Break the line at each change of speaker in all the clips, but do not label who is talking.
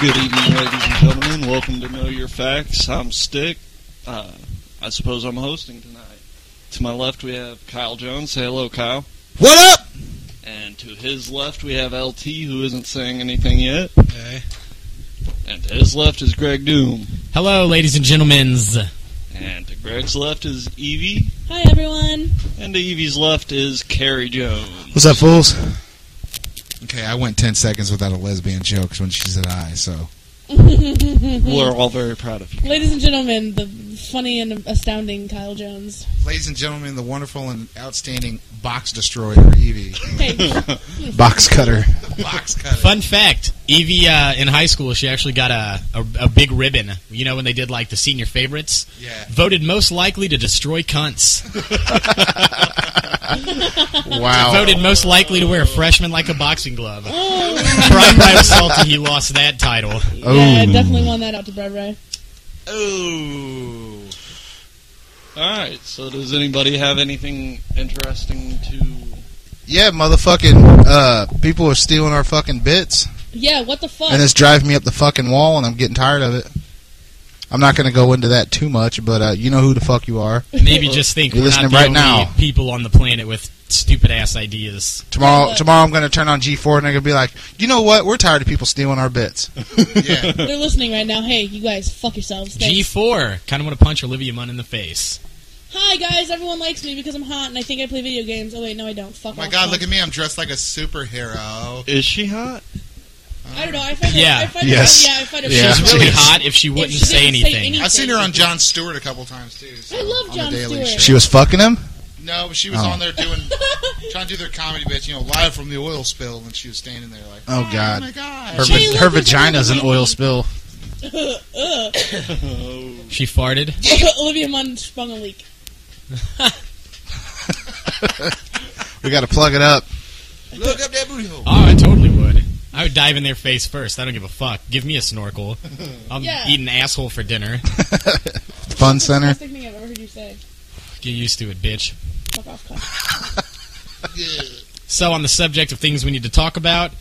Good evening, ladies and gentlemen. Welcome to Know Your Facts. I'm Stick. Uh, I suppose I'm hosting tonight. To my left, we have Kyle Jones. Say hello, Kyle.
What up?
And to his left, we have LT, who isn't saying anything yet.
Okay.
And to his left is Greg Doom.
Hello, ladies and gentlemen.
And to Greg's left is Evie.
Hi, everyone.
And to Evie's left is Carrie Jones.
What's up, fools? Okay, I went 10 seconds without a lesbian joke when she said I, so.
We're all very proud of you.
Ladies and gentlemen, the funny and astounding Kyle Jones.
Ladies and gentlemen, the wonderful and outstanding box destroyer, Evie.
Hey,
Box cutter.
Box cutter.
Fun fact: Evie uh, in high school, she actually got a, a a big ribbon. You know when they did like the senior favorites,
Yeah.
voted most likely to destroy cunts,
Wow.
voted most likely to wear a freshman like a boxing glove. Brian Bray was salty; he lost that title.
Oh, yeah, I definitely want that out to Brad Ray.
Oh. All right. So, does anybody have anything interesting to?
Yeah, motherfucking uh, people are stealing our fucking bits,
Yeah, what the fuck?
and it's driving me up the fucking wall, and I'm getting tired of it. I'm not gonna go into that too much, but uh, you know who the fuck you are.
Maybe just think
You're
we're not
listening
the
right
only
now.
people on the planet with stupid ass ideas.
Tomorrow, tomorrow I'm gonna turn on G4 and I'm gonna be like, you know what? We're tired of people stealing our bits. yeah.
They're listening right now. Hey, you guys, fuck yourselves.
G
Thanks.
four kind of want to punch Olivia Munn in the face.
Hi, guys. Everyone likes me because I'm hot and I think I play video games. Oh wait, no, I don't. Fuck.
Oh my
off.
god,
Fuck.
look at me. I'm dressed like a superhero.
Is she hot?
I don't know. I find
Yeah.
It, I find
Yes.
It, yeah. I find it.
Yeah.
She's really
Yes.
hot if she wouldn't
she
say
didn't say
anything.
anything.
I've seen her on John Stewart a couple times, too. so-
I love
on
John
the Daily
Stewart.
Show.
She was fucking him.
No, but she was
Oh.
on there doing, trying to do their comedy bits, you know, live from the oil spill, and she was standing there like,
Oh,
Oh
God.
my god.
Her,
She
va- her
looked like
vagina's an
another
oil
lady.
spill.
Ugh.
Oh.
She farted.
Olivia Munn sprung a leak.
We got to plug it up.
Look up that booty hole.
Oh, I totally would. I would dive in their face first. I don't give a fuck. Give me a snorkel. I'm
Yeah.
eating asshole for dinner.
Fun center.
Best thing I've ever heard you say.
Get used to it, bitch.
Fuck off, Kyle.
So, on the subject of things we need to talk about,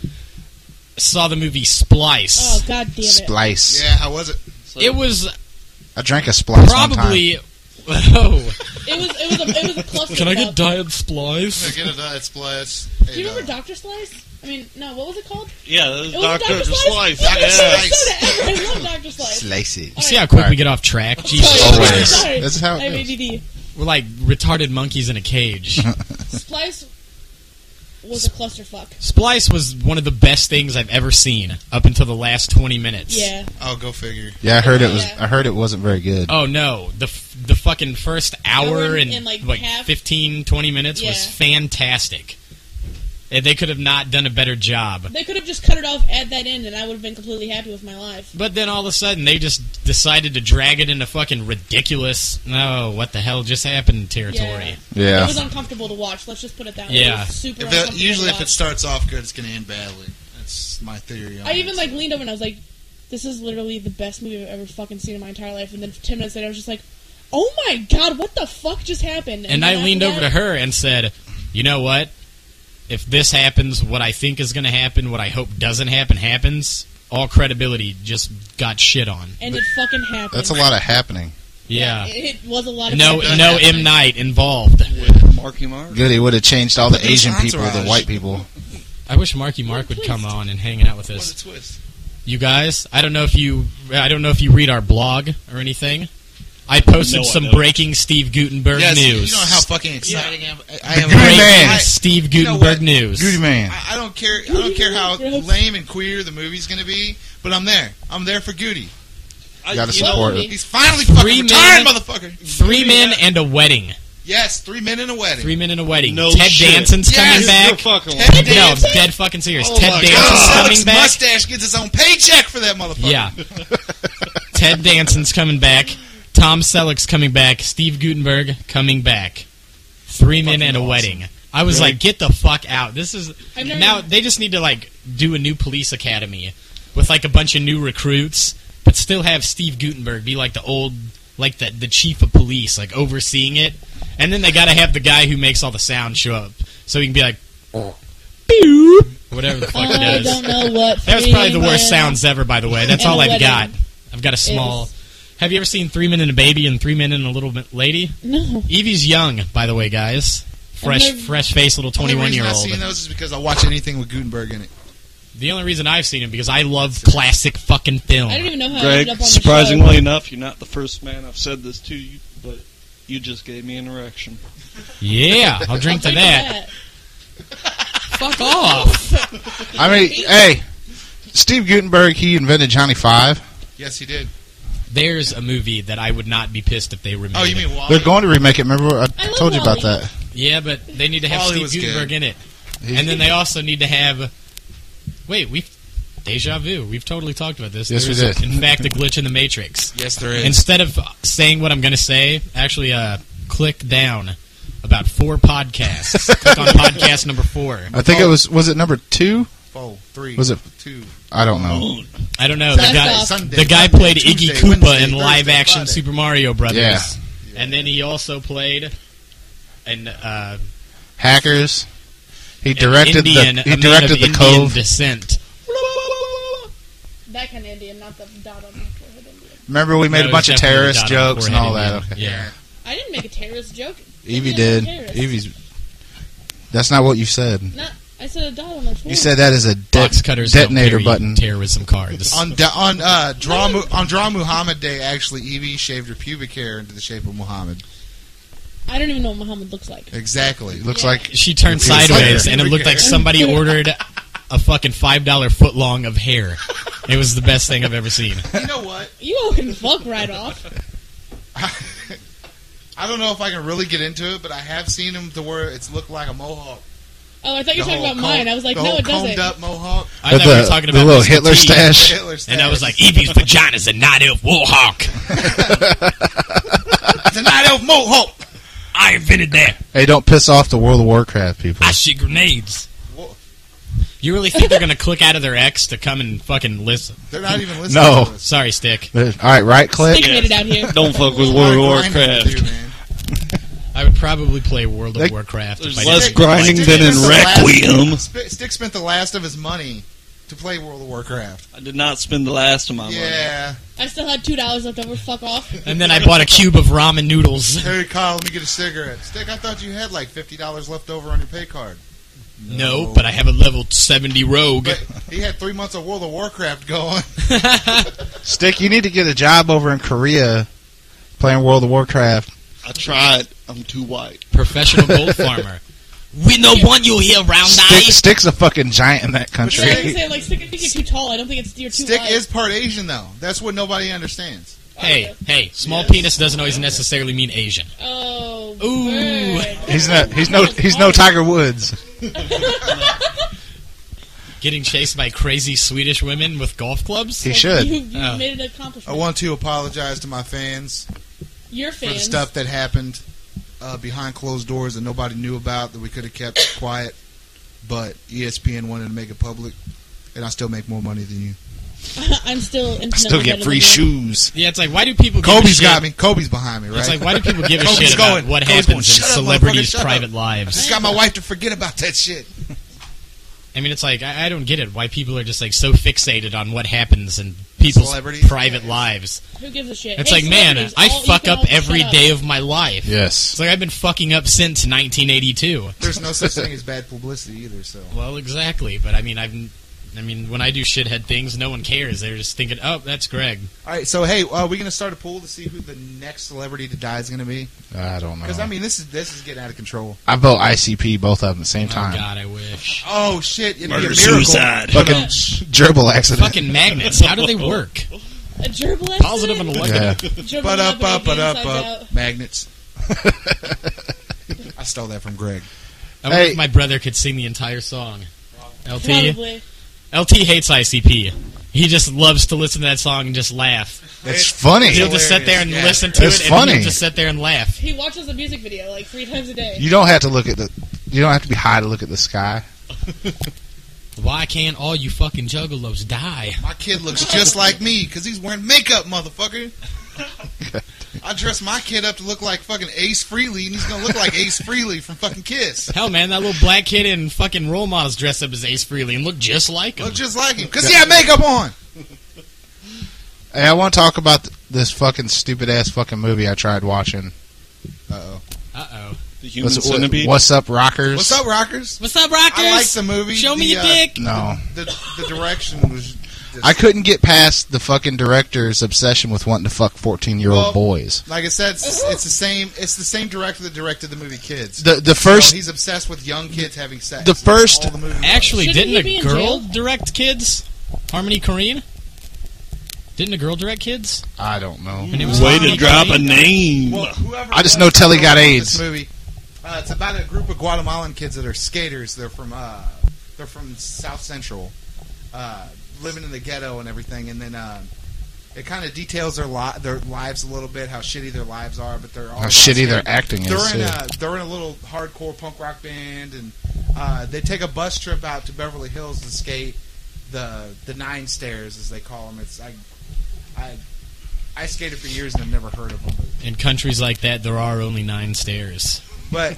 saw the movie Splice.
Oh god damn it.
Splice.
Yeah, how was it?
So,
it was
I drank a splice. one time.
probably. Oh,
It was. It was. A, it was a plus.
diet splice?
Get it, uh, it's blessed. uh,
Do you remember Doctor Slice? I mean, no. What was it called?
Yeah, that was
It was
Doctor
Dr.
Slice.
Slice.
Yeah.
Dr. Slice.
I love Dr. Slice.
Slice it.
You see how quick we get off track? Jesus
Sorry.
Always.
Christ.
Sorry.
That's how
I
it
have
is.
ADD.
We're like retarded monkeys in a cage.
Splice was a clusterfuck.
Splice was one of the best things I've ever seen up until the last 20 minutes.
Yeah.
Oh, go figure.
Yeah, I heard it was.
Yeah.
I heard it wasn't very good.
Oh no, the f- the fucking first hour,
Hour
and,
and, like,
like
half.
15 20 minutes was
Yeah.
fantastic. And they could have not done a better job.
They could have just cut it off at that end, and I would have been completely happy with my life.
But then all of a sudden they just decided to drag it into fucking ridiculous. No, what the hell just happened territory.
It
Yeah.
was uncomfortable to watch. Let's just put it that way.
Yeah.
It was super
If it,
uncomfortable
usually,
to
if it
watch.
starts off good, it's going to end badly. That's my theory. On
I even
it.
like leaned over and I was like, "This is literally the best movie I've ever fucking seen in my entire life." And then ten minutes later, I was just like, "Oh my god, what the fuck just happened?"
And I leaned over to her and said, "You know what? If this happens, what I think is going to happen, what I hope doesn't happen happens. All credibility just got shit on."
and it fucking happened.
That's a lot of happening.
Yeah.
It, it was a lot of
No
fucking-
no M night involved.
Marky Mark.
Good, he would have changed all the
Look at his
Asian people to
entourage.
white people.
I wish Marky Mark would come on and hang out with
What
us.
a twist.
You guys, I don't know if you, I don't know if you read our blog or anything. I posted
No, I
some
don't.
breaking Steve Gutenberg
Yes,
news.
you know how fucking exciting I am. I, I am.
Great
breaking
man.
I-
Steve
you know
Gutenberg
what?
news.
Beauty man.
I, I don't care. I don't care how
Gross.
lame and queer the movie's going to be, but I'm there. I'm there for Goody.
I,
Gotta
you know,
support
know-
it.
He's finally fucking
Three
retired,
men-
motherfucker.
Three men and a wedding.
Yes, three men in a wedding.
Three men and a wedding.
No
Ted
shit.
Danson's
Yes.
coming
You're
back.
You're fucking
Ted
no, I'm
Danson?
dead fucking serious.
Oh
Ted
my
Danson's
God.
coming
His
back.
Mustache gets his own paycheck for that motherfucker.
Yeah. Ted Danson's coming back. Tom Selleck's coming back. Steve Gutenberg coming back. Three men
Fucking
and a
awesome.
wedding. I was
Really?
like, get the fuck out. This is
I've never-
now they just need to like do a new police academy with like a bunch of new recruits, but still have Steve Gutenberg be like the old like the the chief of police, like overseeing it. And then they gotta have the guy who makes all the sound show up. So he can be like "Pew, whatever the fuck
Oh, I
it is.
don't know what.
That was probably the worst
freedom
sounds ever, by the way. That's
And
all
a
I've
wedding
got. I've got a small.
is.
Have you ever seen Three Men and a Baby and Three Men and a Little Bit Lady?
No.
Evie's young, by the way, guys. Fresh,
they're-
fresh face, little twenty-one year old.
I've seen those is because I watch anything with Gutenberg in it.
The only reason I've seen him because I love classic fucking film.
I don't even know how I
Greg,
ended up on
surprisingly enough, you're not the first man I've said this to, you, but you just gave me an erection.
Yeah, I'll
the show.
drink to
Look
that.
at
Fuck off.
I mean, hey, Steve Gutenberg, he invented Johnny Five.
Yes, he did.
There's a movie that I would not be pissed if they remade.
Oh, you
it.
mean Wally?
They're going to remake it. Remember, I
I love
told you about
Wall-E.
that.
Yeah, but they need to have
Wall-E
Steve
was
Gutenberg
good.
in it,
He-
and then they also need to have. Wait, we, deja vu. We've totally talked about this.
Yes,
There
we
is,
did.
In fact, a glitch in the matrix.
yes, there is.
Instead of saying what I'm going to say, actually, uh, click down about four podcasts. click on podcast number four.
I think it was was it number two?
Four, three,
Was it-
two?
I don't know.
Oh. I don't know. The
That's
guy,
off.
Sunday,
the guy
Monday,
played
Tuesday,
Iggy Koopa
Wednesday,
in
Thursday,
live action
Friday.
Super Mario Brothers.
Yeah.
And then he also played in uh,
Hackers. He
an
directed
Indian,
the
a
he
man
directed the
of Indian
Cove.
descent.
that. That kind of Indian, not the dot on my forehead Indian.
Remember we made
No,
a bunch of
definitely
terrorist
Donald
jokes and all
Forehead
that.
Indian.
Okay.
Yeah.
I didn't make a terrorist joke.
Evie
Yeah,
did.
terrorist.
Evie's. That's not what you said.
Not. I said a dot on my forehead.
You said that is a de-
Box cutters don't
detonator
carry
button.
Terrorism cards.
on da- on uh, draw Mu- on draw Muhammad Day, actually, Evie shaved her pubic hair into the shape of Muhammad.
I don't even know what Muhammad looks like.
Exactly.
Looks
Yeah.
like
she turned
Computer
sideways,
science.
and it looked like somebody ordered a fucking five dollar foot long of hair. It was the best thing I've ever seen.
You know what?
You all can fuck right off.
I don't know if I can really get into it, but I have seen him to where it's looked like a mohawk.
Oh, I thought you were talking
The whole
about
comb-
mine. I was like,
the
no,
whole
it doesn't.
combed up mohawk.
I
the,
thought we were talking
the
about
little
Mr.
Hitler
T,
stash.
Hitler
and I was like,
"It's
Evie's vagina's a night elf warhawk.
a night elf mohawk."
I invented that.
Hey, don't piss off the World of Warcraft people.
I shoot grenades.
Whoa.
You really think they're gonna click out of their ex to come and fucking listen?
They're not even listening.
No.
to us.
Sorry, stick.
All right, right click.
Stigmated out here.
Don't fuck with
A lot
World
of
of
grinding to do,
Warcraft.
man.
I would probably play World of
They-
Warcraft.
There's
If I
less
didn't
grinding
like
Stick
than
it.
in
spent the last-
Requiem.
Sp- Stick spent the last of his money to play World of Warcraft.
I did not spend the last of my money.
yeah.
I still had two dollars left over. Fuck off.
And then I bought a cube of ramen noodles.
Hey, Kyle, let me get a cigarette. Stick, I thought you had like fifty dollars left over on your pay card.
No, but I have a level seventy rogue.
But he had three months of World of Warcraft going.
Stick, you need to get a job over in Korea playing World of Warcraft.
I tried. I'm too white.
Professional gold farmer. We no want you here, round
Stick, Stick's a fucking giant in that
Yeah, I was gonna
country.
say, like, stick. I think you're too tall. I don't think it's you're too
Stick
wide.
is part Asian though. That's what nobody understands.
Hey, hey, small
Yes.
penis doesn't always necessarily mean Asian.
Oh.
Ooh.
word.
He's no, he's no, he's no Tiger Woods.
Getting chased by crazy Swedish women with golf clubs?
He
Like,
should.
You, you
Oh.
made an
I
accomplishment.
want to apologize to my fans,
Your
for the
fans.
stuff that happened uh, behind closed doors that nobody knew about that we could have kept quiet, but E ESPN wanted to make it public, and I still make more money than you.
I'm still. infinitely
Still
better
get
than
free
you.
shoes.
Yeah, it's like why do people give a
Kobe's
shit?
got me. Kobe's behind me, right?
It's like why do people give a
Kobe's
shit about
going.
what
Kobe's
happens
going,
in
"Shut up,
celebrities'
motherfucker, shut
private
up." I
lives?
just got my wife to forget about that shit.
I mean, it's like I, I don't get it why people are just like so fixated on what happens in people's
Celebrities.
private lives.
Who gives a shit?
It's
Hey,
like, man,
celebrities,
I
all- you
fuck
can
up
all
every
shut
day of my life. It's
Yes.
like I've been fucking up since 1982.
There's no such thing as bad publicity either. So
Well, exactly, but I mean, I've, I mean, when I do shithead things, no one cares. They're just thinking, "Oh, that's Greg."
all right, so hey, are we gonna start a pool to see who the next celebrity to die is gonna be?
I don't
Because I
know.
mean, this is this is getting out of control.
I vote ICP both of them at the same
Oh
time.
God, I wish.
Oh shit! It'd be a
Murder
miracle.
suicide.
Fucking gerbil accident.
Fucking magnets. How do they work?
up. A gerbil accident?
Positive and electric.
Yeah.
Gerbil
But up, up, but up,
inside
up.
out.
Magnets. I stole that from Greg.
I wonder
Hey.
if my brother could sing the entire song. LT,
Probably.
LT hates ICP. He just loves to listen to that song and just laugh.
It's funny.
He'll just sit there and
Hilarious, yeah.
listen to
It's
it, and
funny.
he'll just sit there and laugh.
He watches the music video like three times a day.
You don't have to look at the. You don't have to be high to look at the sky.
Why can't all you fucking juggalos die?
My kid looks just like me because he's wearing makeup, motherfucker. I dressed my kid up to look like fucking Ace Freely, and he's gonna look like Ace Freely from fucking Kiss.
Hell, man, that little black kid in fucking role models dressed up as Ace Freely and look just like him.
Look just like him, cause he had makeup on.
Hey, I want to talk about th- this fucking stupid ass fucking movie I tried watching.
Uh oh.
Uh oh.
The human
what's, what-
centipede.
what's up, rockers?
What's up, Rockers?
What's up, Rockers?
I like the movie.
Show me
The,
your
uh,
dick.
No,
The the direction was. Just,
I couldn't get past the fucking director's obsession with wanting to fuck fourteen-year-old
Well-
boys.
like I said, it's, it's the same. It's the same director that directed the movie Kids.
The the
So
first,
he's obsessed with young kids having sex.
the
That's
first-
all the movie was.
Actually,
Shouldn't he
didn't
be
a
in
girl
jail?
direct kids? Harmony Korine? Didn't a girl direct kids?
I don't know.
Her name was
Way to
Harmony
drop a
Korine?
name.
Well, whoever
I just
wrote
know Telly got
this
AIDS.
Movie. Uh, it's about a group of Guatemalan kids that are skaters. They're from uh, they're from South Central, uh, living in the ghetto and everything. And then um, it kind of details their li- their lives a little bit, how shitty their lives are. But they're all
How
about
shitty their
skating.
Oh, acting is.
They're in
too.
a they're in a little hardcore punk rock band, and uh, they take a bus trip out to Beverly Hills to skate the the nine stairs as they call them. It's I I I skated for years and I've never heard of them.
In countries like that, there are only nine stairs.
But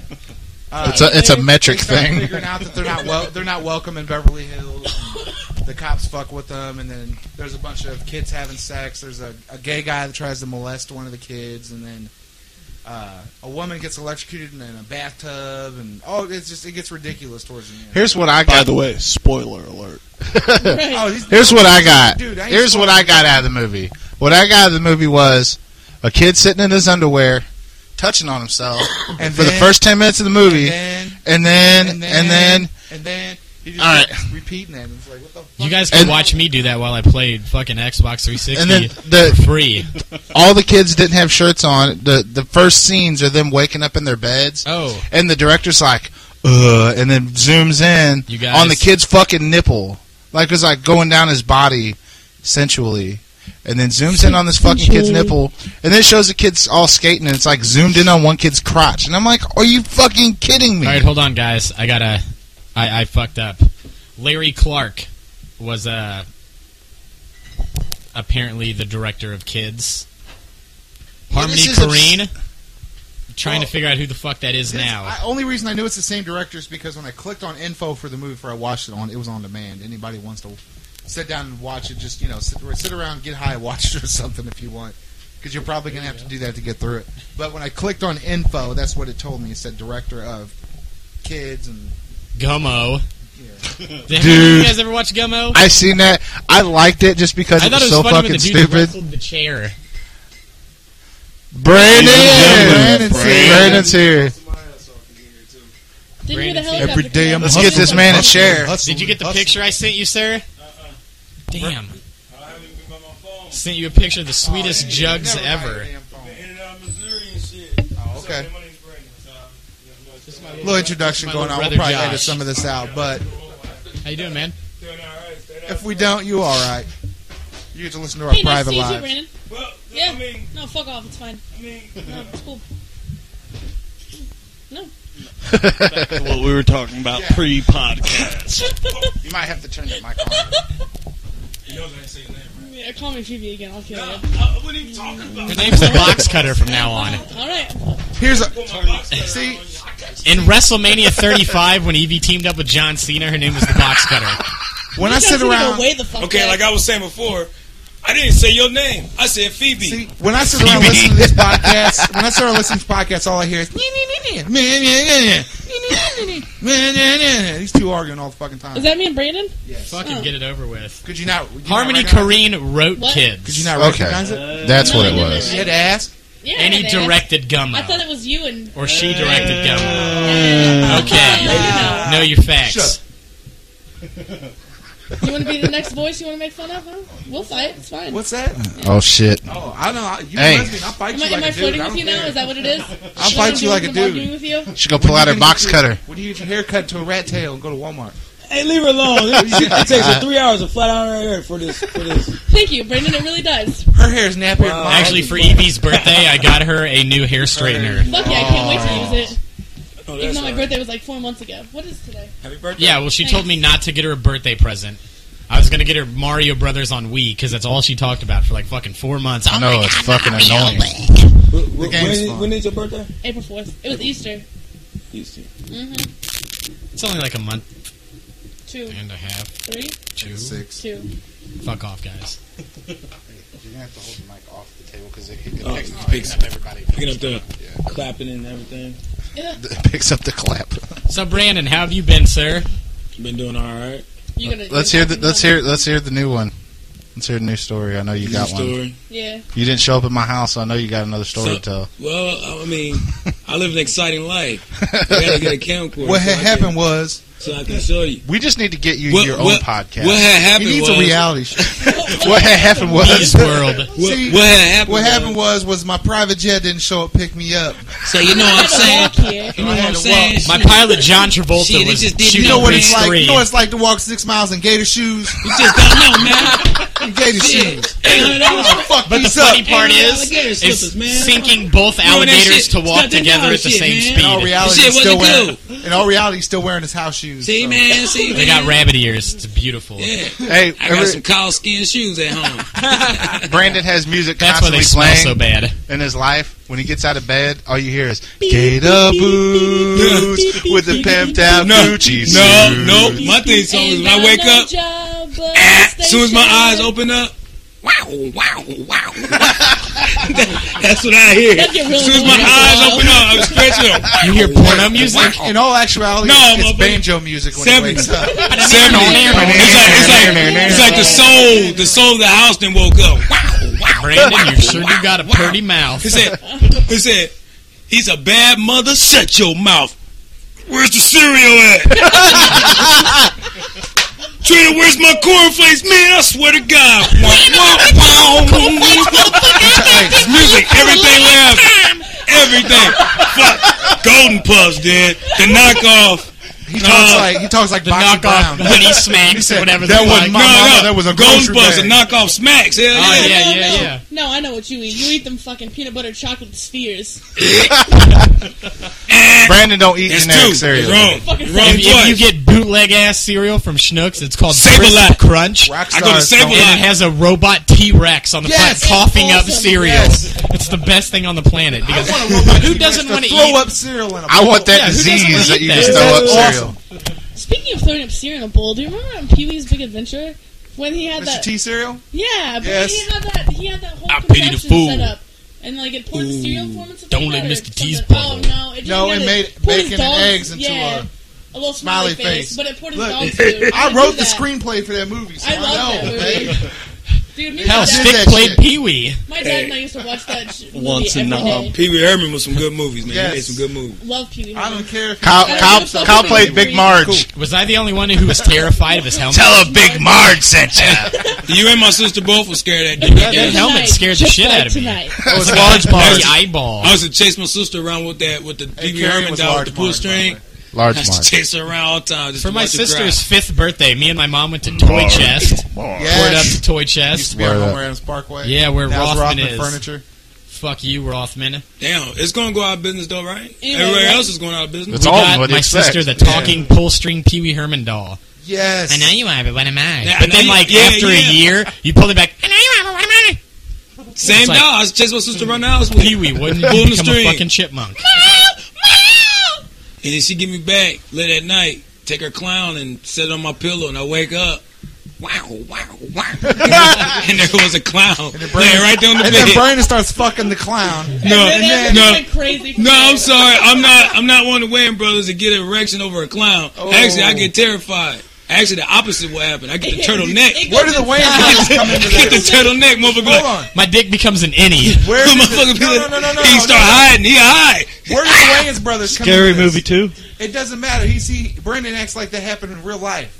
uh,
It's a it's a
they
metric
start
thing.
Figuring out that they're not wel- they're not welcome in Beverly Hills. and the cops fuck with them, and then there's a bunch of kids having sex. There's a, a gay guy that tries to molest one of the kids, and then uh, a woman gets electrocuted in a bathtub, and oh, it's just it gets ridiculous towards the end.
Here's what I
By
got.
the way, spoiler alert.
Right.
oh, he's,
Here's what I got.
Dude, I ain't
Here's what I got out of the movie. What I got out of the movie was a kid sitting in his underwear, touching on himself
and
for the
then-
first ten minutes of the movie,
and then,
and then
and then,
and then
and then he just
All right.
keeps repeating that. and It's like what the fuck?
You guys can
And-
watch me do that while I played fucking Xbox 360
and then
for
the
free.
all the kids didn't have shirts on. The the first scenes are them waking up in their beds,
Oh,
and the director's like, "Uh," and then zooms in
You guys-
on the kid's fucking nipple, like it's like going down his body sensually. And then zooms in on this fucking kid's
Sensually.
nipple, and then shows the kids all skating, and it's like zoomed in on one kid's crotch, and I'm like, "Are you fucking kidding me?"
all right, hold on, guys. I gotta. I, I fucked up. Larry Clark was uh apparently the director of Kids.
Well,
Harmony
this is
Korine. Trying
Well,
to figure out who the fuck that is
It's-
now.
I, only reason I knew it's the same director is because when I clicked on info for the movie before I watched it on, it was on demand. Anybody wants to sit down and watch it, just you know, sit, or sit around, get high, watch it or something if you want, because you're probably gonna have to do that to get through it. But when I clicked on info, that's what it told me. It said director of kids and
Gummo. Dude.
Dude.
you guys ever watch Gummo?
I seen that. I liked it just because
I
it
thought
was,
it was
so
funny
fucking
when the dude
stupid.
wrestled the chair.
Brandon,
Brandon's
Brandon's
here.
here. Brandon's here.
Didn't hear the
Brandon
helicopter.
Every day I'm
Let's get this man a chair.
Did you get the picture I sent you, sir? Damn. Oh, Sent you a picture of the sweetest jugs ever.
okay. Little introduction
My
going
little
on. We'll
brother
probably
Josh.
edit some of this out, but
How you doing, man?
if we don't, you all right. You get to listen to our
Hey, nice to
private
see you too,
lives.
Brandon.
Well,
Yeah.
I mean,
No, fuck off. It's fine.
I mean,
No, it's cool.
Back to what we were talking about
Yeah.
pre-podcast.
You might have to turn that mic on.
you know I ain't saying that.
Yeah, call me Phoebe again. I'll kill
Nah,
you.
I I wasn't even talking about
Her
it.
name's the box cutter from now on.
All right.
Here's a
Put my box cutter
See?
on you. I got you.
In WrestleMania 35, when Evie teamed up with John Cena, her name was the box cutter.
when I
You guys
sit
need to go
around.
Way the fuck
Okay,
back.
like I was saying before, I didn't say your name. I said Phoebe.
See, when I sit around listening to this podcast, when I start listening to podcasts, all I hear is "Nee, nee, nee, nee, nee, nee, nee, nee, nee, nee, nee, nee, nee, nee, nee." these two arguing all the fucking
Is
time.
that me and Brandon?
Yes.
Fucking get it over with.
Could you not? could you not
Harmony
recognize-
Korine wrote
What?
Could you
Kids.
not
Okay.
recognize it?
That's what it
No, no, no,
was.
You had to ask.
Yeah.
And he
they-
directed
I thought
Gummo.
it was you and.
Or she directed
Uh,
Gummo.
Yeah.
Okay. Know your
Shut
facts.
You want to be the next voice you want to make fun of? Huh? We'll fight. It's fine.
What's that?
Oh shit!
Oh, I don't know. You
Hey.
hey. me. I'll fight
Am
you
I, am
like
I
a dude.
flirting
I
with
don't
you now?
care.
Is that what it is? Should
fight
I
you
do
like a
what I'm
dude.
arguing with you?
She go
When
pull out
you
her
get
box
your-
cutter.
When you get your hair cut to a rat tail and go to Walmart.
Hey, leave her
Oh,
alone. It takes her three hours to flat out her hair for this. For this.
Thank you, Brandon. It really does.
Her hair is nappier than
Uh,
mine.
Actually, for Evie's birthday, I got her a new hair straightener.
Fuck yeah, I can't wait to use it.
Oh,
Even
that's
though my
all right.
birthday was like four months ago. What is today?
Happy birthday.
Yeah, well, she told me not to get her a birthday present. I was gonna get her Mario Brothers on Wii because that's all she talked about for like fucking four months.
I know it's fucking annoying.
Wh-
Wh- When,
game's
is-
fun.
when is your birthday?
April 4th. It was Easter.
Easter.
Mm-hmm.
It's only like a month
Two.
and a half,
Three?
two.
Six.
Two.
Fuck off, guys.
You're gonna have to hold the mic off the table because it, it
Oh,
picks,
it
picks up everybody.
Picking up the clapping and everything.
It picks up the clap.
So, Brandon, how have you been, sir?
Been doing all right.
You gonna
Let's
you're
hear. The,
talking
let's
about-
hear. Let's hear the new one. Let's hear the new story. I know you got one.
story.
Yeah.
You didn't show up at my house. so I know you got another story
So-
to tell.
Well, I mean, I live an exciting life. I gotta get a camcorder.
What
so
had
I
happened
Can,
was
so I can show you.
We just need to get you
What-
your own
what-
podcast.
What had
he
happened
needs
was.
a reality show.
what had happened was
Beast World.
what,
See,
what had happened?
What
was,
happened was was my private jet didn't show up, pick me up.
So you know what I'm saying?
Walk here.
You know what
had
I'm
to
saying?
My
Shit,
pilot John Travolta
Shit, it
was
just didn't
shooting
You know what
Yeah,
it's
Grease
like.
three.
You know what it's like to walk six miles in gator shoes.
You just don't know, man.
Gator shoes.
Shit. $800
What the fuck
But the
these
funny
up?
part
Alligator
is,
slippers,
is
man.
syncing both
Ruin that
alligators
shit.
to walk
Stop that
together
dog
at the
shit,
same
in
man.
Oh,
all
speed.
reality,
Shit,
he's
what
still
you
wearing. In all reality, he's still wearing his house shoes.
See,
so.
man. See,
They
man.
got rabbit ears. It's beautiful.
Yeah.
hey
I got
every-
some cow skin shoes at home.
Brandon has music
That's why
constantly
they smell
playing
so bad.
in his life. When he gets out of bed, all you hear is Gator boots with the pimped out
No,
Gucci
no,
suit."
no. My thing is always when I wake up, eh, as soon as my eyes open up, wow, wow, wow. That's what I hear.
That'd get real
As soon as my
annoying after a
eyes open up, I'm stretching them.
You hear porno music?
In all actuality,
No,
it's
motherfucker.
banjo music when
Seven.
he wakes up.
Seven. It's like it's like it's like the soul, the soul of the house. Then woke up. Wow, wow.
Brandon, you sure do got a pretty mouth.
He said, he said, he's a bad mother. Shut your mouth. Where's the cereal at? Trina, where's my cornflakes? Man, I swear to God. Wah, wah, wah, wah, wah, wah. It's music, everything loud. Everything. Fuck. Golden Puffs, dude. The knockoff.
He talks
Uh,
like he talks like
The
Boxy
knockoff
Brown.
Honey Smacks or whatever the
that wasn't
fuck.
my mama, that was a
Golden
grocery
Puffs, the
bag.
knockoff smacks. Hell
Oh,
yeah.
yeah,
no,
yeah,
no.
yeah.
No, I know what you eat. You eat them fucking peanut butter chocolate spheres.
Brandon don't eat
It's
generic
two.
cereal.
Wrong.
Fucking
Wrong
If, if you
choice.
get bootleg ass cereal from Schnucks, it's called
Save a
Crisp
lot.
Crunch.
Rock
I go to
stars
Sable
don't-
and it has a robot T Rex on the
Yes!
front coughing up
Awesome.
cereal.
Yes.
It's the best thing on the planet because
I want a robot
who
T-Rex
doesn't
to
want to
throw
eat?
up cereal in a
I want that
Yeah, who doesn't
disease
wanna
that
eat
you
that?
just throw up
That's
cereal.
Speaking of throwing up cereal in a bowl, do you remember on Pee Wee's Big Adventure when he had
Mr.
that?
T cereal?
yeah, but
Yes.
he had that. He had that whole
I pity the
contraption
fool.
set up, and like it poured cereal for him. into
Don't
peanut
let
butter
Mr. T's
or something.
bubble.
Oh no! It just
No, it
had
made
poured his
bacon and
dog's-
eggs into
yeah, a little smiley,
smiley
face,
face.
but it poured his
Look,
dog's food.
I wrote the
that.
screenplay for that movie, so I,
I love
know.
that
man.
movie. Dude, me and
Hell,
my
Did
dad,
Stick
that
played
shit.
Pee Wee.
my dad and I used to watch that sh- movie
Once in a
every
while.
day.
Pee Wee Herman was some good movies, man.
Yes.
He made some good movies.
Love Pee Wee.
I don't care if
Kyle,
I don't
Kyle,
give a fuck
Kyle
about
played
you.
Big Marge.
Was I the only one who was terrified of his helmet?
Tell him Big Marge sent you.
You and my sister both were scared of that dude.
Yeah, that helmet scared the
just
shit
like
out of me.
tonight.
It was a large bar. The
I
eyeball.
used to chase my sister around with that with the Pee Wee
Carrie
Herman
was
doll with
large
the pull
Marge,
string.
by
Large
I used to
Marge.
chase her around all the time. Just
For
to
my
watch her
sister's fifth birthday, me and my mom went to Toy
Marge.
Chest. Poured up
Yes.
to Toy
Used to
Chest.
be on
Where
Homer Adams Parkway.
Yeah, where
That was
Rothman
Rothman
is.
Furniture.
Fuck you, Rothman.
cry. Damn, it's gonna go out of business though, right?
Anyway,
Everywhere
right.
else is going out of business.
It's
We
all
got
what
my
you expect.
sister the talking pull string Pee Wee Herman doll.
Yes.
I know you have it, but am I?
Yeah, I
but
know
then,
you-
like
yeah,
after
yeah.
a year, you pull it back. I know you have it. What am I?
Same
It's like-
doll. I used to chase my sister around the house with
Pee Wee wouldn't
Pull
you
the
become
string.
a fucking chipmunk.
And then she give me back late at night. Take her clown and sit on my pillow, and I wake up. Wow, wow, wow! and there was a clown laying right there on the
And then
bed.
Brandon starts fucking the clown.
no,
And then
no,
no. went crazy. for
No,
that.
I'm sorry. I'm not. I'm not one of the Wayne brothers that get an erection over a clown.
Oh.
Actually, I get terrified. Actually, the opposite will happen. I get the
It
turtleneck.
goes
Where do the Wayne brothers come into
Get the
this?
turtleneck, motherfucker.
Hold on.
My dick becomes an innie.
Where
The
did
motherfucker
the,
be
no, no,
like,
no, no, no,
he
no,
start hiding. He hide.
Where did the Wayans brothers come
Scary
into this?
movie too.
It doesn't matter. He see Brandon acts like that happened in real life.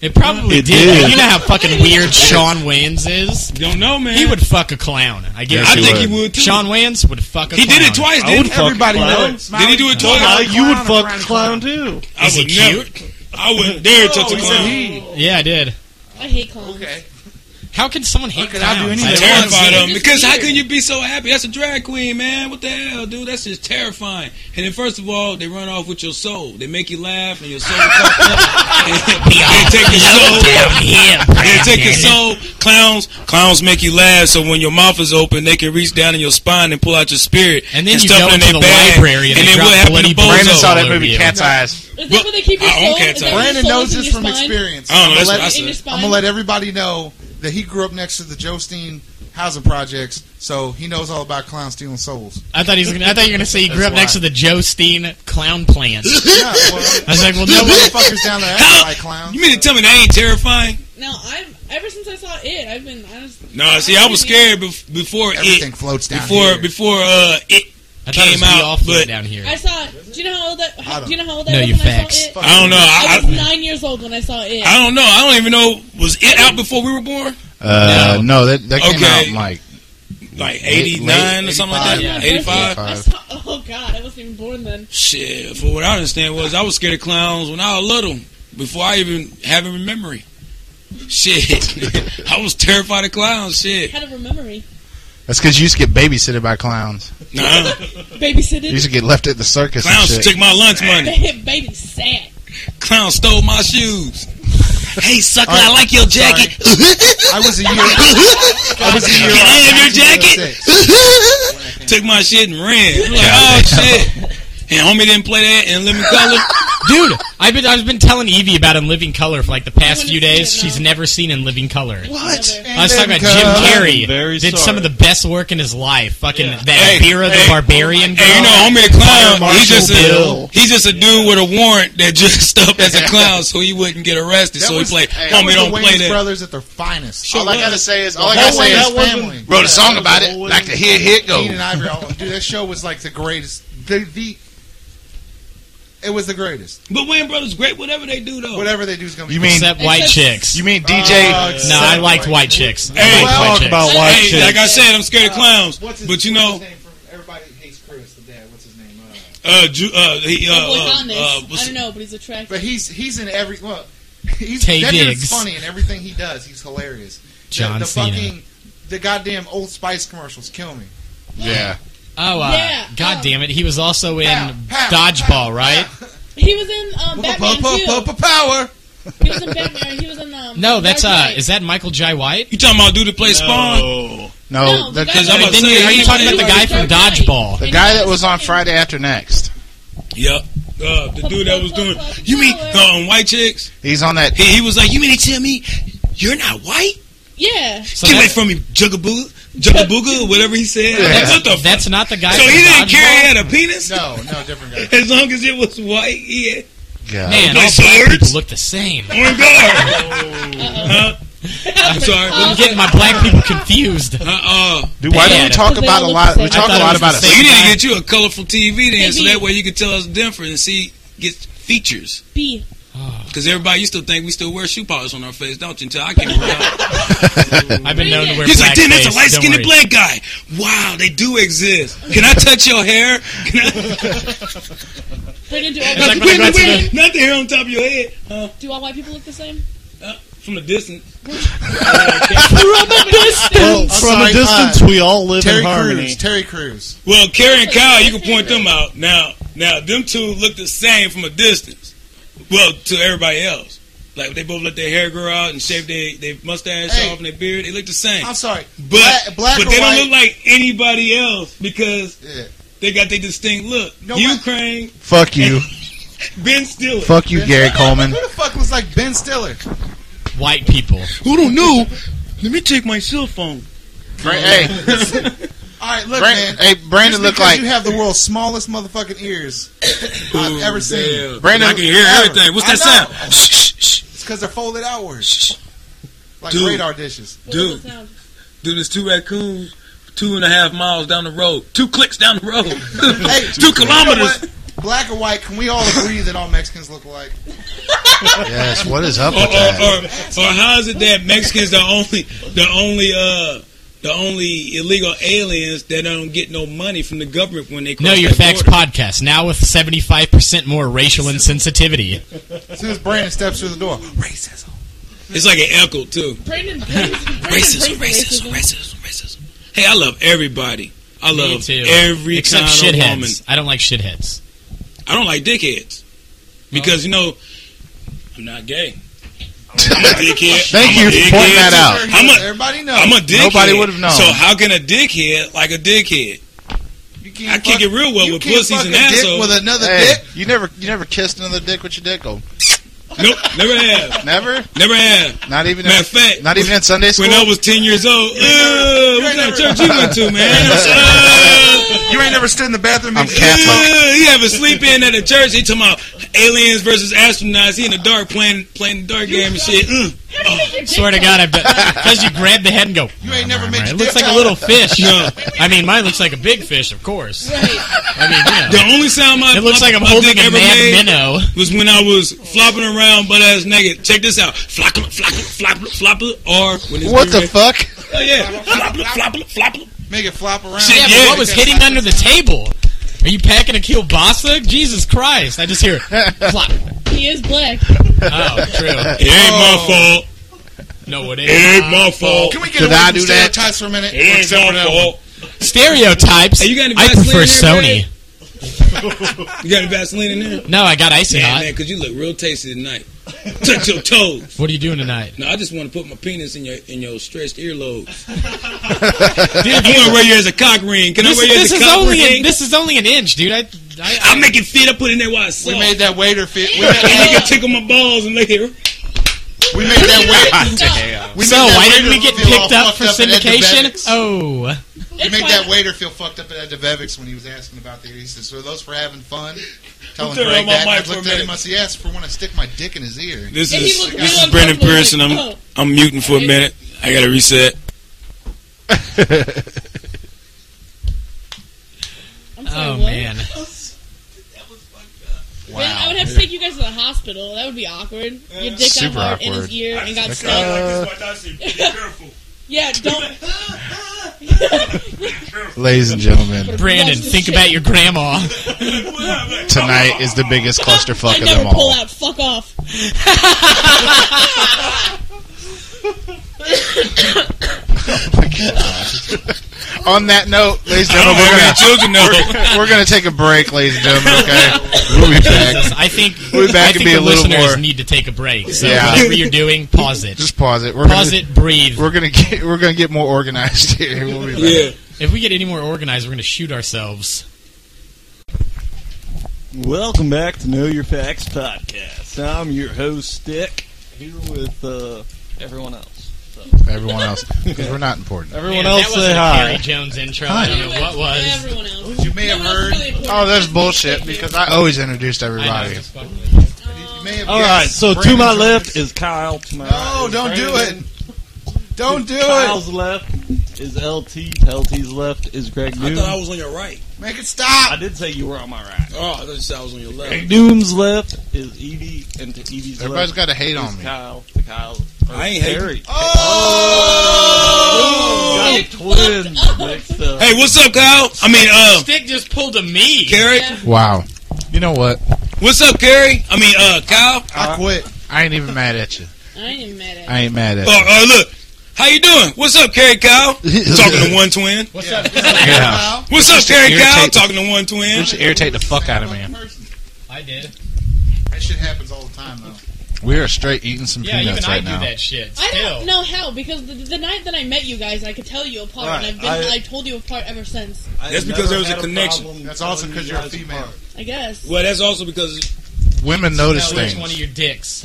It probably
It
did.
did.
You know how fucking weird Sean Wayans is.
Don't know, man.
He would fuck a clown. I guess.
Yes,
I
he
think
would.
he would too.
Sean Wayans would fuck a
he
clown.
did it twice,
I
didn't
would
he?
fuck
Everybody
a clown.
knew it. Smiley
Did he do it
clown,
twice?
Uh,
clown,
you would
clown,
fuck
clown,
the clown too.
I
Is he
would never. I wouldn't dare touch a
Oh, he
clown.
said he.
Yeah, I did.
I hate clowns.
Okay.
How can someone hate
could I do
clowns?
anything?
don't
terrified of
understand.
them
Just
because how
weird.
can you be so happy? That's a drag queen, man. What the hell, dude? That's just terrifying. And then first of all, they run off with your soul. They make you laugh, and your soul comes up. And they take your soul. They take your soul. Clowns, clowns make you laugh. So when your mouth is open, they can reach down in your spine and pull out your spirit
And then you
stuff
go
it in
into
their
the
bag.
library and they drop bloody Brandon
Bozo?
Brandon saw that
Over
movie
you.
Cat's Eyes.
Is that where they keep your
I don't
soul?
care,
Is that
Tony.
where your
Brandon
soul
knows
is in
this
your
from
spine?
experience.
I don't know.
I'm
That's
gonna
what I
let-
In your
said.
spine?
I'm gonna let everybody know that he grew up next to the Jostein housing projects, so he knows all about clown stealing souls.
I thought he was. Gonna, I thought you were gonna say he grew up next
That's
to
why.
the Joe Steen clown plant. I
Yeah, well,
was like, well,
the
no one.
motherfuckers down there acting like clowns.
You mean to tell me that ain't terrifying?
No, I've ever since I saw it, I've been honestly.
No, see, I was scared bef- before
everything
it.
floats down
Before
here.
before uh it.
I thought it was
Came out,
all float
but-
down here.
I saw. Do you know how old that?
I
How,
don't-
do you know how old
No,
I
you
was when I
facts.
saw it?
I don't know.
I was
I,
nine years old when I saw it.
I don't know. I don't even know. Was it out before we were born?
Uh,
No.
no. that that came
Okay.
out like Late-
Like eighty nine or something like that.
It was my birthday.
Eighty five.
I saw- Oh God, I wasn't even born then.
Shit. For what I understand was I was scared of clowns when I was little. Before I even have any memory. Shit. I was terrified of clowns. Shit.
Had a memory.
that's because you used to get babysitted by clowns.
Nah.
You
Babysitted.
used to get left at the circus. and
Clowns
shit.
took my lunch money.
Baby sat.
Clown stole my shoes. Hey sucker,
All right.
I like your jacket.
I was a year. I was a year.
Get in your jacket.
1906.
Took my shit and ran. I'm like, oh shit. And homie didn't play that in living color.
Dude, I've been I've been telling Evie about In Living Color for like the past
I
few
wanna see
days.
it now.
She's never seen In Living Color.
What?
I was talking about Jim
And then come-
Carrey.
I'm very
did some
sorry.
of the best work in his life. Fucking
Yeah.
that
Hey,
Vera the
hey,
Barbarian girl.
Hey, you know, homie a clown. He
Marshall
just a,
Bill.
he just a dude with a warrant that dressed up as a clown so he wouldn't get arrested.
That
so
was-
he played.
that
homie
was
don't
the
play
Wayans
that.
brothers at their finest.
Sure
all I gotta
was.
say is, all I
That
gotta
was-
say
that
is,
wasn't
wrote a song about it.
Owen-
Like the hit, hit go.
Dean and Ivory. all- Dude, that show was like the greatest. The the. It was the greatest.
But Wayne Brothers great, whatever they do though.
Whatever they do is gonna be.
You mean
except white
Except-
chicks.
you mean DJ?
no, I liked white chicks. I
Hey,
liked white
Uh, talk
chicks.
about white
Hey,
chicks.
like I said, I'm scared of clowns. But you know,
everybody hates Chris, the dad. What's his name? Uh,
uh, Ju- uh, he, uh,
Oh, boy,
uh,
Gondis.
uh,
I
what's-
don't know, but he's attractive.
but he's he's in every well. He's
Tay
that dude's
Diggs.
funny in everything he does. He's hilarious. The-
John
the,
Cena.
fucking the goddamn Old Spice commercials kill me.
Yeah.
Oh, uh,
Yeah,
god
oh.
damn it. He was also in
Pow, pow,
Dodgeball,
pow,
right?
pow.
He was in um, Batman too.
Power.
He was in Batman. He was in um.
No, that's
Dark
uh,
Knight.
is that Michael J. White?
you talking about dude that play Spawn?
No.
No,
the
the,
guy-
the
I'm about to
Then
say,
you, are
he
you talking about
played-
the guy from
Dark Knight.
Dodgeball?
guy that was on Friday after next.
Yeah, uh, the dude that was doing. You mean um, white chicks?
He's on that.
He, he was like, you mean to tell me you're not white?
Yeah.
So
Get away
that's,
from me, Jugaboo, Jugabooga, whatever he said. Like, what the
that's not the guy.
So
from
he didn't
Dodgeball?
care he had a penis?
No, no, different guy.
As long as it was white, yeah.
God.
Man,
Play
all black people
swords?
look the same.
Oh my god.
Oh.
huh? I'm sorry.
I'm
What was
getting my black people confused.
that? Uh, uh,
Dude, why do we
Bad.
talk
Because they
about a
all look
lot?
the
We
same.
talk
I
a
thought
lot
it was
about
the
it.
so
same.
you didn't get you a colorful TV then, so
Maybe.
that way you could tell us different and see get features.
B.
Because everybody used to think we still wear shoe polish on our face, don't you? Until I came around,
I've been known to wear
he's like,
black
"Damn, that's a
face,
light
don't
skinned
worry."
black guy." Wow, they do exist. Can I touch your hair? Can I
They're gonna do all,
It's
white,
like when I
wait,
got
wait,
to
wait, not the hair on top of your head huh?
do all white people look the same?
from a distance.
Oh,
I'm sorry, uh,
we all live
Terry Crews. Terry Crews.
Well, Carrie and Kyle, you can point them out. Now, now them two look the same from a distance. Well, to everybody else. Like they both let their hair grow out and shave their, their mustache
Hey.
off and their beard. They look the same.
I'm sorry,
But
Black- black
but they
or
don't
white?
look like anybody else because
Yeah.
they got their distinct look.
No,
Ukraine,
Fuck you,
Ben Stiller.
fuck you, Gary Coleman.
Who the fuck was like Ben Stiller?
White people.
Who don't know? Let me take my cell phone.
Bra- hey,
All right, look,
Bran-
man.
hey, Brandon
Just
looked
because
like
you have the world's smallest motherfucking ears I've ever seen.
Brandon-
I can hear
Ever.
everything. What's
I
that sound? Shh, shh, shh.
It's because they're folded outwards, like
Dude.
radar dishes.
What
Dude.
does it sound?
Dude, there's two raccoons two and a half miles down the road. Two clicks down the road.
Hey,
two
you know
kilometers.
what? Black or white? Can we all agree that all Mexicans look alike?
yes. What is up
Or, or,
with that?
or, or how is it that Mexicans the only the only uh the only illegal aliens that don't get no money from the government when they cross
Know Your
that
Facts
border?
podcast now with seventy five percent more racial insensitivity.
As soon as Brandon steps through the door, racism.
It's like an echo too.
Brandon, Brandon,
Racism,
Brandon brings
racism, racism, racism. Hey, I love everybody. I
Me
love
too.
every
Except
kind of woman.
shitheads. I don't like shitheads.
I don't like dickheads because you know I'm not gay. I'm a dickhead.
Thank
I'm
you
a
for pointing
dickhead.
that out.
Everybody-
I'm a-
everybody knows.
I'm a dickhead.
Nobody would've known.
So how can a dickhead like a dickhead?
you
I
can't
kick it real well
you
with
can't
pussies
fuck
and
a dick
assholes.
with another
Hey,
dick.
you never you never kissed another dick with your dick on.
Nope, never have,
Never?
never have.
Not even
Matter
in,
of fact,
not even in Sunday school.
when I was ten years old, uh, what kind of church you went to, man? Uh,
You ain't never stood in the bathroom.
I'm
and-
Catholic.
Yeah, he have a sleep in at a church. He talking about aliens versus astronauts. He in the dark playing playing the dark game and shit. Mm.
How do you get your dick
Swear to
out?
God, I've done. Because you grab the head and go.
You ain't never made.
It
your
looks
dick
like a
out.
little fish.
No.
I mean, mine looks like a big fish, of course.
Right.
I mean, you
The
know.
only sound my
It looks
my-
like I'm
my
holding
dick
a
ever
mad
made
minnow.
was when I was flopping around butt ass naked. Check this out, flopper, flopper, flopper, flopper, or when it's
What the
been-
fuck?
Oh yeah, flopper, flopper, flopper.
Make it flop around.
Shit,
Yeah,
Yeah,
but what was hitting under the table? Are you packing a kielbasa? Jesus Christ! I just hear plop.
He is black.
Oh, true.
It ain't my fault.
No, it
It
ain't. Uh,
ain't my fault.
Can we get
Did
away
I
from
do that?
stereotypes for a minute?
It ain't
Except for
my
that
fault.
Stereotypes.
Hey, you got any
I
Vaseline
prefer
in
Sony.
there, man? You got any Vaseline in there?
No, I got icy
Yeah,
hot.
man, cause you look real tasty tonight. Touch your toes.
What are you doing tonight?
No, I just want to put my penis in your in your stretched earlobes. Dude, you want to wear you as a cock ring? Can
This,
I wear you
this
as a
is
cock
only
ring?
an, this is only an inch, dude. I, I
I'll make it fit. I put it in there while it's
We
soft.
made that waiter fit. We
and
made,
you can tickle my balls and look here.
we made that waiter. We
so
made that
why didn't
waiter
we get
feel all
picked up
fucked
for
at
syndication?
Edvetics.
Oh,
We
It's
made
fine.
that waiter feel fucked up at Edvetics when he was asking about the. He said, "So are those for having fun?" Telling
Turn
Greg
on my
that, and I
mic for a
looked at him.
minute.
I said, "Yes, for when I stick my dick in his ear."
This
And he looked real uncomfortable, like, oh.
I'm muting for a minute. I gotta reset.
I'm sorry,
oh
what?
man.
Then I would have to take you guys to the hospital. That would be awkward. Your dick
Super
got hard in
awkward.
his ear and got stuck. yeah, don't.
Ladies and gentlemen,
Brandon,
That's the
think
shit.
about your grandma.
tonight is the biggest clusterfuck
I
of them
never pull
all.
out. Fuck off.
On that note, ladies and
Oh,
gentlemen,
my
we're
God, children know.
gonna, we're gonna take a break, ladies and gentlemen. Okay, we'll be back.
I think
We'll be back
I
and
think
be a
the
little
listeners
more-
need to take a break. So
Yeah.
whatever you're doing, pause it.
Just pause it. We're
Pause
gonna,
it. Breathe.
We're gonna get we're gonna get more organized here. We'll be back.
Yeah.
If we get any more organized, we're gonna shoot ourselves.
Welcome back to Know Your Facts podcast. I'm your host, Stick, here with uh, everyone else.
Everyone else, because we're not important.
Everyone
Man, if
else
that wasn't
say
a
hi.
Carrie Jones intro. I don't know what was.
Everyone else.
You may have
No one else is
heard.
really important.
Oh, that's bullshit. Because I always introduced
I know,
everybody.
just fuck with it.
You may have
All
guessed
right, so to
Brandon's Uh,
my
on
left
this.
is Kyle. To my
No, don't do it. Don't do it.
Kyle's left is LT. To LT's left is Greg
I
Doom.
thought I was on your right.
Make it stop.
I did say you were on my right.
Oh, I thought you said I was on your left.
Greg Doom's left is Evie, and to Evie's
Everybody's
left
got to hate
is
on me.
Kyle. To Kyle's
I ain't hating.
Terry.
Oh.
Got twins mixed up.
Hey, what's up, Kyle? I mean, uh,
Stick just pulled a me.
Carrie.
Wow. You know what?
What's up, Carrie? I mean, uh, Kyle.
I quit.
I ain't even mad at you.
I ain't mad at
I ain't mad at
Oh, uh, look. How you doing? What's up, Carrie Kyle? Talking to one twin.
What's
Yeah.
up?
you. Yeah.
What's up, Carrie
irritate
Kyle?
the-
Talking to one twin.
You should irritate the fuck out of me.
I did.
That shit happens all the time, though.
We are straight eating some
Yeah, even
peanuts
I
right
do
now.
that shit.
I
Still.
don't know how because the, the night that I met you guys, I could tell you apart, and I've been
Right, I-
I told you apart ever since.
I
That's
have never
because there was
had
a connection.
problem
That's also
telling
because
you
you're a
guys
female.
apart.
I guess
Well, that's also because
Women notice
Now, which one of
things.
your dicks?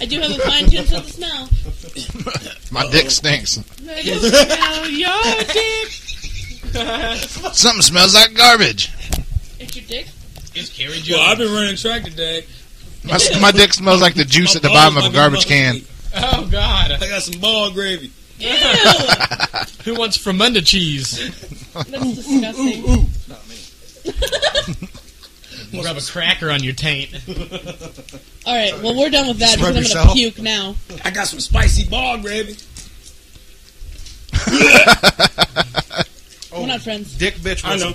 I do have a fine tune to the smell.
My dick stinks.
I do smell your dick.
Something smells like garbage.
It's your dick.
Is Carrie Jones?
well, I've been running track today.
My, my dick smells like the juice
My
at the
balls
bottom of
might
a
be
garbage
motherfucking
can.
weak.
oh God.
I got some ball gravy.
Ew, that's
Who wants Fremunda cheese?
disgusting.
Rub a cracker on your taint.
All right, well we're done with that
Scrub
because I'm
yourself.
gonna puke now.
I got some spicy ball gravy.
We're not friends.
Dick bitch.
I know.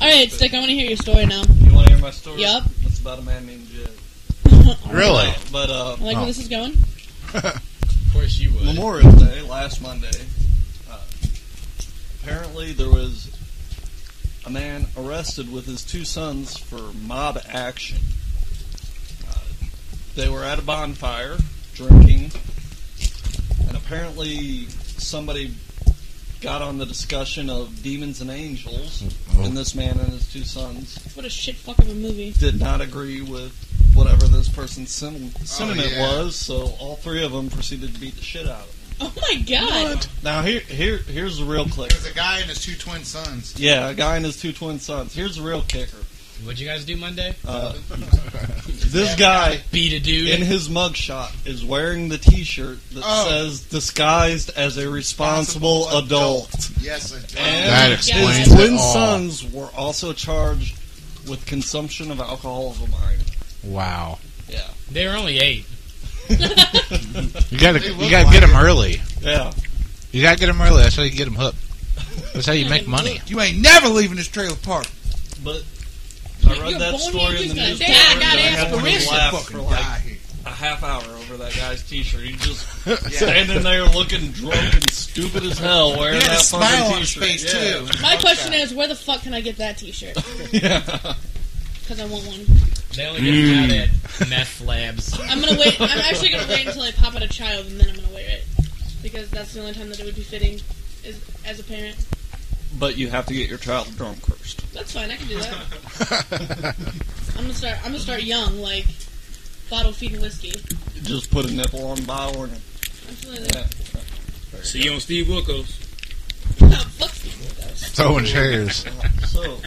All right, stick. I want to hear your story now.
You want to hear my story?
Yup.
It's about a man named Jed.
Really?
But uh,
I like
Oh.
where this is going.
Of course you would.
Memorial Day last Monday. Uh, apparently, there was a man arrested with his two sons for mob action. Uh, they were at a bonfire drinking, and apparently, somebody got on the discussion of demons and angels, and this man and his two sons
What a shit fuck of a movie.
did not agree with whatever this person's sen- sentiment
yeah.
was, so all three of them proceeded to beat the shit out of him.
Oh my god.
Now here here here's the real kicker.
There's a guy and his two twin sons.
Yeah, a guy and his two twin sons. Here's the real kicker.
What'd you guys do Monday?
Uh, this guy
Beat a dude.
in his mugshot is wearing the T-shirt that
Oh.
says "disguised as a responsible
Responsible
adult,"
Yes, I do.
and
That
his
explains it
twin
all.
sons were also charged with consumption of alcohol of a minor.
Wow.
Yeah,
they were only eight.
You gotta
They
you
look
gotta
like
get them
it.
early.
yeah.
You gotta get them early. That's how you get them hooked. That's how you make money.
You ain't never leaving this trailer park.
But
Yeah,
I read
you're
that
born
story
here,
in the
you're gonna
newspaper.
die,
and
gotta
I
ask
had
for
one
permission.
Shit
laugh for
fucking
like
die here.
a half hour over that guy's t-shirt. He just standing there looking drunk and stupid as hell wearing
He had a
that
smile on
fucking
his
t-shirt.
face
yeah.
too.
My question is, where the fuck can I get that T-shirt?
Yeah.
Because I want one.
They only get them
Mm.
out at meth labs.
I'm gonna wait. I'm actually gonna wait until I pop out a child, and then I'm gonna wear it because that's the only time that it would be fitting is, as a parent.
But you have to get your child drunk first.
That's fine. I can do that. I'm gonna start. I'm gonna start young, like bottle feeding whiskey.
Just put a nipple on bottle and
Absolutely.
yeah.
See you on Steve Wilkos.
Oh, fuck Steve Wilkos.
Throwing chairs.
so.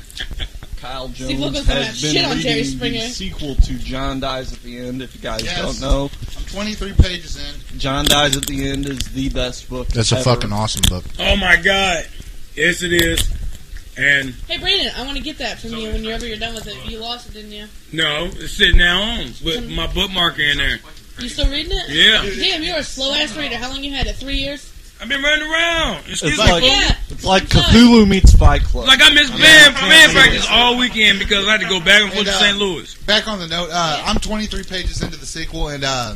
Kyle
we'll
Jones
go through
has
that
been
shit on Jerry
reading the
Springer.
sequel to John Dies at the End. If you guys
Yes.
don't know,
I'm 23 pages in.
John Dies at the End is the best book.
That's a
ever.
fucking awesome book.
Oh my God. Yes, it is. And
Hey Brandon, I want to get that from you whenever you're done with it. You lost it, didn't you?
no, it's sitting now on with my bookmarker in there.
You still reading it?
Yeah,
Damn, you're a slow ass reader. How long you had it? Three years?
I've been running around. Excuse
It's
me.
like
Yeah.
it's like Cthulhu meets Fight Club.
Like I missed band, band practice all weekend because I had to go back and forth to
And, uh,
St. Louis.
Back on the note, uh, I'm 23 pages into the sequel, and uh,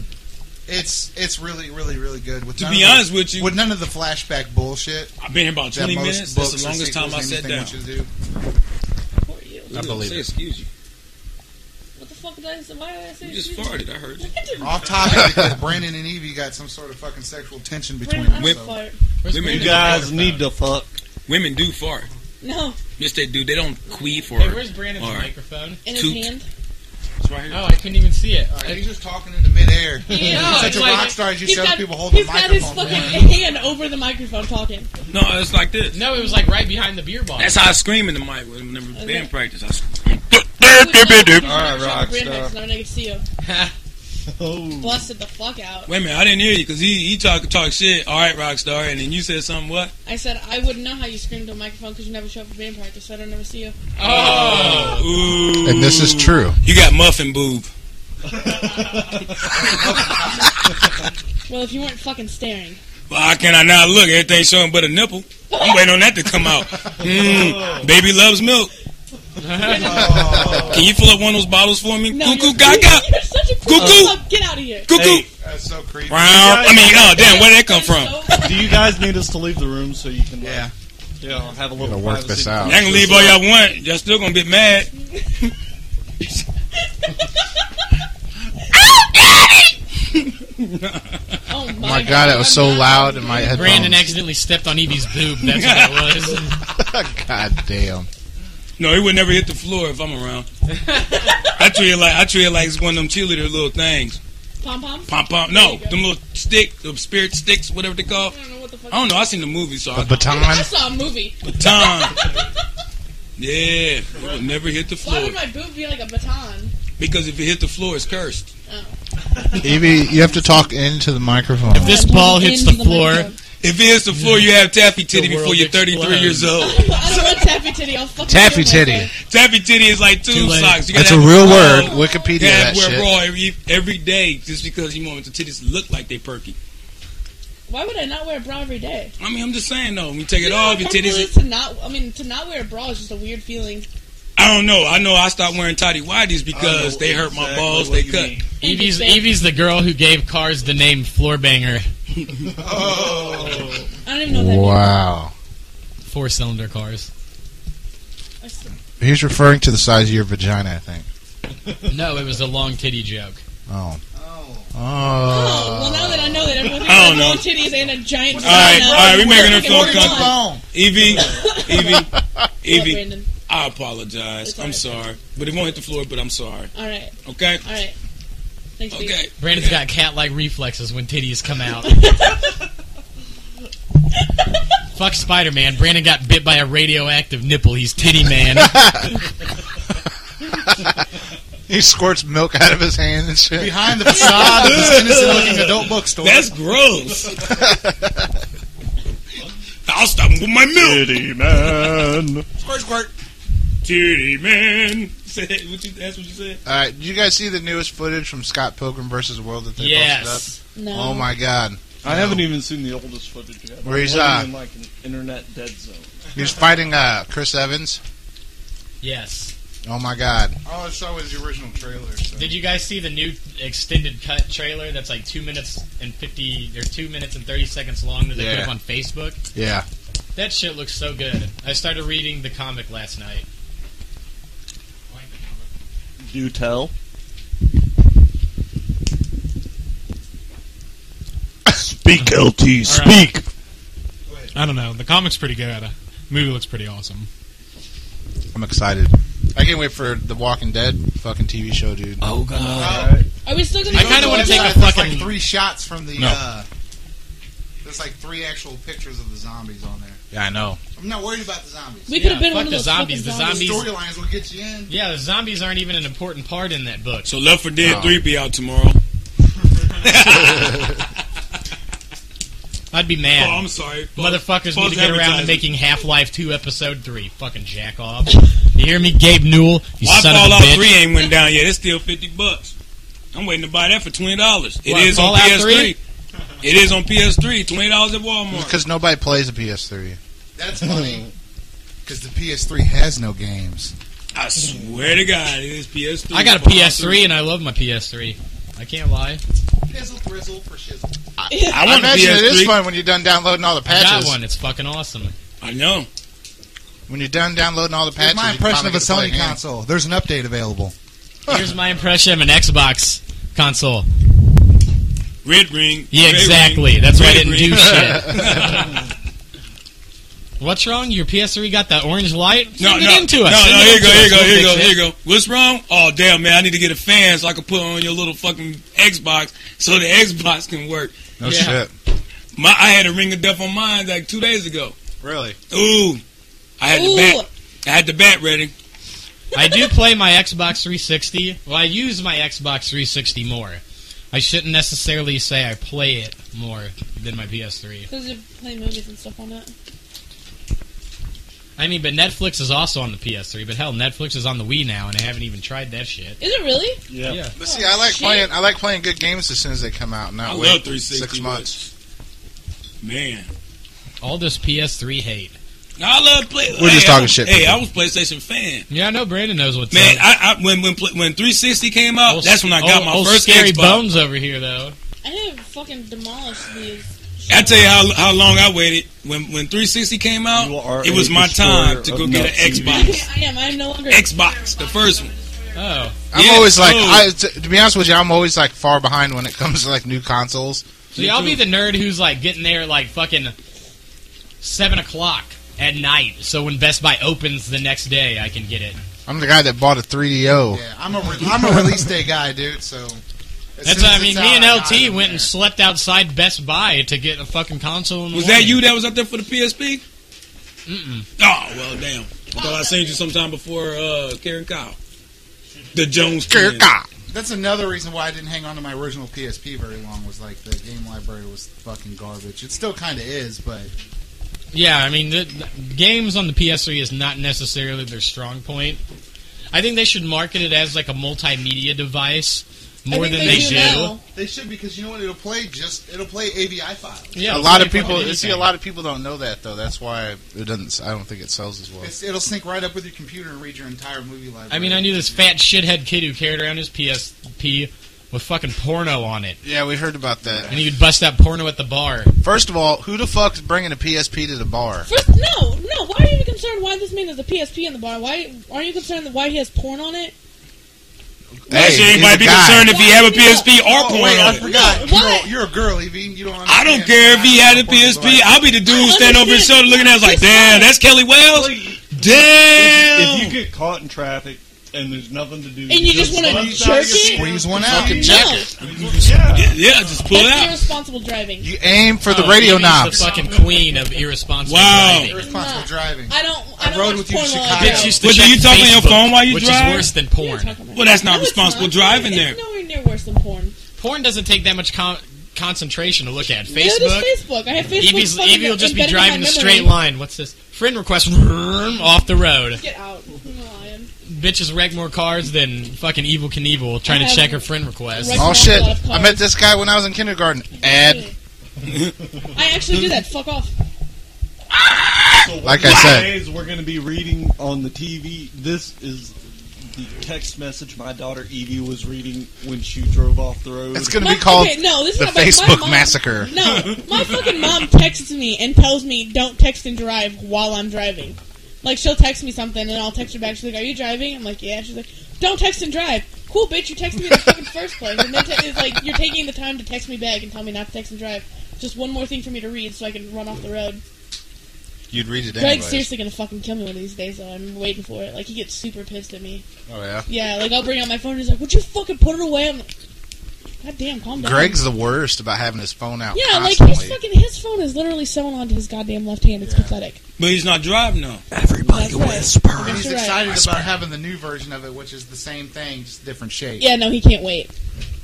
it's it's really, really, really good. With
To
none
be
of the-
honest with you,
with none of the flashback bullshit.
I've been here about
That
20
most
minutes.
books
That's the
or
longest time I
sequels
sat
anything
down.
want you to do.
Poor you.
I believe it. Excuse you.
What the fuck did I say? Why did I say?
You just
excuse me?
farted. I heard you.
I didn't-
Off topic because Brandon and Evie got some sort of fucking sexual tension between
Brandon, I
them.
don't
so-
fart.
you
Women do,
guys need to fuck.
women do fart.
No,
Yes, they do. They don't queef or.
Hey, where's Brandon's
All right.
microphone?
in his
Toot.
hand.
It's right here.
Oh, I couldn't even see it.
Like, he's just talking into midair.
Yeah,
He's such
it's
a
like-
rock star. He just
He's
shows
got-
people holding
he's
the
got his
microphone.
fucking hand over the microphone talking.
No, it's like this.
No, it was like right behind the beer bottle.
That's how I scream in the mic whenever
Okay.
band practice. I
All right,
Alright, rock
Brandon,
star.
so nobody could see you.
Oh,
Busted the fuck out.
Wait a minute, I didn't hear you because he he talk talk shit. All right, Rockstar, and then you said something. What?
I said I wouldn't know how you screamed to a microphone because you never show up for band practice, so I don't ever see you.
oh,
Ooh,
And this is true.
You got muffin boob.
Well, if you weren't fucking staring.
Well, how can I not look? Everything showing but a nipple. I'm waiting on that to come out. Mm, baby loves milk.
Oh,
Can you fill up one of those bottles for me?
No,
Cuckoo
you're,
gaga.
you're such a
Cuckoo.
cuckoo. Get out of here.
Cuckoo.
Hey.
That's so creepy.
Wow. I mean, oh damn, where did that come from?
So-
do you guys need us to leave the room so you can like,
Yeah.
you know, have a
Gotta
little
work
privacy?
this out.
Y'all can leave all y'all want. Y'all still gonna get mad.
oh my,
Oh my god, that was so
I'm not-
loud in my headphones.
Brandon accidentally stepped on Evie's boob. That's what it was.
god damn.
No, he would never hit the floor if I'm around. I treat it like I treat it like it's one of them cheerleader little things.
Pom pom.
Pom pom. No, them little stick, the spirit sticks, whatever they
Oh.
I
call.
don't know what the fuck.
I don't know. I seen the movie, so
A
I
I
baton?
saw a movie.
baton. Yeah, it would never hit the
Why
floor
would my boob be like a baton?
because if it hit the floor, it's cursed.
Evie, you have to talk into the microphone.
This ball hits the
Into
floor.
microphone.
If it hits the floor, you have taffy titty
The world
before you're 33 years old.
I don't want taffy titty. I'll fucking
Taffy
kill
titty.
myself.
Taffy titty is like
Too
tube
late.
socks. You
That's a
gotta have-
real word.
Oh,
Wikipedia
You gotta
that
wear
shit.
bra every, every day just because you want the titties to look like they perky.
Why would I not wear a bra every day?
I mean, I'm just saying though. When you take it
You know
off,
how
your titties.
comfortable it is to not. I mean, to not wear a bra is just a weird feeling.
I don't know. I know I stopped wearing tidy whities
I don't know
because they hurt my
exactly
balls.
what
They
you
cut.
mean.
Evie's Evie's the girl who gave cars the name Floorbanger.
I don't even know what that
Wow.
Four cylinder cars.
means. I s-
He's referring to the size of your vagina, I think.
No, it was a long titty joke.
Oh. Oh.
Oh, well, now that I know that everyone
I
has
don't
little
know.
titties and a giant
All right,
vagina,
all right, we making her
fucking
feel
what do you
comfortable.
want?
Long.
Evie, Evie,
Yeah,
Evie,
Brandon.
I
It's
apologize.
all
I'm
right.
sorry. But it won't hit the floor, but I'm sorry.
All right,
Okay?
all right. Thanks, Steve.
Okay.
Brandon's got cat like reflexes when titties come out. Fuck Spider Man. Brandon got bit by a radioactive nipple. He's titty man.
He squirts milk out of his hand and shit.
Behind the facade of this innocent-looking adult bookstore.
That's gross. I'll stop him with my milk.
Titty man.
Squirt, squirt. Titty man. Say that- what you- That's what you said?
All right, did you guys see the newest footage from Scott Pilgrim versus the World that they posted
yes.
No.
up? Oh my god,
I haven't even seen the oldest footage yet.
Where he's
I'm living
at?
in like an internet dead zone.
he's fighting uh, Chris Evans.
Yes.
Oh my god,
All I saw was the original trailer. So.
Did you guys see the new extended cut trailer that's like two minutes and fifty or two minutes and thirty seconds long that they put
Yeah.
up on Facebook?
yeah,
That shit looks so good. I started reading the comic last night.
Do tell.
Speak, LT.
speak. I don't know. The comic's pretty good. The movie looks pretty awesome.
I'm excited. I can't wait for the Walking Dead fucking TV show, dude.
Oh god.
Are we still gonna?
I
go
kinda wanna
over
take
the-
a
There's like
fucking-
three shots from the.
No.
Uh, there's like three actual pictures of the zombies on there.
Yeah, I know.
I'm not worried about the zombies.
We could have
Yeah,
been
fuck
one of
the
those
zombies.
fucking
The
The
zombies-
storylines will get you in.
Yeah, the zombies aren't even an important part in that book.
So Left for Dead
Oh.
3 be out tomorrow.
I'd be
Oh,
mad.
I'm sorry.
Motherfuckers
False
need to get around to
advertising.
making Half Life 2 Episode 3. Fucking jack off. You hear me, Gabe Newell? You
Why
son of a
Fallout
bitch.
3 ain't went down yet? It's still 50 bucks. I'm waiting to buy that for $20. It is
What,
on
Fallout
PS3. It is on PS3. $20 at Walmart.
Because nobody plays a PS3.
That's funny. Because the PS3 has no games.
I swear to God, it is PS3.
I got a
Fallout
PS3 and I love my PS3. I can't lie.
Fizzle, thrizzle, for shizzle.
I
I
want a
imagine it is
PS3.
fun when you're done downloading all the
I
patches.
got one. It's fucking awesome.
I know.
When you're done downloading all the patches,
my
you
impression
finally
of a
get to play
Sony
game.
console. There's an update available.
Here's my impression of an Xbox console.
Red Ring.
Yeah,
Red
exactly.
Ring,
That's why I
Red
didn't
Ring.
do shit. What's wrong? Your PS3 got that orange light?
No,
Send
no,
it into
no,
us.
no,
Send it
here you
into
go, here you
us. We'll
go, here you
fix
go,
it.
here you go. What's wrong? Oh, damn, man, I need to get a fan so I can put on your little fucking Xbox so the Xbox can work.
No
Yeah.
shit.
My, I had a ring of death on mine like two days ago.
Really?
Ooh, I had
Ooh.
the bat. I had the bat ready.
I do play my Xbox 360. Well, I use my Xbox 360 more. I shouldn't necessarily say I play it more than my PS3.
Because you play movies and stuff on it.
I mean, but Netflix is also on the PS3. But hell, Netflix is on the Wii now, and I haven't even tried that shit.
Is it really?
Yeah.
Yeah.
But see, I like
Shit.
playing. I like playing good games as soon as they come out. Not
I
wait
love 360.
six
but-
months.
Man.
All this PS3 hate.
I love play.
We're just
hey,
talking
I was,
shit,
Hey,
people.
I was PlayStation fan.
Yeah, I know Brandon knows what's
Man,
up.
I, I when when pla- when 360 came
Oh,
out,
Old-
that's when I got
old-
my
old
first
scary
Xbox.
bones over here, though.
I have fucking demolished these.
I tell you how how long I waited when when 360 came out.
You are
It
a
was my time to
destroyer
go
of
get an
nuts, Evie.
Xbox.
I am. I am no longer.
Xbox, the first one.
Oh,
I'm
Yeah,
always like,
true.
I, t- to be honest with you, I'm always like far behind when it comes to like new consoles.
see, I'll be the nerd who's like getting there like fucking seven o'clock at night, so when Best Buy opens the next day, I can get it.
I'm the guy that bought a 3DO.
Yeah, I'm a re- I'm a release day guy, dude. So as
That's
soon
what I
as
mean.
it's
Me
out,
and
I got it
LT went
there.
and slept outside Best Buy to get a fucking console. In the
Was
morning.
that you that was out there for the PSP?
Mm-mm.
Oh well, damn. I thought I seen you sometime before uh, Karen Kyle. The Jones twins.
Kirka.
That's another reason why I didn't hang on to my original PSP very long. Was like the game library was fucking garbage. It still kind of is, but
Yeah, I mean, the, the games on the PS3 is not necessarily their strong point. I think they should market it as like a multimedia device
I
more
think
than they,
do. now.
they should because you know what? It'll play just it'll play AVI files.
a
Yeah,
lot of
it's like
people.
fucking
See, a lot of people don't know that though. That's why it doesn't. I don't think it sells as well.
It's, it'll sync right up with your computer and read your entire movie library.
anything. I mean, I knew this fat shithead kid who carried around his PSP with fucking porno on it,
Yeah, we heard about that.
and he would bust out porno at the bar.
First of all, who the fuck's bringing a PSP to the bar?
First, no, no. Why are you concerned why this man has a PSP in the bar? Why aren't you concerned that why he has porn on it?
Hey,
Actually,
he's
anybody
a
be
guy.
concerned if he have a PSP or
Oh,
porn
wait,
on
I
it.
forgot.
No,
You're a-
what?
you're, a girl, Evie. You don't.
I don't
understand.
care if he had a
Porn is
PSP.
like-
I'll be the dude standing over his shoulder looking at us like, damn, that's Kelly Wells?
If you
Damn!
get caught in traffic and there's nothing to do,
And you just wanna
bust
jerk
out your
it?
Squeeze one out.
Fucking
No,
jacket.
Yeah.
Yeah, just pull it
that's
out.
irresponsible driving.
You aim for the
Oh,
radio
Amy's
knobs.
The fucking queen of irresponsible
Wow.
driving.
Irresponsible
Nah.
driving.
I don't. I,
I
don't
rode
watch
with you to
porn while I
Chicago.
drive.
Bitch used to
But do
check
you talk on your
Facebook,
phone while you
which
drive?
is worse than
Yeah,
porn.
talk about
Well,
it.
that's not
No, it's
responsible
not.
driving
it's
there.
nowhere near worse than porn.
Porn doesn't take that much con- concentration to look at.
Dude,
Facebook,
it's Facebook. I have Facebook.
Evie's,
fucking
Evie will just be
embedded in my
driving a
memory.
straight line. What's this? Friend request vroom, off the road.
Get out. You're lying.
Bitches wreck more cars than fucking Evil Knievel trying
I
to
have
check her friend request.
wrecked-
Oh
Not
shit!
a lot of
I met this guy when I was in kindergarten. Ad,
I actually do that. Fuck off.
So one
Like
of
I
these
said.
days we're going to be reading on the TV. This is the text message my daughter Evie was reading when she drove off the road.
it's gonna
My-
be called
okay, no, this is
the
not bad. My
Facebook
mom-
massacre.
No, my fucking mom texts me and tells me don't text and drive while I'm driving. Like she'll text me something and I'll text her back. She's like, "Are you driving?" I'm like, "Yeah." She's like, "Don't text and drive." Cool, bitch. You texted me in the fucking first place, and then te- it's like you're taking the time to text me back and tell me not to text and drive. Just one more thing for me to read so I can run off the road.
You'd read it
Greg's
anyway.
seriously gonna fucking kill me one of these days, though. I'm waiting for it. Like he gets super pissed at me.
Oh yeah.
Yeah, like I'll bring out my phone. and He's like, "Would you fucking put it away?" I'm like, "God damn, calm down."
Greg's the worst about having his phone out
Yeah, like
constantly.
his fucking his phone is literally sewn onto his goddamn left hand. It's pathetic.
But he's not driving, though.
Everybody whisper.
And he's excited about having the new version of it, which is the same thing, just different shape.
Yeah, no, he can't wait.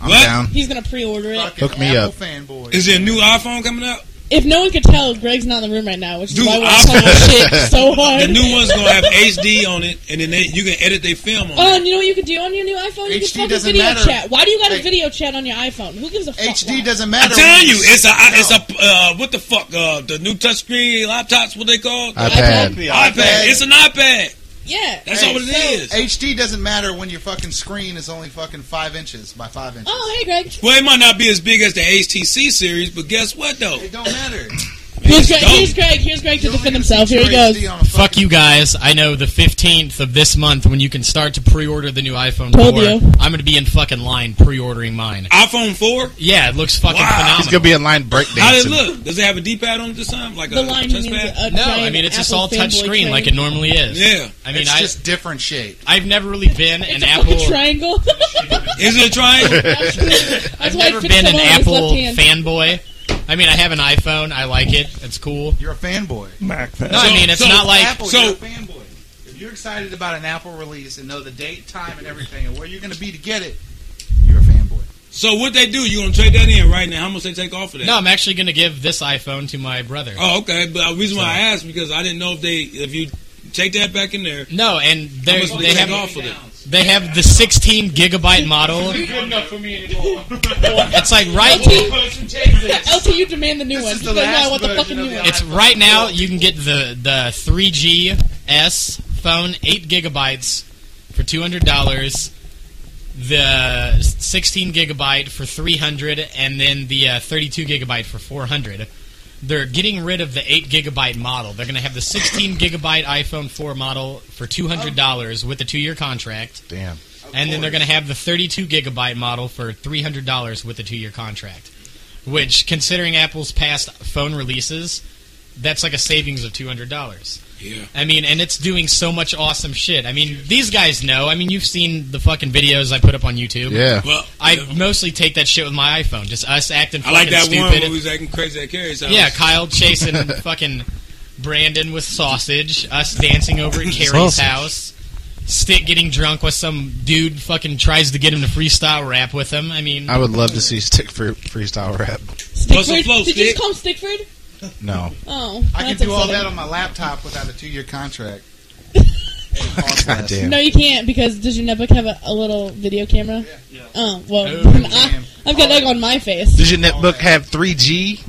I'm
What?
down.
He's gonna pre-order it.
Fucking
Hook me
Apple
up.
Fanboy.
Is there a new iPhone coming out?
If no one could tell, Greg's not in the room right now, which is
Dude,
why we're
I-
talking shit so hard.
The new one's gonna have HD on it, and then they, you can edit their film on
Oh,
it.
and you know what you could do on your new iPhone? You could
HD
fucking
doesn't
video
matter.
chat. Why do you got
Hey.
a video chat on your iPhone? Who gives a fuck? why?
HD doesn't
I'm
matter.
telling you, it's a, it's a, uh, what the fuck, uh, the new touchscreen laptops, what they call?
iPad.
iPad. It's an iPad.
Yeah.
That's all it is.
HD doesn't matter when your fucking screen is only fucking five inches by five inches.
Oh, hey, Greg.
Well, it might not be as big as the HTC series, but guess what, though?
It don't matter.
Here's Greg.
dope.
Here's Greg. Here's Greg to
You're only
defend
gonna
himself.
see
Here he
your
goes.
HD on a
Fuck
fucking-
you guys. I know the 15th of this month when you can start to pre-order the new iPhone
Told
4.
you.
I'm going to be in fucking line pre-ordering mine.
iPhone 4?
Yeah, it looks fucking
Wow.
He's
phenomenal.
gonna be in line
How did it
breakdancing.
look? Does it have a D-pad on it this time? Like
The
a
line
touchpad?
means a
no,
giant
I mean it's just
Apple
all touch
fanboy
screen like it
train.
normally is.
Yeah.
I mean,
it's
I,
just different shape.
I've never really been an
It's a
Apple.
fucking triangle.
Is it a triangle?
That's
I've
why
never
it fits
been
so
an
well on his
Apple
left hand.
fanboy. I mean, I have an iPhone. I like it. It's cool.
You're a fanboy.
Mac
No, I mean it's
so
not like
Apple,
so-
you're a fanboy. If you're excited about an Apple release and know the date, time, and everything, and where you're going to be to get it, you're a fanboy.
so what they do, you gonna trade that in right now. How much they take off of that?
no. I'm actually gonna give this iPhone to my brother.
Oh, okay. But the reason why I asked, because I didn't know if they, if you take that back in there,
No, and
how
they
much would they
they
take
have
off of it?
they have the 16 gigabyte model.
Good enough for me anymore.
It's like right.
LT, LT, you demand the new
This
one.
is the
because now I
last
want the
version
fucking
of
new
the
one.
It's right now. You can get the the 3G S phone, eight gigabytes for two hundred dollars. The 16 gigabyte for 300, and then the uh, 32 gigabyte for 400. They're getting rid of the 8 gigabyte model. They're going to have the 16 gigabyte iPhone 4 model for $200 with a two year contract.
Damn.
and then they're going to have the 32 gigabyte model for $300 with a two-year contract which considering apple's past phone releases that's like a savings of $200
Yeah.
i mean and it's doing so much awesome shit i mean these guys know i mean you've seen the fucking videos i put up on youtube
Yeah.
Well,
i mostly take that shit with my iphone just us acting
I
fucking
like that one
stupid
where we was acting crazy at Carrie's house.
yeah kyle chasing fucking brandon with sausage us dancing over at carrie's
Sausage.
house Stick getting drunk with some dude fucking tries to get him to freestyle rap with him. I mean,
I would love to see Stick for freestyle rap.
Muscle
Stickford.
flow,
Did you
stick.
just call him Stickford?
No.
Oh,
I can
that's
do all that
upsetting.
on my laptop without a two-year contract.
God damn.
No, you can't because does your netbook have a, a little video camera?
Yeah.
Oh well,
Oh,
I,
damn.
I've got egg on my face.
Does your netbook have 3G?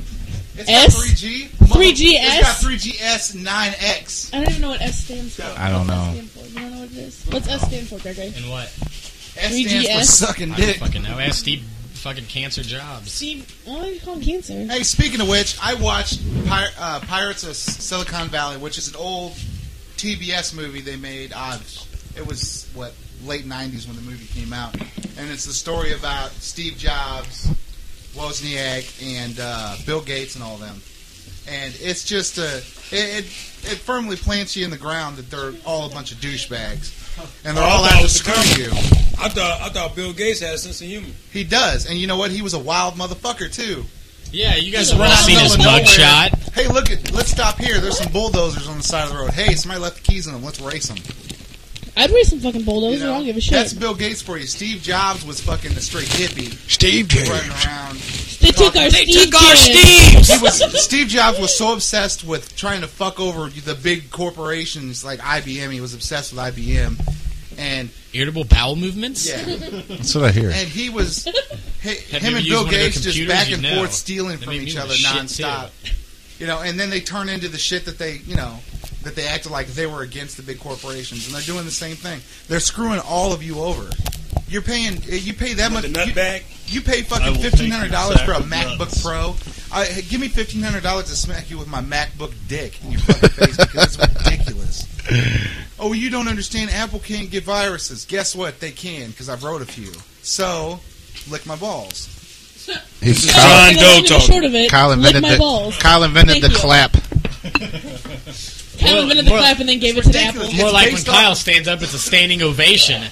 It's
S?
got 3G.
3GS?
It's got 3GS 9X.
I don't even know what S stands for.
I don't
What's S
know.
stand for? You don't know what it is. What's S stand for, Gregory?
And what?
S stands for
3GS.
sucking
I don't
dick.
fucking know. Ask Steve fucking cancer jobs.
Steve, why do oh, you call him cancer?
Hey, speaking of which, I watched Pir- uh, Pirates of Silicon Valley, which is an old TBS movie they made. Uh, it was what late '90s when the movie came out, and it's the story about Steve Jobs, Wozniak, and uh, Bill Gates, and all them. And it's just a it, it it firmly plants you in the ground that they're all a bunch of douchebags, and they're all out to screw you.
I thought I thought Bill Gates had a sense of humor.
He does, and you know what? He was a wild motherfucker too.
Yeah, you guys
Just
have all
run out
seen
in the
his
middle of nowhere.
mugshot.
Hey, look at. Let's stop here. There's some bulldozers on the side of the road. Hey, somebody left the keys in them. Let's race them.
I'd raise some fucking bulldozer. I don't give a shit.
That's Bill Gates for you. Steve Jobs was fucking the straight hippie
Steve
running around.
they took our
They
Steve.
took our
Jobs.
He was Steve Jobs was so obsessed with trying to fuck over the big corporations like IBM. He was obsessed with IBM, and
Irritable bowel movements?
yeah,
That's what I hear.
and he was hi-
Have
him
you
and
used
Bill
one of their
Gates just
computers?
back
You
and
know.
forth stealing
They
from
make me
each
want
other
to shit,
nonstop. You know, and then they turn into the shit that they, you know, that they acted like they were against the big corporations, and they're doing the same thing. They're screwing all of you over. You're paying. You pay that much.
With the
you-
nutbag.
you pay
I will
fucking
take your
fifteen hundred dollars for a
sack
MacBook
of nuts.
Pro. I, hey, give me fifteen hundred dollars to smack you with my MacBook dick in your fucking face because it's ridiculous. Oh, you don't understand. Apple can't get viruses. Guess what? They can because I've wrote a few. So, lick my balls.
He's
Yeah,
Kyle,
that's the long and the short of it.
Kyle
lick
invented
my
the
balls.
Kyle invented
Thank
the
you.
clap.
Kind of invented the
Well,
clap and then gave it to the apple.
ridiculous.
More
It's
like when
based
Kyle
off-
stands up, it's a standing ovation.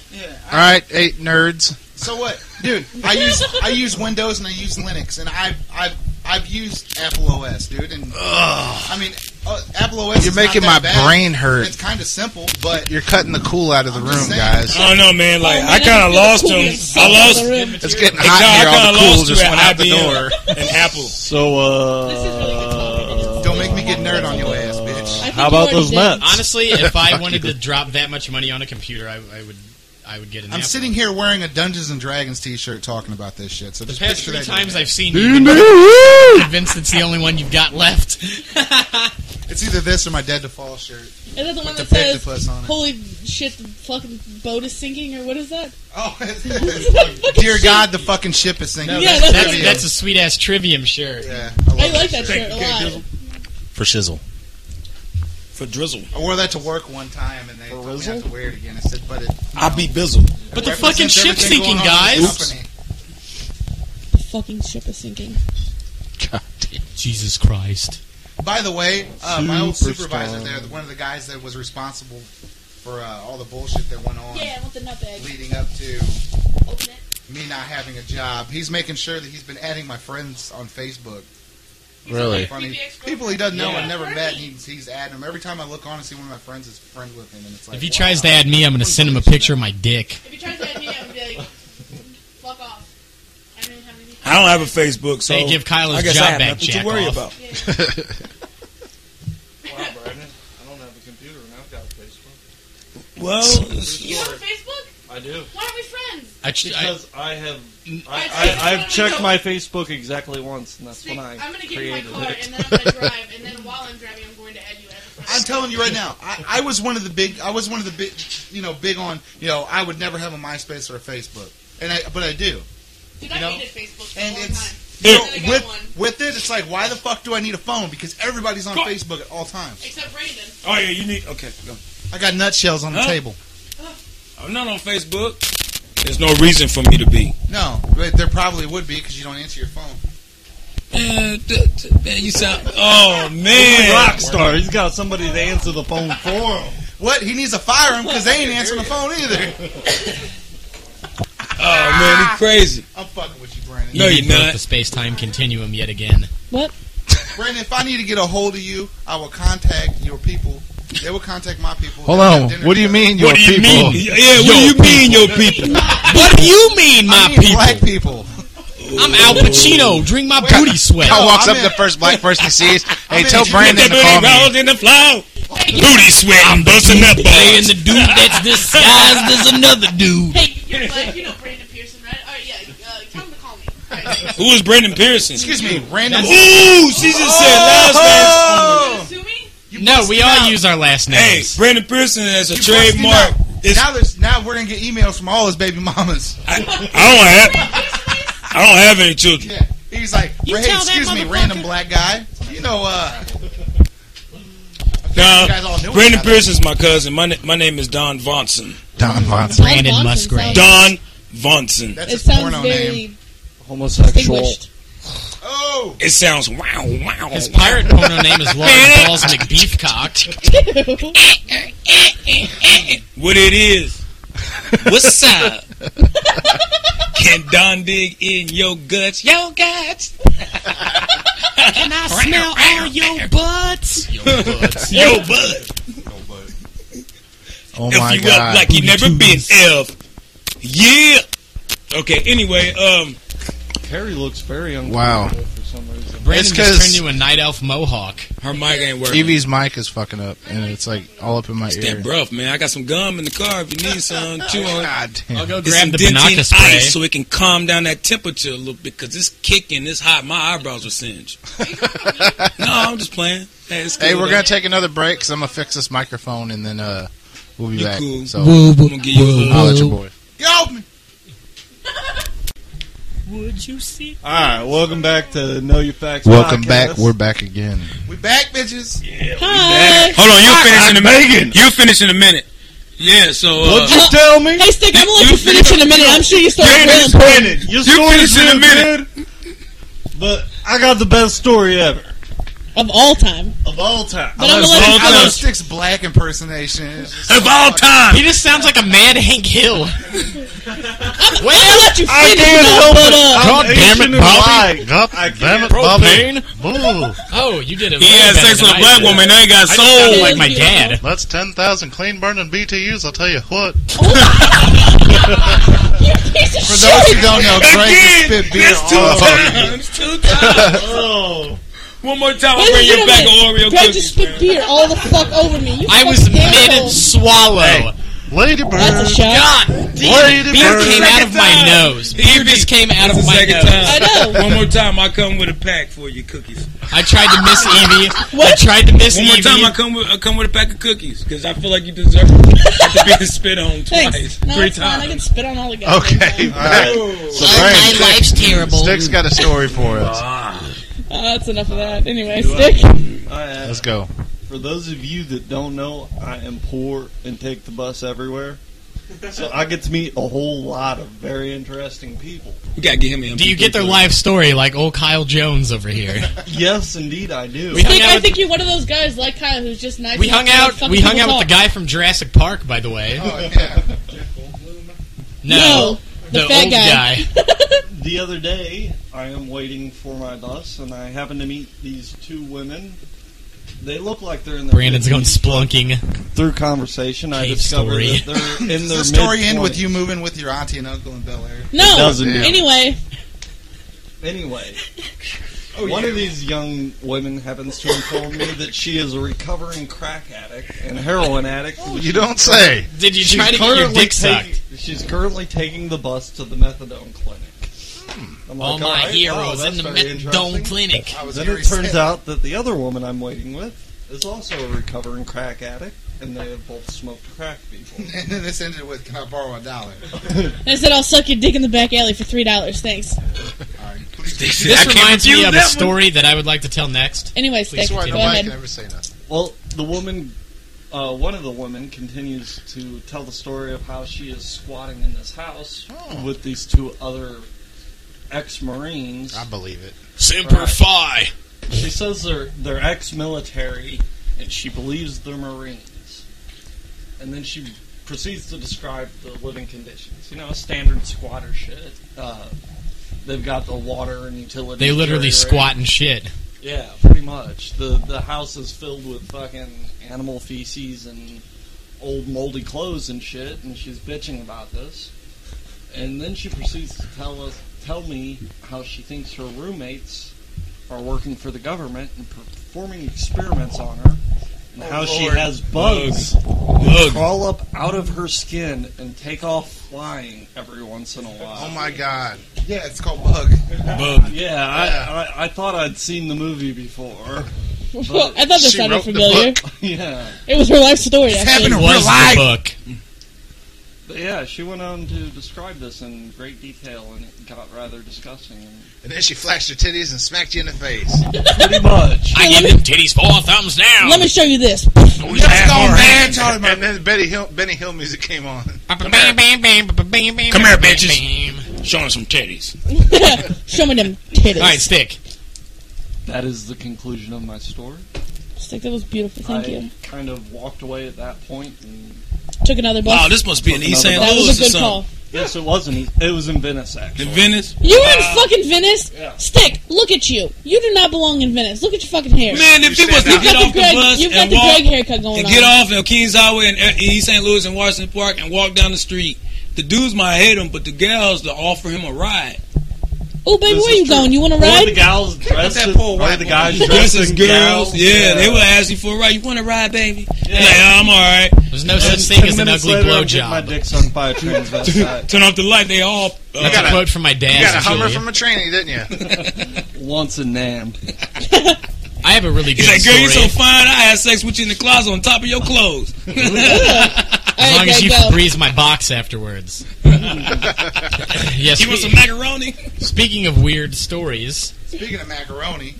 All right, eight nerds.
So what, dude? I use I use Windows and I use Linux and I've I've I've used Apple OS, dude. And I mean, uh, Apple OS.
You're
is not
making
that
my
bad.
brain hurt.
It's kind of simple, but
You're cutting the cool out of the
I'm just
room,
saying.
guys.
I don't know, man. Like
Oh, man,
I kind
feel
of
the
lost
cool
him.
being
I
sucked out of
lost.
the room.
It's getting
Hey,
hot
John,
in here.
I
All
kinda
the cool
lost
just
you at
went out the
IBM.
door.
And Apple.
So,
This is really good
uh,
talking. It's
don't make me get nerd on your ass, bitch.
I think
how
you
about
already
those
did.
nuts?
Honestly, if I wanted to drop that much money on a computer, I, I would I would get an
I'm
Apple.
sitting here wearing a Dungeons and Dragons T-shirt talking about this shit. So
The
just
past
picture
three
that.
times I've seen you, I'm convinced it's the only one you've got left.
It's either this or my Dead to Fall shirt.
Is that the one
With
that
the pig to
says,
puss on it.
holy shit, the fucking boat is sinking, or what is that?
Oh, it's-
Is that fucking
dear
shit?
God, the fucking ship is sinking.
No, Yeah, that's-
That's,
Yeah.
that's a sweet ass Trivium shirt.
yeah, love
I like that shirt a
Okay,
lot.
Dizzle.
For shizzle.
For drizzle.
I wore that to work one time, and they told me not to wear it again. I said, but it.
I'll be bizzle.
But the
represents
fucking ship's
everything
sinking,
going on in the
guys.
company.
The fucking ship is sinking.
Jesus Christ.
By the way, uh, my old
Superstar.
supervisor there, one of the guys that was responsible for uh, all the bullshit that went on
Yeah, I want the nutbag.
leading up to
Open it.
me not having a job, he's making sure that he's been adding my friends on Facebook.
Really?
Funny
Creepy ex-girlfriend.
people he doesn't know
Yeah.
and never met, and he's, he's adding them. Every time I look on and see one of my friends is friend with him, and it's like
If he
wow.
tries to add me, I'm going to send him a picture of my dick.
If you try to add me, I would be like, fuck off. I don't have anything.
I don't have a Facebook, so
Hey, give Kyle his
I guess
job
I have
back,
nothing
jack
to worry
off.
about.
Wow, Brandon, I don't have a computer and I've got Facebook.
Well,
You have Facebook?
I do.
Why aren't we friends?
I, ch- I,
Because I, have,
I-
I,
I-
I,
I've
I've checked my Facebook exactly once, and that's
Speak-
when I
I'm going to give you my
created
card,
it.
and then I'm going to drive, and then while I'm driving, I'm going to add you as a friend.
I'm telling you right now, I, I was one of the big. I was one of the big, you know, big on. You know, I would never have a MySpace or a Facebook, and I but I do.
Dude,
you know,
I hated Facebook for
and
a long
it's-
time.
You
And
know,
then I got
with
one,
with it, it's like why the fuck do I need a phone? Because everybody's on Facebook at all times.
except Brandon.
oh yeah, you need. Okay, go.
I got nutshells on the
Huh?
table.
I'm not on Facebook. There's no reason for me to be.
No, but there probably would be because you don't answer your phone.
Uh,
Man, d- d- man, you sound. Oh man,
Rock star, he's got somebody to answer the phone for him.
What? He needs to fire him because they ain't answering the phone either.
oh man, you crazy.
I'm fucking with you, Brandon.
No,
you
you're
broke
not.
the space time continuum yet again.
Brandon, if I need to get a hold of you, I will contact your people. They will contact my people.
Hold
They'll have
on.
dinner
What do you
together.
mean, your people?
Yeah, what do you mean, your Oh. people?
What do you mean, my
I mean,
people?
black people.
I'm Al Pacino. Drink my booty sweat.
Kyle walks
I'm
up
in-
to the first black person he sees. Hey,
in
tell
Japan.
Brandon
That
to call
booty
me.
rolls in the flow.
Hey, you-
Booty sweat. I'm busting that
And
ball.
the dude that's disguised as another dude.
hey, you're black. You know Brandon Pearson, right? All right, yeah. Uh, tell him to call me. All right.
Who is Brandon Pearson?
Excuse me, random.
Ooh, she just said last
Sue me?
No, we all use our last
name. Hey,
names.
Brandon Pearson has a
busted
trademark It's-
now there's now we're gonna get emails from all his baby mamas.
I, I don't have. I don't have any children.
Yeah, he's like,
You
hey,
tell that
excuse me,
motherfucker-
random black guy. You know, uh,
Nah,
guys all knew
Brandon
about it.
Pearson's my cousin. My, na- my name is Don Vonson.
Don Vonson.
Brandon
Don Johnson
Musgrave.
sounds-
Don Vonson.
that's
It
his
sounds
porno name.
very
Homosexual.
distinguished.
Oh,
It sounds wow, wow.
His pirate porno name is Lauren Balls McBeefcock.
What it is?
What's up?
Can Don dig in your guts? Yo guts.
Can I smell all your butts?
Yo bud.
Oh
F
my
you
god.
up like you never been F. Yeah. Okay. Anyway, um,
Carrie looks very uncomfortable
Wow.
for some reason.
Brandon
It's
just
'cause-
turned into a night elf mohawk.
her mic ain't working.
Evie's mic is fucking up, and it's like all up in my
It's
ear.
that rough, man. I got some gum in the car. If you need some, chew on. it.
God damn.
I'll go
It's
grab the
indenting
Banaka spray.
ice so it can calm down that temperature a little bit because it's kicking, it's hot. My eyebrows are singed. no, I'm just playing. Hey, it's
Hey,
cool,
we're
though.
gonna take another break because I'm gonna fix this microphone, and then uh, we'll be
You
back.
cool.
So
I'm gonna give you a little-
I'll let your boy.
yo, me.
Would you see?
All right, welcome back to Know Your Facts.
Welcome
podcast.
back. We're back again.
we back, bitches.
Hi.
Hold on, you finish in a minute. You finish in a minute. Yeah, so uh,
What'd you tell me?
Hey, Stick, I'm gonna let you finish in a minute. I'm sure you still have
Brandon-
real important.
Brandon, your story
finish in a
minute. But I got the best story ever
of all time.
of all time.
But I'm gonna
all
let
I
time.
love Stick's black impersonation. It's just-
of all time,
He just sounds like a mad Hank Hill.
I'm, I'm gonna let you
I
finish.
can't
no,
help
but,
it.
uh,
God damn it, Bobby.
God
I
damn it,
can't-
Bobby. Boo.
Oh, you did it.
he had sex with a black woman. They got
sounded
soul.
like my dad.
That's ten thousand clean burning BTUs. I'll tell you what.
piece of
For
shit.
those who don't know, Craig just
Again,
spit beer
that's two
all
Oh.
over.
times. Two times. One more time, I'll
Wait a
bring you
minute,
back an
wait.
Oreo
Greg
cookie.
just spit beer all the fuck over me. You
I was
fucking
mid
asshole.
swallow.
That's a
Ladybird.
shot.
God,
Lady
beer
Bird.
came out of my
Second time.
nose. Beer just came out
That's
of
the
my
second
nose.
time.
I know.
One more time, I come with a pack for you cookies.
I tried to miss Evie. I
What?
tried to miss
One more
Evie.
time, I come with I come with a pack of cookies because I feel like you deserve to be the spit on twice,
Thanks. No,
three
it's fine. I can
times.
spit on all the guys. Uh,
Okay. back. So Brandon,
life's terrible.
Stick's got a story for us.
Oh, that's enough of that. Anyway, Stick.
I, uh,
Let's go.
for those of you that don't know, I am poor and take the bus everywhere. So I get to meet a whole lot of very interesting people.
We gotta get him in.
Do you get their life story like old Kyle Jones over here?
Yes, indeed, I do.
We hung
Stick,
out
I
with-
think you're one of those guys like Kyle who's just nice.
We
enough
hung
to let
out.
fucking
We hung
people
out with the
talk.
guy from Jurassic Park, by the way.
Oh, yeah.
No, the, fat
old
guy.
guy.
The other day, I am waiting for my bus, and I happen to meet these two women. They look like they're in their
Brandon's going
50s.
splunking.
through conversation. I
Cave
discovered
story.
that they're in
Does
their
the story end
mid-twenties.
with you moving with your auntie and uncle in Bel Air?
No.
doesn't.
Anyway,
Anyway, one of these young women happens to inform me that she is a recovering crack addict and heroin addict.
You don't say.
Did you try to get your dick
taking,
sucked?
she's currently taking the bus to the methadone clinic. I'm
All
like,
my
right, wow,
heroes
that's
in the
very
methadone
interesting.
clinic.
I was
Then
very
it turns
sad.
out that the other woman I'm waiting with is also a recovering crack addict, and they have both smoked crack before.
And then this ended with, can I borrow a dollar?
I said I'll suck your dick in the back alley for three dollars. Thanks.
All right, please.
This reminds me of a
that
story that I would like to tell next.
Anyway,
Please
Stick. Go
continue.
Nobody
ahead.
can ever say nothing.
Well, the woman, uh, one of the women, continues to tell the story of how she is squatting in this house
Oh.
with these two other ex-marines.
I believe it.
Semper Fi.
She says they're they're ex-military, and she believes they're marines. And then she proceeds to describe the living conditions. You know, standard squatter shit. Uh, they've got the water and utilities.
They literally
deteriorating.
squat and shit.
Yeah, pretty much. The the house is filled with fucking animal feces and old moldy clothes and shit, and she's bitching about this. And then she proceeds to tell us tell me how she thinks her roommates are working for the government and performing experiments on her. And how she has bugs that crawl up out of her skin and take off flying every once in a while.
Oh my god.
Yeah, it's called Bug.
Bug.
Yeah, I, I, I thought I'd seen the movie before.
Well, I thought this
She
sounded
wrote the
familiar.
Yeah.
It was her life story. Actually.
happened
It
in
was
real life.
the book.
But yeah, she went on to describe this in great detail, and it got rather disgusting.
And then she flashed her titties and smacked you in the face.
Pretty much.
I give them titties four thumbs down.
Let me show you this.
Let's go, man. And then Betty Hill, Benny Hill music came on.
Come here,
Come here, bitches. Showing some titties.
show me them titties.
All right, stick.
That is the conclusion of my story.
Stick, that was beautiful. Thank
I
you.
kind of walked away at that point. And
Took another bus.
Wow, this must be in East St.
that
Louis
was
or
a good
something.
call.
yes, it wasn't. e, It was in Venice, actually.
In Venice?
You were in fucking Venice?
yeah.
Stick, look at you. You do not belong in Venice. Look at your fucking hair.
Man, if it was to
You've
get
got the
off the
Greg,
bus
you've got
and
the
walk
Greg haircut going
and
on.
get off on Kings Highway in in East St. Louis and Washington Park and walk down the street, the dudes might hate him, but the gals to offer him a ride.
Oh, baby,
This
where
is
you
true.
going? You want to
One of the
ride?
gals dressed
that
as
poor
one
white
of the guys
woman.
dressed as
Just as girls, yeah, they would ask you for a ride. You want a ride, baby? You're Like, "Oh, I'm all right.
There's no
And
such thing
10
as an
minutes
ugly
later, I'm getting My
blowjob.
dick's on fire, transvestite.
Turn off the light. They all. Uh,
That's
got
a
a-
quote from my
You got a
dad.
Hummer
Julia.
from a tranny, didn't you?
Once in Nam.
I have a really good
he's like, girl,
story.
you so fine. I had sex with you in the closet on top of your clothes.
as
All
long
right,
as
Greg,
you
go.
breeze my box afterwards. yes.
you want some
spe-
macaroni?
speaking of weird stories,
Speaking of macaroni,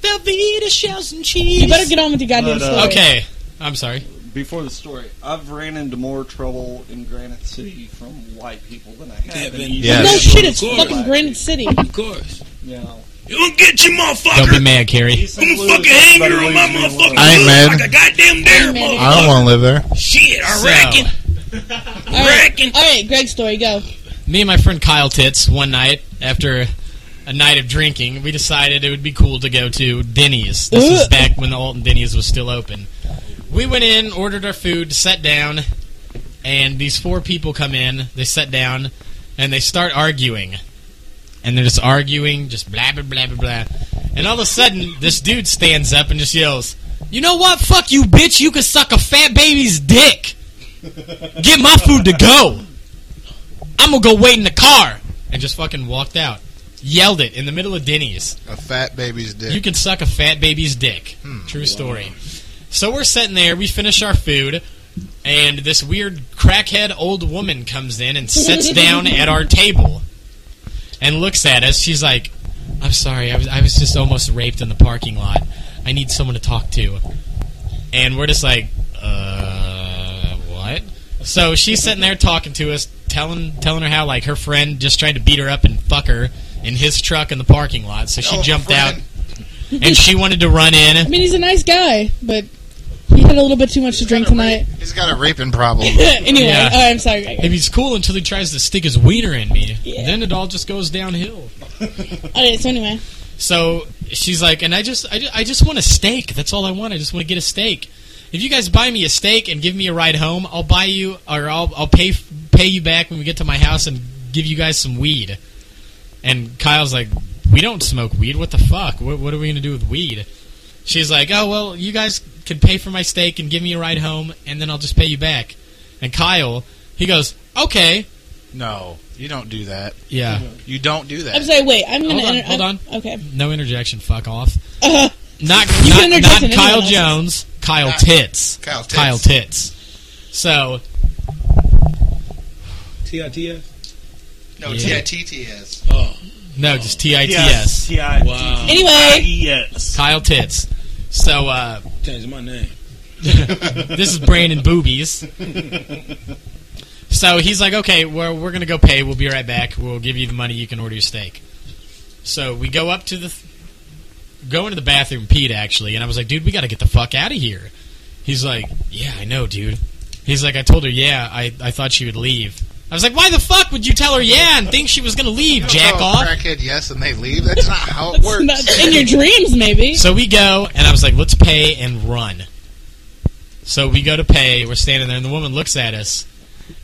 Velveeta shells and cheese.
You better get on with your goddamn
But, uh,
story.
Okay, I'm sorry.
Before the story, I've ran into more trouble in Granite City from white people than I have
Devin.
in East
Yeah.
No
St.
shit, it's
Of course.
fucking Granite City.
Of course.
You know,
You don't get you,
Don't be
motherfucker.
mad, Carrie.
East
I'm
St.
gonna
Louis,
fucking hang her on my
everybody leaves me
motherfucking
alone.
I ain't
hood
mad.
like a goddamn dare,
mad.
motherfucker.
I don't want to live there.
Shit, I
So-
reckon.
All right,
Reckon.
all right, Greg's story, go.
Me and my friend Kyle Tits one night after a night of drinking, we decided it would be cool to go to Denny's. This was
Ugh.
back when the Alton Denny's was still open. We went in, ordered our food, sat down, and these four people come in. They sit down and they start arguing, and they're just arguing, just blah blah blah blah blah. And all of a sudden, this dude stands up and just yells, "You know what? Fuck you, bitch! You can suck a fat baby's dick. Get my food to go." I'm gonna go wait in the car and just fucking walked out. Yelled it in the middle of Denny's.
A fat baby's dick.
You can suck a fat baby's dick. True story. So we're sitting there, we finish our food, and this weird crackhead old woman comes in and sits down at our table and looks at us. She's like, I'm sorry, I was, I was just almost raped in the parking lot. I need someone to talk to. And we're just like, uh, what? So she's sitting there talking to us, telling telling her how like her friend just tried to beat her up and fuck her in his truck in the parking lot. So she
Oh,
jumped out
friend.
and she wanted to run
I
in.
mean, he's a nice guy, but he had a little bit too much to drink tonight.
He's got a raping problem.
anyway,
Yeah.
all right, I'm sorry, Greg.
If he's cool until he tries to stick his wiener in me,
Yeah.
then it all just goes downhill.
All right, so anyway,
So she's like, and I just, I just, I just want a steak. That's all I want. I just want to get a steak. If you guys buy me a steak and give me a ride home, I'll buy you, or I'll, I'll pay, pay you back when we get to my house and give you guys some weed. And Kyle's like, we don't smoke weed. What the fuck? What, what are we gonna do with weed? She's like, oh well, you guys can pay for my steak and give me a ride home, and then I'll just pay you back. And Kyle, he goes, okay,
No, you don't do that.
yeah.
You don't do
I'm
that.
sorry. Wait, I'm gonna.
Hold on,
enter-
hold
I'm- Okay.
No interjection. Fuck off.
Uh,
Not
You
not,
can interject
not
in
Kyle
anyone else's.
Jones. Kyle
Not-
Tits.
Kyle Tits.
Kyle Tits. So
TITS?
No,
Yeah.
T-I-T-T-S.
Oh.
no, just T I T
Yes.
S.
T-I-
Wow.
anyway,
Yes.
Kyle Tits. So uh,
Change my name.
this is Brandon Boobies. So he's like, okay, well, we're going to go pay. We'll be right back. We'll give you the money. You can order your steak. So we go up to the, go into the bathroom, Pete, actually. And I was like, dude, we got to get the fuck out of here. He's like, yeah, I know, dude. He's like, I told her, yeah, I, I thought she would leave. I was like, why the fuck would you tell her, yeah, and think she was going to
Oh,
leave, jack off?
Crackhead, yes, and they leave. That's not how it
that's
works.
not- in your dreams, maybe.
So we go, and I was like, let's pay and run. So we go to pay, we're standing there, and the woman looks at us,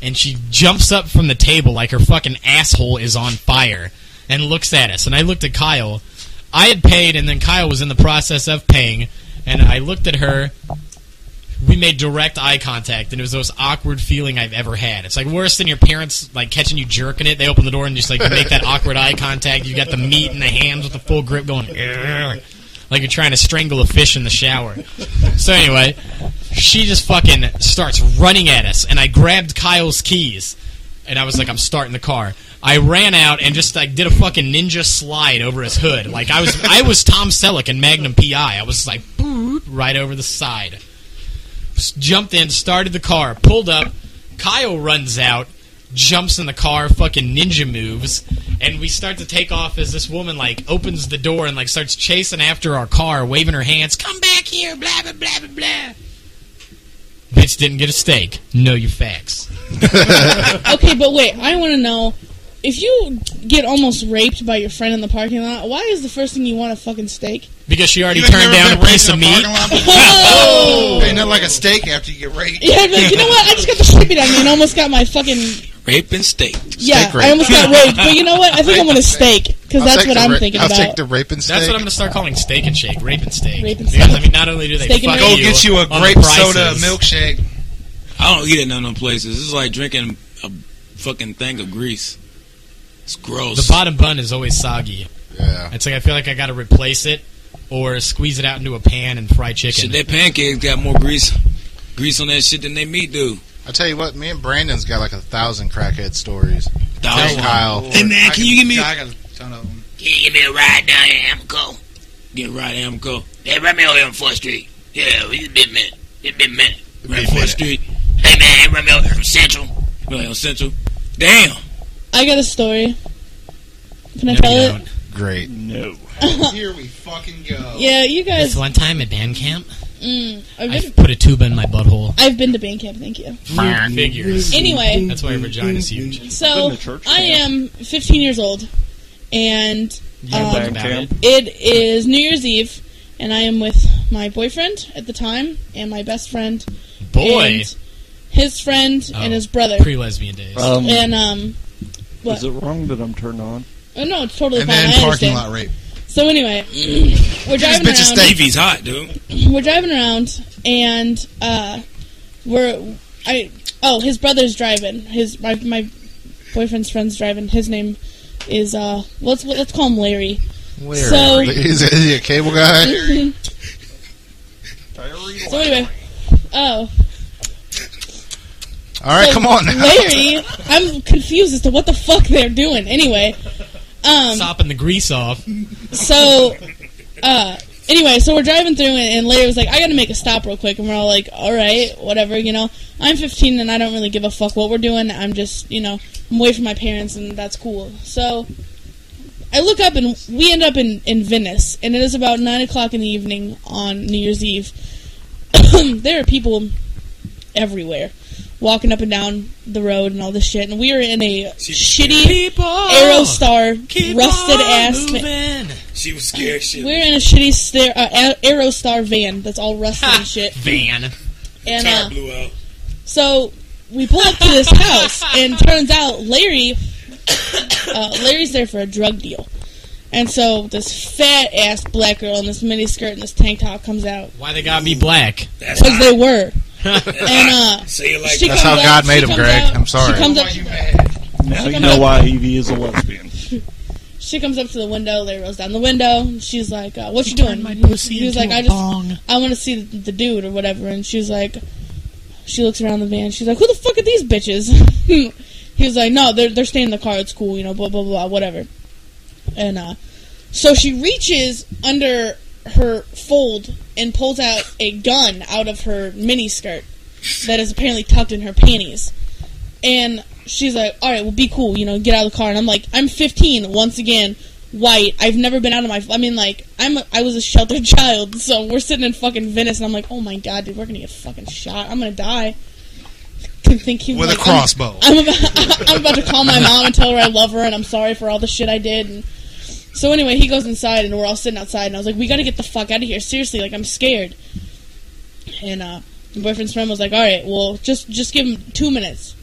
and she jumps up from the table like her fucking asshole is on fire, and looks at us. And I looked at Kyle. I had paid, and then Kyle was in the process of paying, and I looked at her. We made direct eye contact, and it was the most awkward feeling I've ever had. It's like worse than your parents like catching you jerking it. They open the door and just like make that awkward eye contact. You got the meat in the hands with the full grip going. "Ugh." like you're trying to strangle a fish in the shower. So anyway, She just fucking starts running at us, and I grabbed Kyle's keys, and I was like, I'm starting the car. I ran out and just like did a fucking ninja slide over his hood, like I was I was Tom Selleck in Magnum PI. I was like, boop, right over the side. S- Jumped in, started the car, pulled up. Kyle runs out, jumps in the car, fucking ninja moves, and we start to take off as this woman like opens the door and like starts chasing after our car, waving her hands, "Come back here!" Blah blah blah blah blah. Bitch didn't get a steak. Know your facts.
Okay, but wait, I want to know if you get almost raped by your friend in the parking lot. Why is the first thing you want a fucking steak?
Because she already
You ain't
turned
never
down
been
a piece
raped in
of
a
meat.
parking lot before?
Oh!
Ain't nothing like a steak after you get raped.
Yeah, I'd be like, you know what? I just got the shit beat out of me and almost got my fucking
Rape and steak.
yeah.
Steak rape.
I almost got raped, but you know what? I think I'm gonna steak because
I'll
that's
take
what
the
I'm
ra-
thinking
I'll
about.
take the rape and steak.
That's what I'm gonna start calling steak and shake, rape and steak.
Rape and
because
steak.
I mean, not only do they
Steak and
fuck
rape.
Go get you a
on the
grape soda
prices-
milkshake.
I don't eat at none of them places. It's like drinking a fucking thing of grease. It's gross.
The bottom bun is always soggy.
yeah.
It's like I feel like I gotta replace it or squeeze it out into a pan and fry
Shit,
chicken.
that pancakes got more grease, grease on that shit than they meat do.
I tell you what, me and Brandon's got like a thousand crackhead stories. Hey,
Thousand.
Kyle.
Hey,
Oh,
man,
I
can you give me-
I got a ton of them.
Can you give me a ride down here, Amco?
Get right, Amco.
Hey, run me over here on 4th Street. Yeah, well, you been man. You been man.
Right, Fourth Street.
Hey, man, run me over here from Central.
Right on Central. Damn.
I got a story. Can I
No,
tell
you
it?
don't.
Great.
No.
Here we fucking go.
Yeah, you
This
guys.
one time at band camp,
Mm, I've,
I
been,
put a tuba in my butthole.
I've been to band camp. Thank you.
Figures.
Anyway,
That's why your vagina's
Um,
huge.
Been
so
to church
I am 15 years old, and
You
Um,
um,
Back
about it.
camp.
It is New Year's Eve, and I am with my boyfriend at the time and my best friend,
Boy,
and his friend,
Oh.
and his brother.
pre-lesbian days.
Um,
and um, what?
is it wrong that I'm turned on?
oh, no, it's totally
And
fine.
then
I
parking
understand.
lot rape.
So anyway, we're driving
bitch a
around.
Davey's hot, dude.
We're driving around, and uh, we're I oh his brother's driving. His my my boyfriend's friend's driving. His name is uh let's let's call him Larry. So
Is, is he a cable guy?
so anyway, oh.
All right,
So,
come on. now.
Larry, I'm confused as to what the fuck they're doing. Anyway, um,
Sopping the grease off.
so uh, anyway, so we're driving through, and, and Larry was like, "I got to make a stop real quick," and we're all like, "All right, whatever." You know, I'm 15 and I don't really give a fuck what we're doing. I'm just, you know, I'm away from my parents, and that's cool. So I look up, and we end up in in Venice, and it is about nine o'clock in the evening on New Year's Eve. there are people everywhere. Walking up and down the road and all this shit, and we are in a shitty Aerostar rusted ass. va-
She was scared shit.
we're in a shitty stair, uh, a- Aerostar van that's all rusted and shit.
Van.
And
Tire
uh,
blew out.
so we pull up to this house, and turns out Larry, uh, Larry's there for a drug deal. And so this fat ass black girl in this mini skirt and this tank top comes out
Why they gotta be black?
That's
because
hot.
they were. And uh,
Say it like
she
That's
comes
how
out,
God made
she
him,
comes
Greg.
out-
I'm sorry.
She comes up.
Why you mad?
Now you
comes
know
up-
why Evie is a lesbian.
She comes up to the window. Larry rolls down the window. and She's like, uh, "What you doing?" He was, he was like, "I just, I want to see the, the dude or whatever." And she's like, she looks around the van. She's like, "Who the fuck are these bitches?" he was like, "No, they're they're staying in the car. It's cool, you know, blah blah blah, whatever." And uh, so she reaches under her fold and pulls out a gun out of her mini skirt that is apparently tucked in her panties. And she's like, "All right, well, be cool, you know, get out of the car." And I'm like, "I'm 15 once again, white. I've never been out of my. I mean, like, I'm a, I was a sheltered child, so we're sitting in fucking Venice, and I'm like, oh my god, dude, we're gonna get fucking shot. I'm gonna die." Can think he was
With a
like, I'm-
crossbow.
I'm about, I'm about to call my mom and tell her I love her and I'm sorry for all the shit I did. And so anyway, he goes inside and we're all sitting outside and I was like, we got to get the fuck out of here. Seriously, like I'm scared. And uh, my boyfriend's friend was like, all right, well, just just give him two minutes.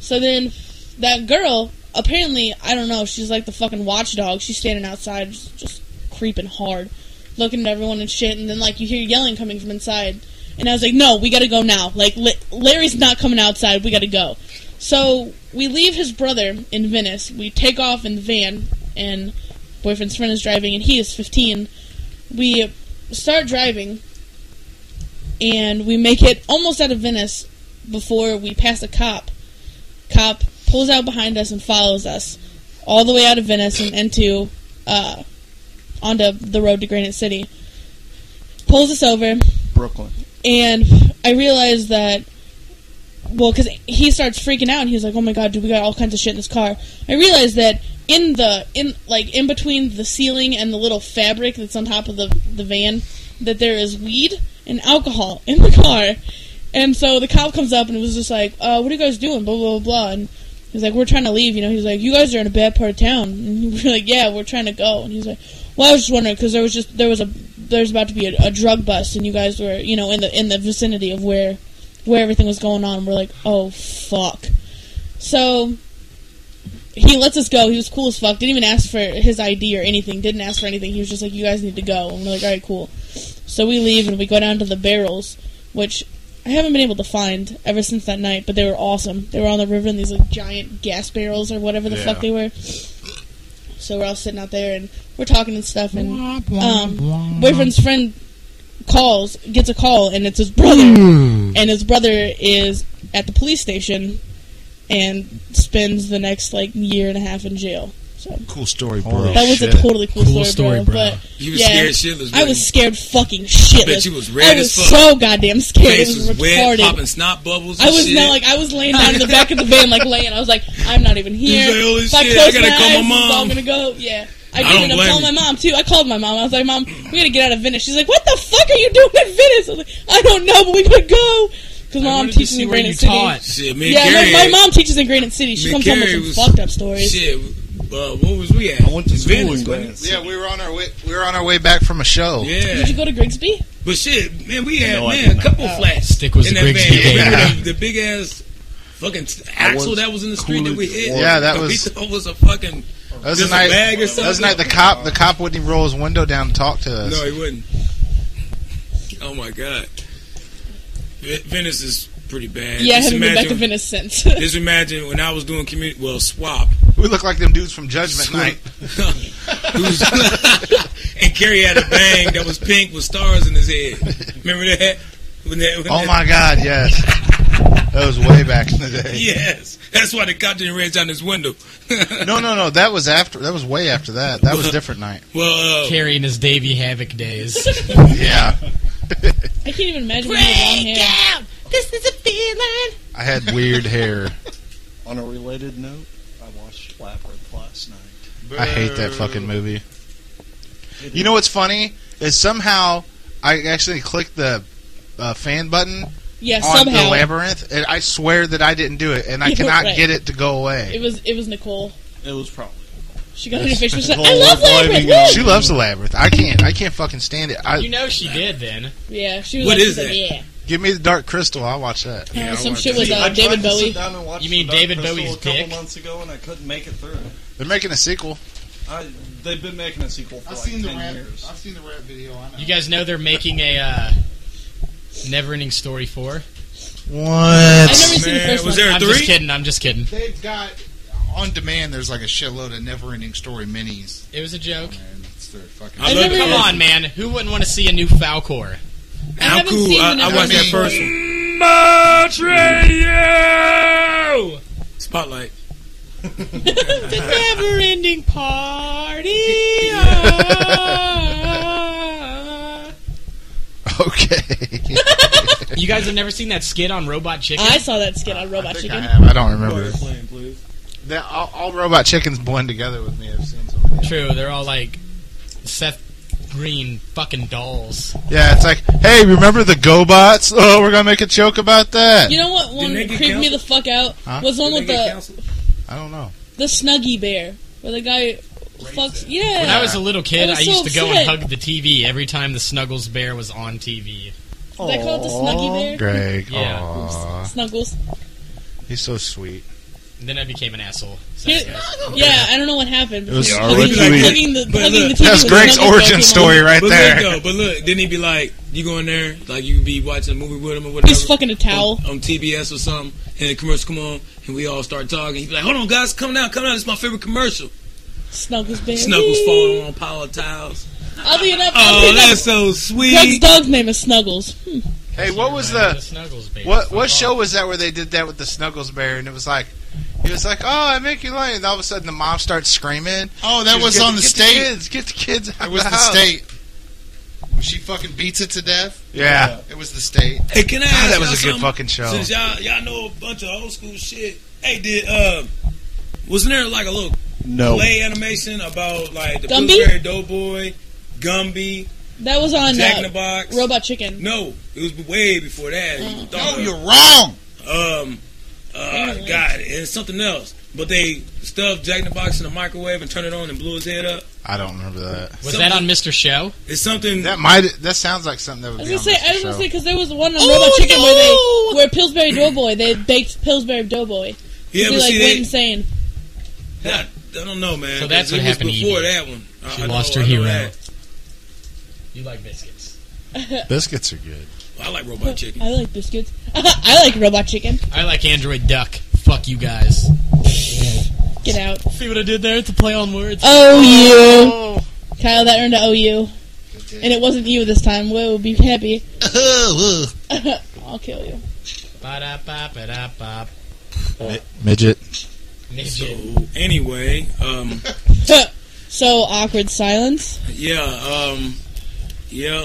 So then that girl, apparently, I don't know, she's like the fucking watchdog. She's standing outside, just, just creeping hard, looking at everyone and shit. And then like you hear yelling coming from inside. And I was like, no, we got to go now. Like La- Larry's not coming outside. We got to go. So we leave his brother in Venice. We take off in the van, and boyfriend's friend is driving, and he is 15. We start driving, and we make it almost out of Venice before we pass a cop. Cop pulls out behind us and follows us all the way out of Venice and into uh, onto the road to Granite City. Pulls us over,
Brooklyn.
and I realized that, well, because he starts freaking out and he's like, "Oh my god, dude, we got all kinds of shit in this car." I realized that in the in like in between the ceiling and the little fabric that's on top of the the van, that there is weed and alcohol in the car, and so the cop comes up and was just like, uh, "What are you guys doing?" Blah blah blah. blah. And he's like, "We're trying to leave." You know, he's like, "You guys are in a bad part of town." And we're like, "Yeah, we're trying to go." And he's like, "Well, I was just wondering because there was just there was a there's about to be a, a drug bust, and you guys were you know in the in the vicinity of where where everything was going on." We're like, "Oh fuck!" So he lets us go. He was cool as fuck. Didn't even ask for his ID or anything. Didn't ask for anything. He was just like, "You guys need to go." And we're like, "All right, cool." So we leave and we go down to the barrels, which I haven't been able to find ever since that night. But they were awesome. They were on the river in these like giant gas barrels or whatever the fuck they were. So we're all sitting out there and we're talking and stuff. And um, boyfriend's friend calls, gets a call, and it's his brother.
Hmm.
And his brother is at the police station and spends the next like year and a half in jail. So
Cool story, bro.
that was a totally cool,
Cool
story,
story, bro.
bro. But
You was
yeah,
scared shitless.
I
wasn't
was
you?
scared fucking shitless.
you was
I
red as
was
fuck.
so goddamn scared.
Face
it was,
was wet,
retarded.
popping snot bubbles. And
I was
shit.
not like I was laying down in the back of the van, like laying. I was like, I'm not even here.
He's like, "Holy
If I
shit,
close
I gotta
my
call
eyes, this is
my mom."
all gonna go. Yeah. I
don't
did end up
blame
calling my
you.
mom too. I called my mom. I was like, "Mom, we gotta get out of Venice." She's like, "What the fuck are you doing in Venice?" I was like, "I don't know, but we gotta go." Because my
I
mom
wanted to
teaches
see
in
where you
Granite City.
taught.
shit, man.
Yeah,
Gary,
my, my mom teaches in Granite City. She
Me
comes home with
Gary
some
was-
fucked up stories.
Shit, uh, what was we at?
I went to school
Venice,
in
wasn't
Venice.
Yeah, we were on our way. We were on our way back from a show.
it? Yeah,
Did you go to Grigsby?
but shit, man, we had
No, I
man
didn't.
a couple
Oh.
flats.
Stick was
in
the
that
Grigsby
van.
game.
Remember the, the big ass fucking axle
was
that was in the street that we
Coolidge
hit.
Warrior.
Yeah, that was-
That was a fucking.
That was the
Just a
night.
bag
That
or
was the
something?
night the cop. The cop wouldn't even roll his window down and talk to us.
No, he wouldn't. Oh my god, Ve- Venice is pretty bad.
Yeah, I
just
haven't been back to
imagine.
Venice since.
Just imagine when I was doing community, well, swap.
We look like them dudes from Judgment Night.
Who's- and Kerry had a bang that was pink with stars in his head. Remember that? When that when
Oh
that-
my God! Yes, that was way back in the day.
Yes, that's why the cop didn't raise down his window.
No, no, no. That was after. That was way after that. That was a different night.
Well, uh,
Carrying his Davy Havoc days.
Yeah,
I can't even imagine when you had long hair.
I had weird hair.
On a related note, I watched Labyrinth last night.
I hate that fucking movie. You know what's funny is somehow I actually clicked the uh, fan button
Yeah,
Oh,
on the
somehow
labyrinth, and I swear that I didn't do it, and I
You were
cannot
right.
get it to go
it
away.
was it was Nicole.
It was probably
She got an official. She's like,
Nicole
I love
was
Labyrinth.
driving
woo!"
She loves the labyrinth. I can't. I can't fucking stand it.
you
I
know she did then.
Yeah, she was.
What
like,
is
she's like,
that?
Yeah,
give me the dark crystal. I'll watch that.
Apparently
I
some
want
shit
that.
with uh,
I tried
David
to sit
Bowie.
down and watch
You mean
The Dark
David
Crystal
Bowie's
a couple
dick?
months ago, and I couldn't make it through.
They're making a sequel.
I, they've been making a sequel for
I've
like
seen the
ten
rap.
years.
I've seen the rap video. I know.
You guys know they're making a uh, never-ending story four.
I've never
What?
seen the
Man,
first
was
one.
there- There are
I'm just
three?
kidding. I'm just kidding.
They've got on demand. There's like a shitload of never-ending story minis,
It was a joke.
and it's their fucking.
I
I
love
never-
that.
Come on, man. Who wouldn't want to see a new Falcor?
I
How
haven't
cool!
seen
I,
the
I
never-
watched that
I
first
mean-
one. Much radio. Spotlight.
the never-ending party. ah.
Okay.
You guys have never seen that skit on Robot Chicken?
I saw that skit on
I
Robot
think I
Chicken.
have. I don't remember.
Quiet plan, please.
That, all, all robot chickens blend together with me. I've seen so many.
True. They're all like Seth Green fucking dolls.
Yeah, it's like, hey, remember the GoBots? Oh, we're gonna make a joke about that.
You know what one
they
that
get
creeped me
counseled?
the fuck out
Huh?
was the one
Did
with
they get
the
canceled?
I don't know.
the Snuggie Bear, where the guy fucks. Yeah,
When I was a little kid,
I
I,
was so
used to go and
upset.
hug the TV every time the Snuggles Bear was on TV.
Did I call it the Snuggie Bear?
Greg,
Yeah.
aw,
Snuggles.
he's so sweet.
Then I became an asshole. So,
Here-
guys.
yeah, I don't know what happened. but
It was
he-
already
he was
weird.
hugging the,
But
hugging
look,
the TV
That's
with
Greg's
Snuggles back
origin
in.
story right
but
there.
Look, though, but look, didn't he be like, you go in there, like you be watching a movie with him or whatever?
He's fucking a towel.
on, on TBS or something, and the commercial come on, and we all start talking. He'd be like, "Hold on, guys, come down, come down. This is my favorite commercial."
Snuggles baby.
Snuggles falling on pile of towels.
Oddly enough,
Oh,
oddly
that's
enough
so
Greg's
sweet.
dog's name is Snuggles. Hmm.
Hey, what was
Reminded
the
of Snuggles Bear.
what
Fuck
what
off.
show was that where they did that with the Snuggles Bear and it was like he was like, "Oh, I make you late," and all of a sudden the mom starts screaming.
Oh, that
She
was
"Get-
on the
get
state.
kids, get the kids out
It was
of
the
the house."
state. When she fucking beats it to death,
Yeah,
it was the state.
Hey, can I ask
God, that
y'all
was a good
something?
fucking show.
Since y'all y'all know a bunch of old school shit. Hey, did uh, wasn't there like a little
No.
play animation about like the
Gumby?
Pillsbury Doughboy, Gumby,
That was on
Jack in the
uh,
Box?
Robot Chicken.
No, it was way before that. You thought
No,
of-
you're wrong.
um, uh,
Anyway.
God, it's something else. But they stuffed Jack in the Box in the microwave and turned it on and blew his head up.
I don't remember that.
Was that on Mr. Show?
It's something.
That might that sounds like something that would
I was
be
gonna say,
on
I
this
was gonna
show.
say because there was one on
Oh,
Robot Chicken where they where Pillsbury Doughboy they baked Pillsbury Doughboy. he
yeah, but
like
see,
went
they-
insane.
Nah, I don't know, man.
So that's
It
what
was
happened to
before
Edie.
that one. I-
She
I
lost
know-
her
I know
hero.
that.
You like biscuits.
Biscuits are good.
I like robot chicken.
I like biscuits. I like Robot Chicken.
I like Android Duck. Fuck you guys.
Get out.
See what I did there? It's a play on words.
OU. Oh, Kyle, that earned an OU. And it wasn't you this time. Whoa, be happy. I'll kill you.
Ba-da-ba-ba-da-ba.
Midget.
So
Midget.
anyway, um,
so awkward silence.
yeah, um, yeah.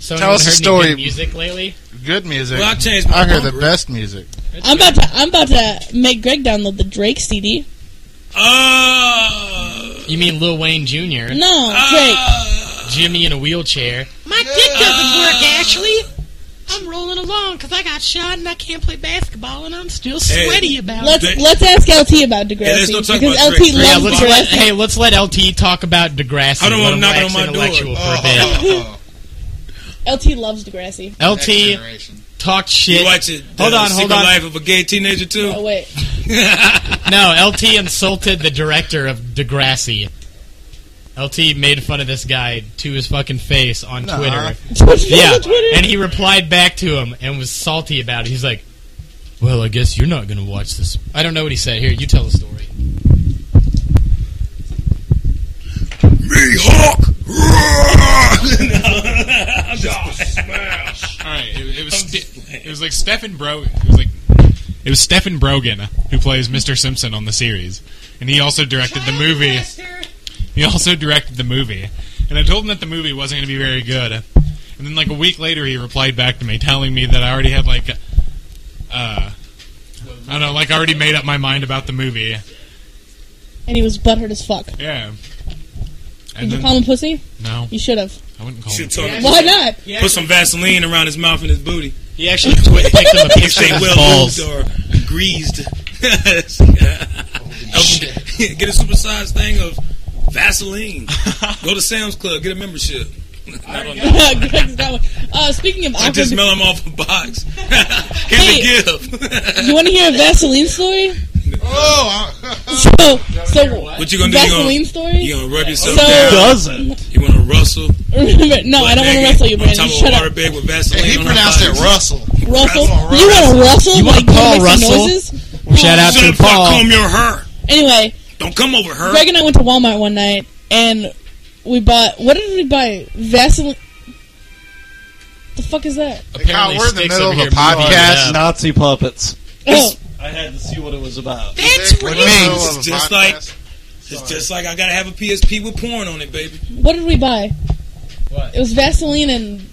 So
Tell us a
heard
story.
Any good music lately?
Good music.
Well, I changed my
I hear the
bumper.
best music.
I'm about to I'm about to make Greg download the Drake CD.
Uh,
You mean Lil Wayne Jr.,
No,
Ah.
Drake.
uh,
Jimmy in a wheelchair.
My dick doesn't work, Ashley. I'm rolling along because I got shot and I can't play basketball and I'm still
Hey.
sweaty about it.
Let's
Drake.
let's ask LT about
let's
Degrassi
not talk
because
about
LT
Drake.
Yeah,
loves
let's let,
Degrassi.
hey, let's let LT talk about Degrassi.
I don't
Let him
want him knocking
wax
on my door.
intellectual for a bit.
Oh,
LT loves Degrassi.
next
LT
generation.
talked
you
shit.
watch it. The
Hold on, hold
Secret
on.
Life of a Gay Teenager too.
Oh wait,
No, LT insulted the director of Degrassi. LT made fun of this guy to his fucking face on
Nuh-uh.
Twitter.
yeah,
Yeah, and he replied back to him and was salty about it. He's like, "Well, I guess you're not gonna watch this." I don't know what he said. Here, you tell the story.
Me Hawk.
I'm just smash.
All right, it, it was Ste- it was like Stephen Bro. It was like it was Stephen Brogan who plays Mr. Simpson on the series, and he also directed the movie. He also directed the movie, and I told him that the movie wasn't going to be very good. And then like a week later, he replied back to me telling me that I already had like, uh, I don't know, like I already made up my mind about the movie.
and he was butthurt as fuck.
Yeah.
Did
And
you
then,
call him pussy?
no,
You should have.
I wouldn't
Oh,
call
Should
him.
tell him.
Why not?
Put some Vaseline around his mouth and his booty.
He actually twi- picked him a
If
picture
they
of his
well
balls.
lubed or greased. get a supersized thing of Vaseline. Go to Sam's Club, get a membership. I don't know.
Greg's got one. Uh, speaking of
I
awkward,
just mail them off a box.
Hey.
Here's a gift.
you want to hear a Vaseline story?
Oh, I-
So, so
what you gonna do? You
Vaseline
gonna,
story.
you gonna rub yourself
So-
down?
Doesn't.
You wanna rustle?
Remember, no, I don't want to wrestle you,
On
Brandon.
top of a
Shut
water
up,
bag with Vaseline.
and he
on her
pronounced it
thighs.
Russell.
Russell.
Come on,
You want to wrestle?
You wanna
like, you
Paul
wanna make some
Russell?
Noises?
Shout out
Shut
to
up, Paul.
Paul.
Comb your hair.
Anyway,
Don't come over her.
Greg and I went to Walmart one night, and we bought. What did we buy? Vaseline. The fuck is that?
Kyle, we're in the
Sticks
middle
over
of a
here blew it
podcast.
up.
Nazi puppets.
Oh,
I had to see what it was about.
That's
We're in
what
the middle of a
It's just
podcast.
like- It's just like I gotta have a PSP with porn on it, baby.
what did we buy?
What?
It was Vaseline and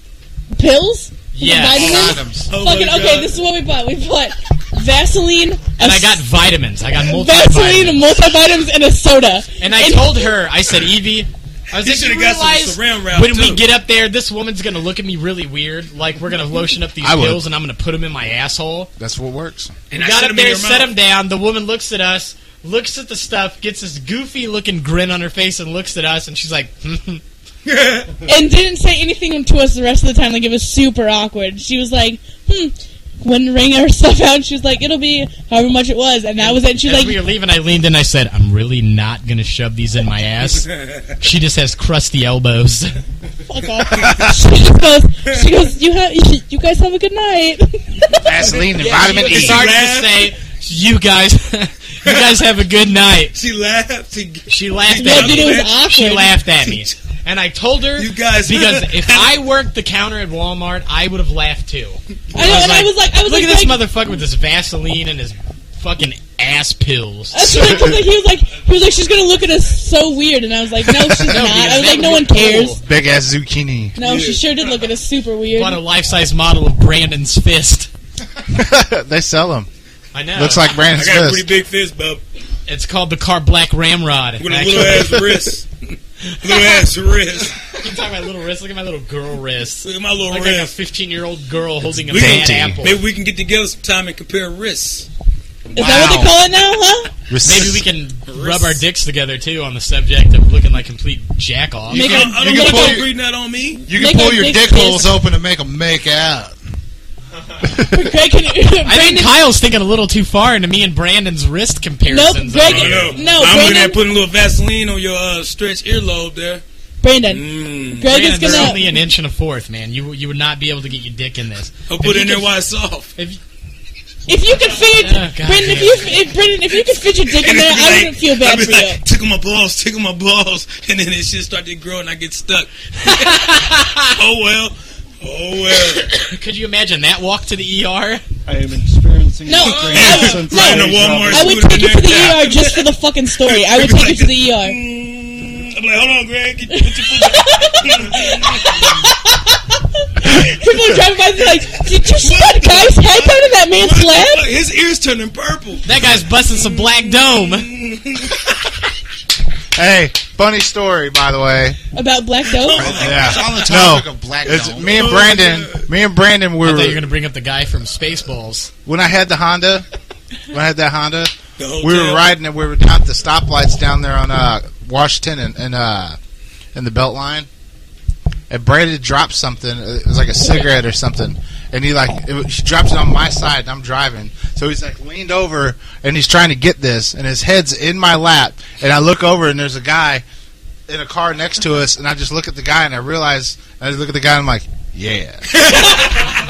pills.
Yes.
Vitamins?
Adams.
Oh
Fucking
my
okay,
God.
this is what we bought. We bought Vaseline,
And I got vitamins. I got
Vaseline,
multivitamins.
multivitamins, and a soda.
And I told her, I said, Evie, I was
You
like,
should've
you
got
realize
some saran wrap,
when we
too."
get up there, this woman's gonna look at me really weird. Like we're gonna lotion up these
I would.
pills, and I'm gonna put them in my asshole.
That's what works.
And
We
I
got
set
up
'em in
there,
your
set
mouth.
them down. The woman looks at us, looks at the stuff, gets this goofy looking grin on her face, and looks at us, and she's like,
and didn't say anything to us the rest of the time. Like it was super awkward. She was like, "Hmm." When ring our stuff out, she was like, "It'll be however much it was," and that was it. She's
As
like,
we were leaving, I leaned in. I said, "I'm really not gonna shove these in my ass." she just has crusty elbows.
"Fuck off." she just goes, "She goes, you have, you guys have a good night."
Vaseline and vitamin E.
Sorry to say, you guys, you guys have a good night.
She laughed. She,
She laughed
Yeah,
at
dude, it
me.
was awkward.
She laughed at me. And I told her you
guys
because if I worked the counter at Walmart, I would have laughed too.
I know, and I was like- I was
look
like,
at this
Mike-
motherfucker with his Vaseline and his fucking ass pills.
That's what I- 'cause, like, he was like, he was like, she's gonna look at us so weird, and I was like, no, she's not. I was like, no one cares.
Big ass zucchini.
No, she sure did look at us super weird.
Bought a life size model of Brandon's fist.
they sell them.
I know.
Looks like Brandon's
I got a
fist.
pretty big fist, bub.
It's called the car black ramrod.
With a little ass wrist. Little ass wrist.
You talking about little wrist? Look at my little girl wrist.
Look at my little
Like like a
wrist.
fifteen-year-old girl holding a
We
bad
can-
apple.
Maybe we can get together sometime and compare wrists.
Is that what they call it now, huh?
Maybe we can rub our dicks together too on the subject of looking like complete jack off.
You can, I
you
don't
can
know
pull
if
your-
you're reading that on me.
You
Make
can pull
a
your
big
dick
fist.
holes open and make them make out.
Greg, can you,
I think
Brandon-
Kyle's thinking a little too far into me and Brandon's wrist comparisons.
Nope,
over
Greg-
here.
No,
No,
I'm
Brandon-
looking at putting a little Vaseline on your uh, stretched earlobe there.
Brandon,
Mm.
Greg is
Brandon, there's
gonna.
only an inch and a fourth, man. You you would not be able to get your dick in this.
I'll
If
put it
you
in there
could-
while it's off.
if you-
If you could fit,
Oh, God
Brandon,
damn.
if you if, Brandon, if you could fit your dick in
And
there,
it'd be
I wouldn't feel
I'd
bad
be
for
like,
you.
tickle my balls, tickle my balls, and then it shit started to grow and I get stuck. oh well, oh well.
could you imagine that walk to the ER?
I am experiencing
No,
extreme
I would-
sensation
no, Walmart.
trouble.
I would
Scooter
take you to
neck
the
out.
ER just for the fucking story. I would take you to the ER.
Mm, I'm like, hold on, Greg. Get, put your foot down.
People are driving by and they're like, "Did you see that guy's head go to that man's
Look,
lap?"
His ears turning purple.
That guy's busting some black dome.
Hey, funny story, by the way.
About black dope.
Yeah.
On the
No,
topic of black
it's
dome.
me and Brandon. Me and Brandon we
I
were
thought you were gonna bring up the guy from Spaceballs.
when I had the Honda. When I had that Honda,
The
we were
hotel.
riding and we were down at the stoplights down there on uh, Washington and, and uh, in the Beltline. And Brandon dropped something. uh, It was like a cigarette or something. And he like it, was- she drops it on my side, and I'm driving. So he's like leaned over and he's trying to get this, and his head's in my lap. And I look over and there's a guy in a car next to us, and I just look at the guy and I realize and I just look at the guy and I'm like, yeah,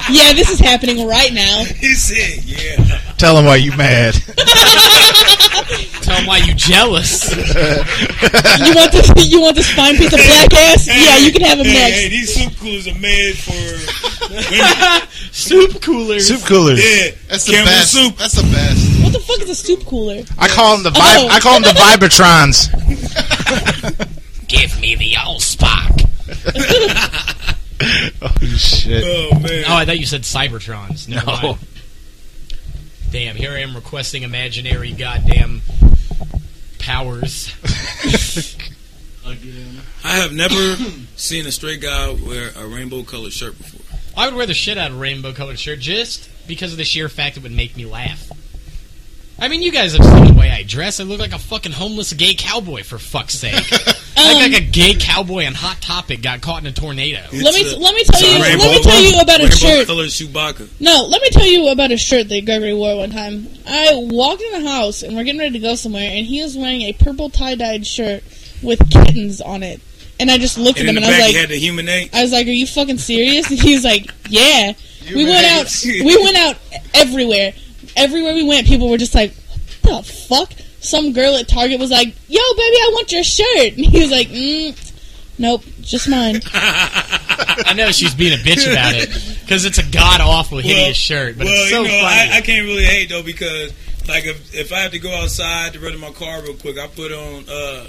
Yeah, this is happening right now.
He said, "Yeah."
tell him why you mad.
Tell him why you jealous.
You want this? You want this fine piece of black ass? Yeah, you can have him
hey, Hey,
next.
these soup coolers are made for
Soup coolers.
Soup coolers.
yeah,
That's the
Campbell
best.
soup.
That's the best.
What the fuck is a soup cooler?
I call them the vib-
Oh.
I call them the Vibratrons.
Give me the old Spock.
Oh shit!
Oh man.
Oh, I thought you said Cybertrons. Never
No.
mind. Damn, here I am requesting imaginary goddamn powers.
Again.
I have never seen a straight guy wear a rainbow colored shirt before.
I would wear the shit out of a rainbow colored shirt just because of the sheer fact it would make me laugh. I mean, you guys have seen the way I dress. I look like a fucking homeless gay cowboy, for fuck's sake. I look
Um,
like a gay cowboy on Hot Topic got caught in a tornado.
Let me
It's uh, a-
let me tell
it's a
you let
rainbow-
me tell you about a
rainbow
shirt.
colored Chewbacca.
No, let me tell you about a shirt that Gregory wore one time. I walked in the house and we're getting ready to go somewhere, and he was wearing a purple tie dyed shirt with kittens on it. And I just looked at
And
him
in the
and
back,
I was like,
he had the human egg.
I was like, "Are you fucking serious?" And he was like, "Yeah." we went out. We went out everywhere. Everywhere we went, people were just like, "What the fuck?" Some girl at Target was like, "Yo, baby, I want your shirt," and he was like, mm, "Nope, just mine."
I know she's being a bitch about it because it's a god awful hideous
Well,
shirt, but
well,
it's so
you know,
funny.
I, I can't really hate though because like if if I have to go outside to run in my car real quick, I put on uh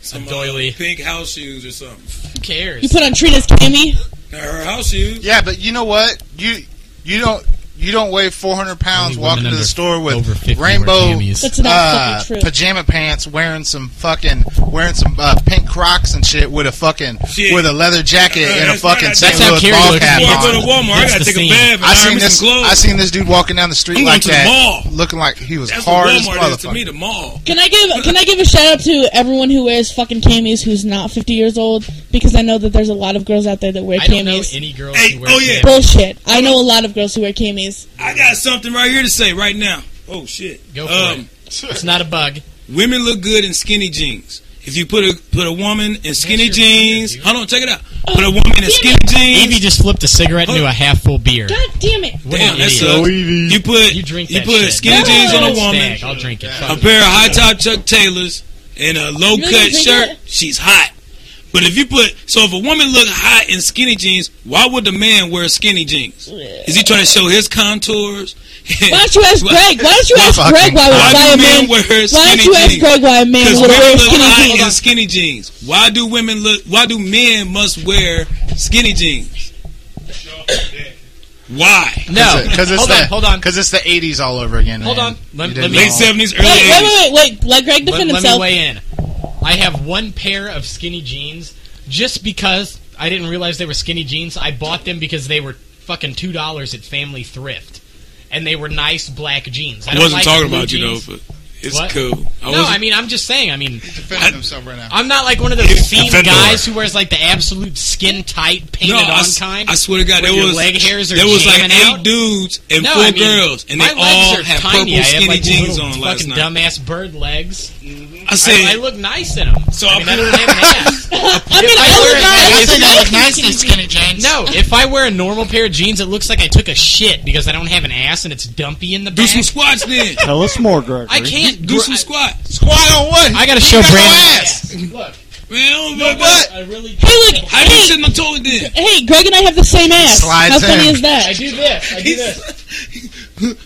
some
A doily.
uh, pink house shoes or something.
Who
You
cares?
put on Trina's cami.
Now, Her house shoes.
Yeah, but you know what? You you don't you don't weigh 400 pounds
Only women
walking to
under-
the store
over
with
50 wear
rainbow
camis.
That's not
uh,
fucking true.
pajama pants, wearing some fucking wearing some uh, pink Crocs and shit with a fucking
Shit.
with a leather jacket
Uh,
and a
that's right.
fucking
That's
St.
how
Louis
Carrie
ball
looks.
cap
Before I
on.
go to Walmart,
That's
I gotta
the
take
scene.
a bath and
I seen
iron
this.
some clothes.
I seen this dude walking down the street
I'm going
like
to the
that,
mall.
looking like he was
That's
hard
what
as
Walmart is to me.
motherfucker.
The mall.
Can I give Can I give a shout out to everyone who wears fucking camis who's not fifty years old? Because I know that there's a lot of girls out there that wear
I don't know
camis.
any girls
Hey,
who wear
oh, yeah.
cam-
Bullshit. I know a lot of girls who wear camis.
I got something right here to say right now. Oh shit.
Go for
um,
it. It's not a bug.
Women look good in skinny jeans. If you put a put a woman in skinny
your finger,
jeans,
dude.
hold on, check it out. Put a woman in skinny
Evie
jeans.
just flipped a cigarette into a half full beer.
God damn it!
What
Damn,
an
that's
idiot.
so You put
You drink
you
that
put
shit.
skinny jeans on a
Stag,
woman,
I'll drink it.
a
Fuck it.
pair of high top Chuck Taylors, and a low
You really
cut
drink
shirt.
it?
She's hot. But if you put so if a woman look hot in skinny jeans, why would the man wear skinny jeans? Is he trying to show his contours?
Why don't you ask Greg? Why don't you ask Greg why,
Why
why a
do
man?
men wear skinny
Why don't you ask
jeans?
Greg why a man
Because
would
women
wear
look
skinny
high
jeans?
in skinny jeans. Why do women look? Why do men must wear skinny jeans? Why?
No,
because it's
hold
the
on, hold on,
because it's the '80s all over again.
hold
man.
on. Let,
You
let
did
me
Late seventies, early
Wait, wait,
eighties.
wait, wait, wait. Let Greg
let,
defend
let me
himself.
weigh in. I have one pair of skinny jeans just because I didn't realize they were skinny jeans. I bought them because they were fucking two dollars at Family Thrift, and they were nice black jeans. I,
I
don't
wasn't
like
talking
blue
about you
jeans.
though, but it's
What?
cool. I
no,
wasn't.
I mean I'm just saying. I mean,
defending himself right now.
I'm not like one of those fiend
Defender.
guys who wears like the absolute skin tight painted
no, I,
on
s-
kind.
I swear to God,
where
there
your
was
leg hairs are
there was like
jamming
eight
out.
dudes and
No,
four
I mean,
girls, and they
my legs
all
are
have
tiny.
purple
I have,
skinny
like, these
jeans
little
on last
fucking
night.
dumbass bird legs.
I said,
I, I look nice in them.
So
I
I'm-
mean, I don't have an ass.
I mean,
If I
I
were
look
a
nice.
guy-
I
Listen,
look nice.
nice in skinny jeans.
No, if I wear a normal pair of jeans, it looks like I took a shit because I don't have an ass and it's dumpy in the
do
back.
some squats then.
Tell us more, Gregory.
I can't
Do
gr-
some
I-
squats.
Squat on what?
I, gotta show
got no
Brandon.
ass.
Look,
Man,
No,
but
what?
I really.
Hey, look.
I didn't
Hey,
sit on toilet then.
hey, Greg and I have the same ass.
Slides
How funny
in.
is that?
I do this. I do this.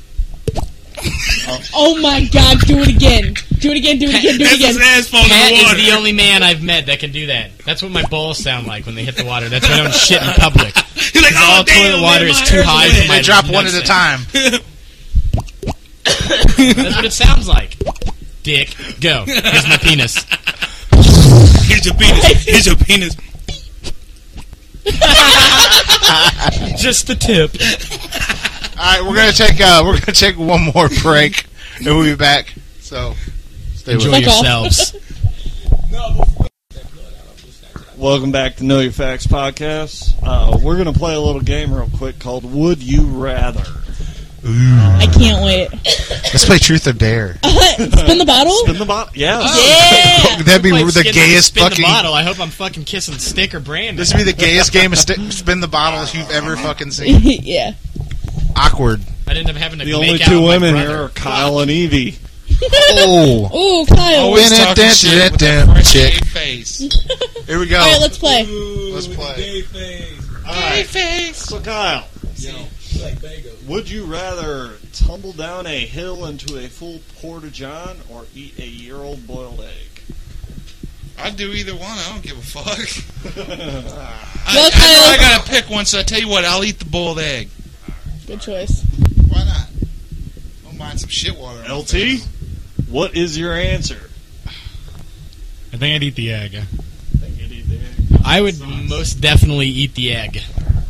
Oh my god, do it again. Do it again, do it again, do it
That's
again.
his ass falling
Pat
in the water.
is the only man I've met that can do that. That's what my balls sound like when they hit the water. That's when I don't shit in public.
He's like,
all
oh, damn,
toilet water
man,
is
my
too
hair's
high
wet.
for my
They drop one at
nuts
a
in.
time.
That's what it sounds like. Dick, go. Here's my penis.
Here's your penis. Here's your penis.
Just the tip.
All right, we're gonna take uh, we're gonna take one more break, and we'll be back. So stay with
Enjoy
us.
Fuck off.
yourselves.
Welcome back to Know Your Facts podcast. Uh, we're going to play a little game real quick called Would You Rather.
I can't wait. Uh,
Let's play Truth or Dare.
Spin the bottle?
Spin the bottle. Yeah.
Yeah!
That'd be
If I
the
skin-
gayest
spin
fucking.
The bottle. I hope I'm fucking kissing stick or Brandon.
This would be the gayest game of sti spin the bottle you've ever fucking seen.
yeah.
Awkward.
I'd end up having to
The
make
only
out
two
with my
women
brother.
here are Kyle and Evie.
Oh.
Ooh, Kyle.
Always
Dun,
talking
dun,
shit
dun,
with that
dun,
French
chick.
gay face.
Here we go.
Oh,
Alright, let's play.
Let's play.
So, Kyle. Would you rather tumble down a hill into a full porta john or eat a year old boiled egg?
I'd do either one. I don't give a fuck. I,
Well,
I know
Kyle-
I gotta pick one, so I tell you what, I'll eat the boiled egg.
Good choice.
Why not? Don't mind some shit water. on my
LT,
face.
what is your answer?
I think I'd eat the egg.
I think you'd eat the egg.
I would most definitely eat the egg.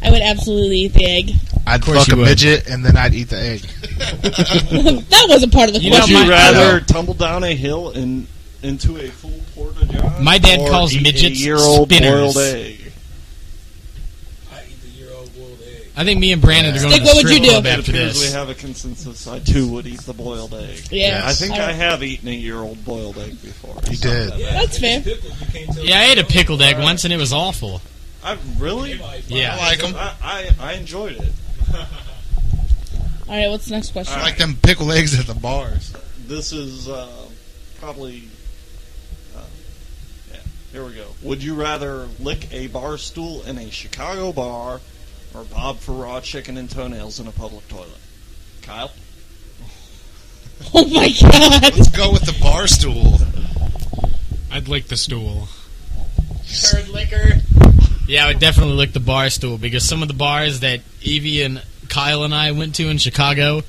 I would absolutely eat the egg.
I'd
course
fuck
you
a
would.
midget and then I'd eat the egg.
that wasn't part of the
You know,
Would
question.
you
my-
rather tumble down a hill and into a full porta john?
My dad
or
calls
eat
midgets
a year old
spinners.
boiled egg.
I think me and Brandon are going
Stick,
to
what
the
would
strip
you do?
club
It
after
appears we
this.
have a consensus. I too would eat the boiled egg.
yeah.
I think
I-
I, have eaten a year old boiled egg before.
You
So
did.
that-
That's fair.
Yeah, I ate a pickled egg once and it was awful.
I really
Yeah.
I like them.
I, I, I enjoyed it.
All right, what's the next question?
I like them pickled eggs at the bars.
This is uh, probably. Uh, yeah, here we go. Would you rather lick a bar stool in a Chicago bar or bob for raw chicken and toenails in a public toilet? Kyle?
Oh my god.
Let's go with the bar stool.
I'd lick the stool.
Curd liquor. Yeah, I would definitely lick the bar stool because some of the bars that Evie and Kyle and I went to in Chicago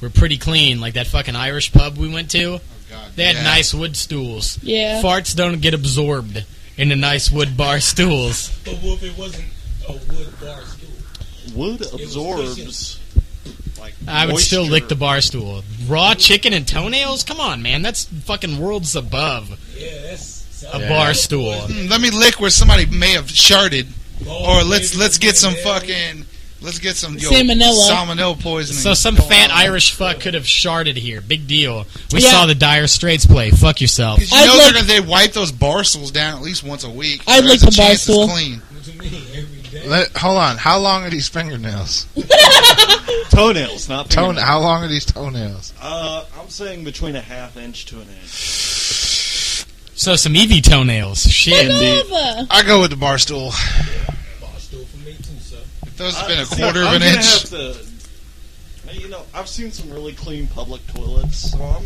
were pretty clean. Like that fucking Irish pub we went
Oh,
to,
God,
they had
yeah.
nice wood stools.
Yeah.
Farts don't get absorbed into nice wood bar stools.
But what if it wasn't a wood bar stool?
Wood absorbs. Like
I would still
moisture.
lick the bar stool. Raw chicken and toenails? Come on, man. That's fucking worlds above
Yeah, that's
a bar stool.
Mm, let me lick where somebody may have sharded, or let's let's get some fucking let's get some yo,
Salmonella.
salmonella poisoning.
So some
going
fat
on.
Irish fuck could have sharded here. Big deal. We
Yeah.
saw the Dire Straits play. Fuck yourself.
'Cause You
I'd
know they're
lick-
gonna, they wipe those bar stools down at least once a week.
I'd
There's
lick
a
the bar
chance it's
stool.
Clean.
Let, hold on. How long are these fingernails?
Toenails, not
Tone.
fingernails.
How long are these toenails?
Uh, I'm saying between a half inch to an inch.
So some Eevee toenails. Shit.
Lava.
I go with the bar stool.
If those have
I-
been a
see,
quarter
I'm
of an
gonna Have
inch.
to, you know, I've seen some really clean public toilets, so I'm,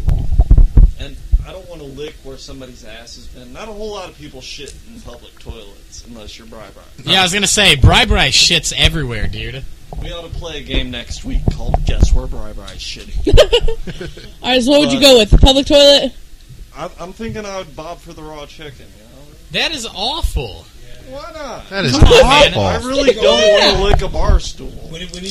and I don't want to lick where somebody's ass has been. Not a whole lot of people shit in public toilets unless you're Bri Bri.
Yeah, I was gonna say Bri Bri shits everywhere, dude.
We ought to play a game next week called Guess Where Bri Bri's Shitting.
All right, so what would you
But-
go with? The public toilet?
I, I'm thinking I would bob for the raw chicken. You
That is awful.
know? Why not?
That is
Come on,
Oh.
man.
I
awful.
really don't want to lick a bar stool.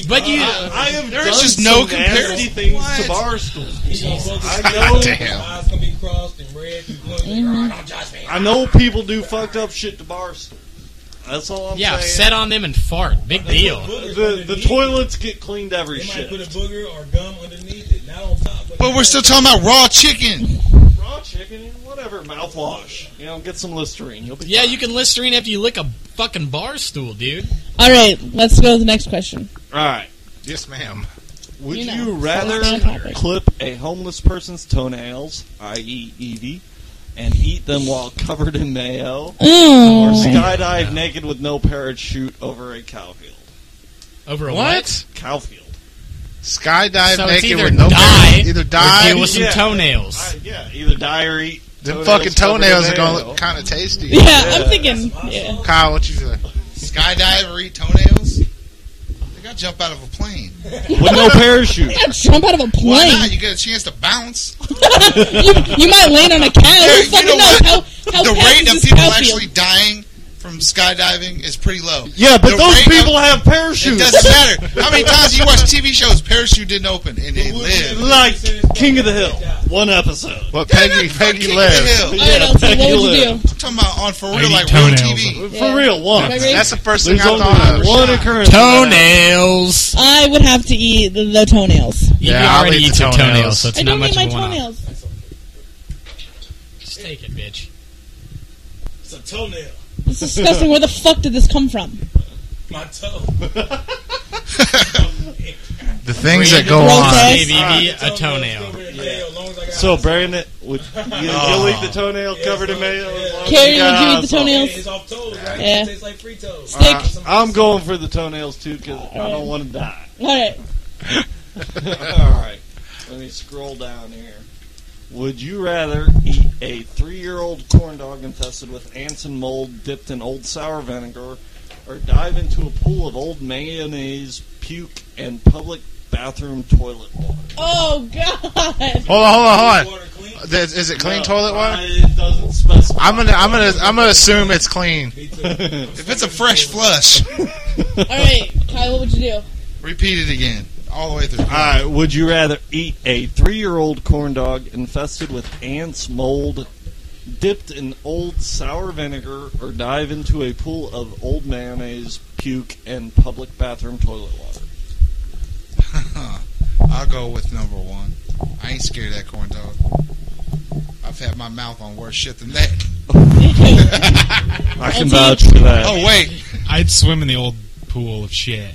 But you,
I have
There is
done
just no
some nasty
comparison.
things
What?
to bar stools. I know
God damn.
Eyes gonna be crossed and red. and blue.
Mm-hmm.
Don't judge me.
I know people do fucked up shit to bar stools. That's all I'm
yeah,
saying.
set on them and fart. Big deal.
Boogers
the the
underneath.
toilets get cleaned every
They might put a
shit.
booger or gum underneath it, not on top.
But we're still talking about raw chicken.
Raw chicken, whatever, mouthwash. You know, get some Listerine. You'll be
Yeah,
fine.
you can Listerine after you lick a fucking bar stool, dude.
All right, let's go to the next question.
All right.
Yes, ma'am.
Would
You
you,
know,
rather
that's my topic.
clip a homeless person's toenails, i.e., Edie, and eat them while covered in mayo,
Oh.
or skydive naked with no parachute over a cow field?
Over a what?
Cow field.
Skydive
So it's
naked
either
with no
die
parachute. either die.
deal with some
Yeah.
toenails.
I, yeah, either die or eat.
Them fucking toenails
covered
are
in
gonna
mayo.
look kind of tasty.
Yeah, I'm thinking. Yeah.
Kyle, what you feel?
Skydive or eat toenails? They got to jump out of a plane.
with no parachute.
You gotta jump out of a
Why
plane.
not? You get a chance to bounce.
you, you might land on a cow. Who
you
fucking
know
knows
what?
how, how
the
packed is
rate of
Oh, this
people
cow field?
actually dying from skydiving is pretty low.
Yeah, but
The
those
rate of-
people have
It
parachutes.
doesn't matter. How many times you watch TV shows, parachute didn't open and they live.
Like King of the Hill, one episode.
What Peggy? Peggy lives.
Hill.
All right, Elton, what would you
Yeah,
do?
I'm talking about on for
I
real,
need
like real
toenails.
TV.
Yeah.
For real, one.
Am I
That's
right?
the first thing
There's
I thought
only
of.
one occurrence.
Toenails.
I would have to eat the, the toenails.
You
Yeah,
can
I'll
already
eat
eat
the
your
toenails.
toenails, so it's
I
not
don't
much
eat
of
my
a one-off.
toenails.
Just take it, bitch.
It's a toenail.
It's disgusting. Where the fuck did this come from?
My toe.
The things that go
Gross
on.
ass.
Give Evie a
It's
toenail.
covered in mayo, as long as I got
So Brandon, would you, you'll eat the toenail
Yeah,
covered in
so-
mayo?
yeah.
as long as
Carrie,
you got
would you eat the
eyes on it?
toenails?
It's off toes, right?
Yeah.
It tastes like free toes.
Steak.
I'm going for the toenails too because I don't want to die.
All right.
All right, let me scroll down here. Would you rather eat a three-year-old corn dog infested with ants and mold dipped in old sour vinegar, or dive into a pool of old mayonnaise, puke, and public bathroom toilet water?
Oh God.
Hold on, hold on, hold
Water clean.
on. Is, is it clean
No, I-
toilet water?
It doesn't specify.
I'm gonna, I'm gonna, I'm gonna assume it's clean.
Me too.
If it's a fresh flush,
All right, Kyle, what would you do?
repeat it again all the way through.
All right, would you rather eat a three-year-old corn dog infested with ants, mold, dipped in old sour vinegar, or dive into a pool of old mayonnaise, puke, and public bathroom toilet water?
I'll go with number one. I ain't scared of that corn dog. I've had my mouth on worse shit than that.
I can
can vouch
vouch for that.
Oh wait,
I'd swim in the old pool of shit.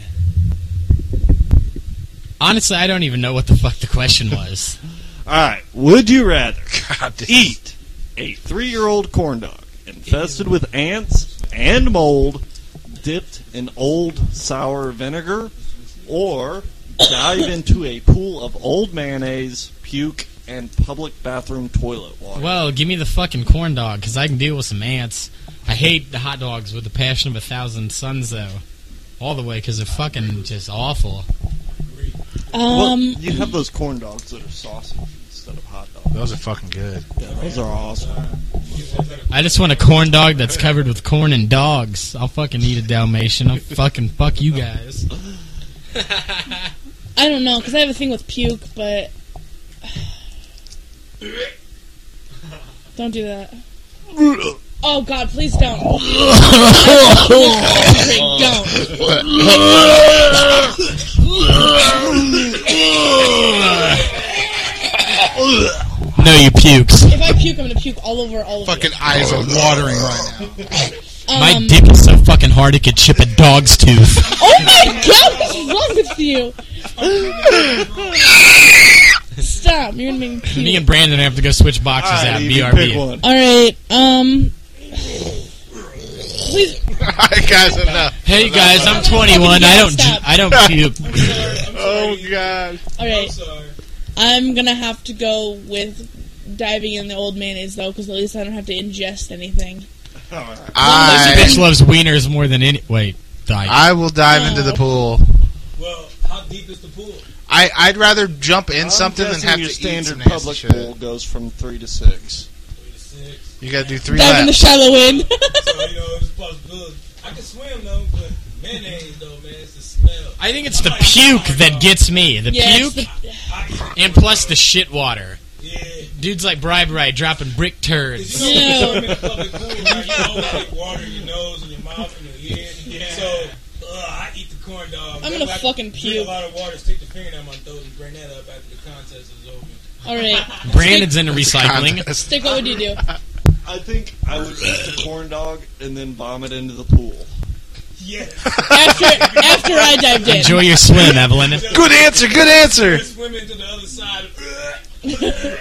Honestly, I don't even know what the fuck the question was.
All right, would you rather
God, this is-
eat a three-year-old corn dog infested with ants and mold, dipped in old sour vinegar, or dive into a pool of old mayonnaise, puke, and public bathroom toilet water?
well, give me the fucking corn dog, because I can deal with some ants. I hate the hot dogs with the passion of a thousand suns, though. All the way, because they're fucking just awful.
Well,
Um,
you have those corn dogs that are sausage instead of hot dogs.
Those are fucking good.
Those are awesome.
I just want a corn dog that's covered with corn and dogs. I'll fucking eat a Dalmatian. I'll fucking fuck you guys.
I don't know because I have a thing with puke, but don't do that. Oh God, please don't. don't.
No, you pukes.
If I puke, I'm gonna puke all over all of you.
fucking eyes are watering right now.
My
Um,
dick is so fucking hard it could chip a dog's tooth.
Oh my God, what's wrong with you? Stop! You're gonna mean, cute.
Me and Brandon have to go switch boxes
All right,
at
Evie, pick
BRB.
one.
All right. Um. Please.
guys, enough.
Hey guys, I'm 21. I don't. ju- I don't puke.
Oh god.
All right. I'm gonna have to go with diving in the old mayonnaise though, because at least I don't have to ingest anything.
Bitch
I
loves wieners more than any. Wait, die.
I will dive into the pool.
Well, how deep is the pool?
I I'd rather jump in something
I'm
than
guessing
have to
your
eat
standard
some nasty
public
shit.
pool goes from three to six.
You gotta do three
Dive in the
laps.
shallow end.
Oh,
So, you know, it's possible. I can swim, though, but mayonnaise, though, man, it's the smell.
I think it's the puke that gets me. The
yeah, it's
puke
the-
and plus the shit water.
Yeah.
Dudes like Bribe Right dropping brick turds.
You
No.
know, when you swim in a public pool, right, you don't like water in your nose and your mouth and your ears. So, uh, I eat the corn dog.
I'm
That's
gonna
why I
fucking
drink
puke.
a lot of water, stick the finger down my throat, and bring that up after the contest is over.
All right.
Brandon's into recycling.
Contest.
Stick. What would you do?
I think I would eat the corn dog and then vomit into the pool.
Yes.
After after I dived in.
Enjoy your swim, Evelyn.
Good answer. Good answer.
Swimming to the other side uh,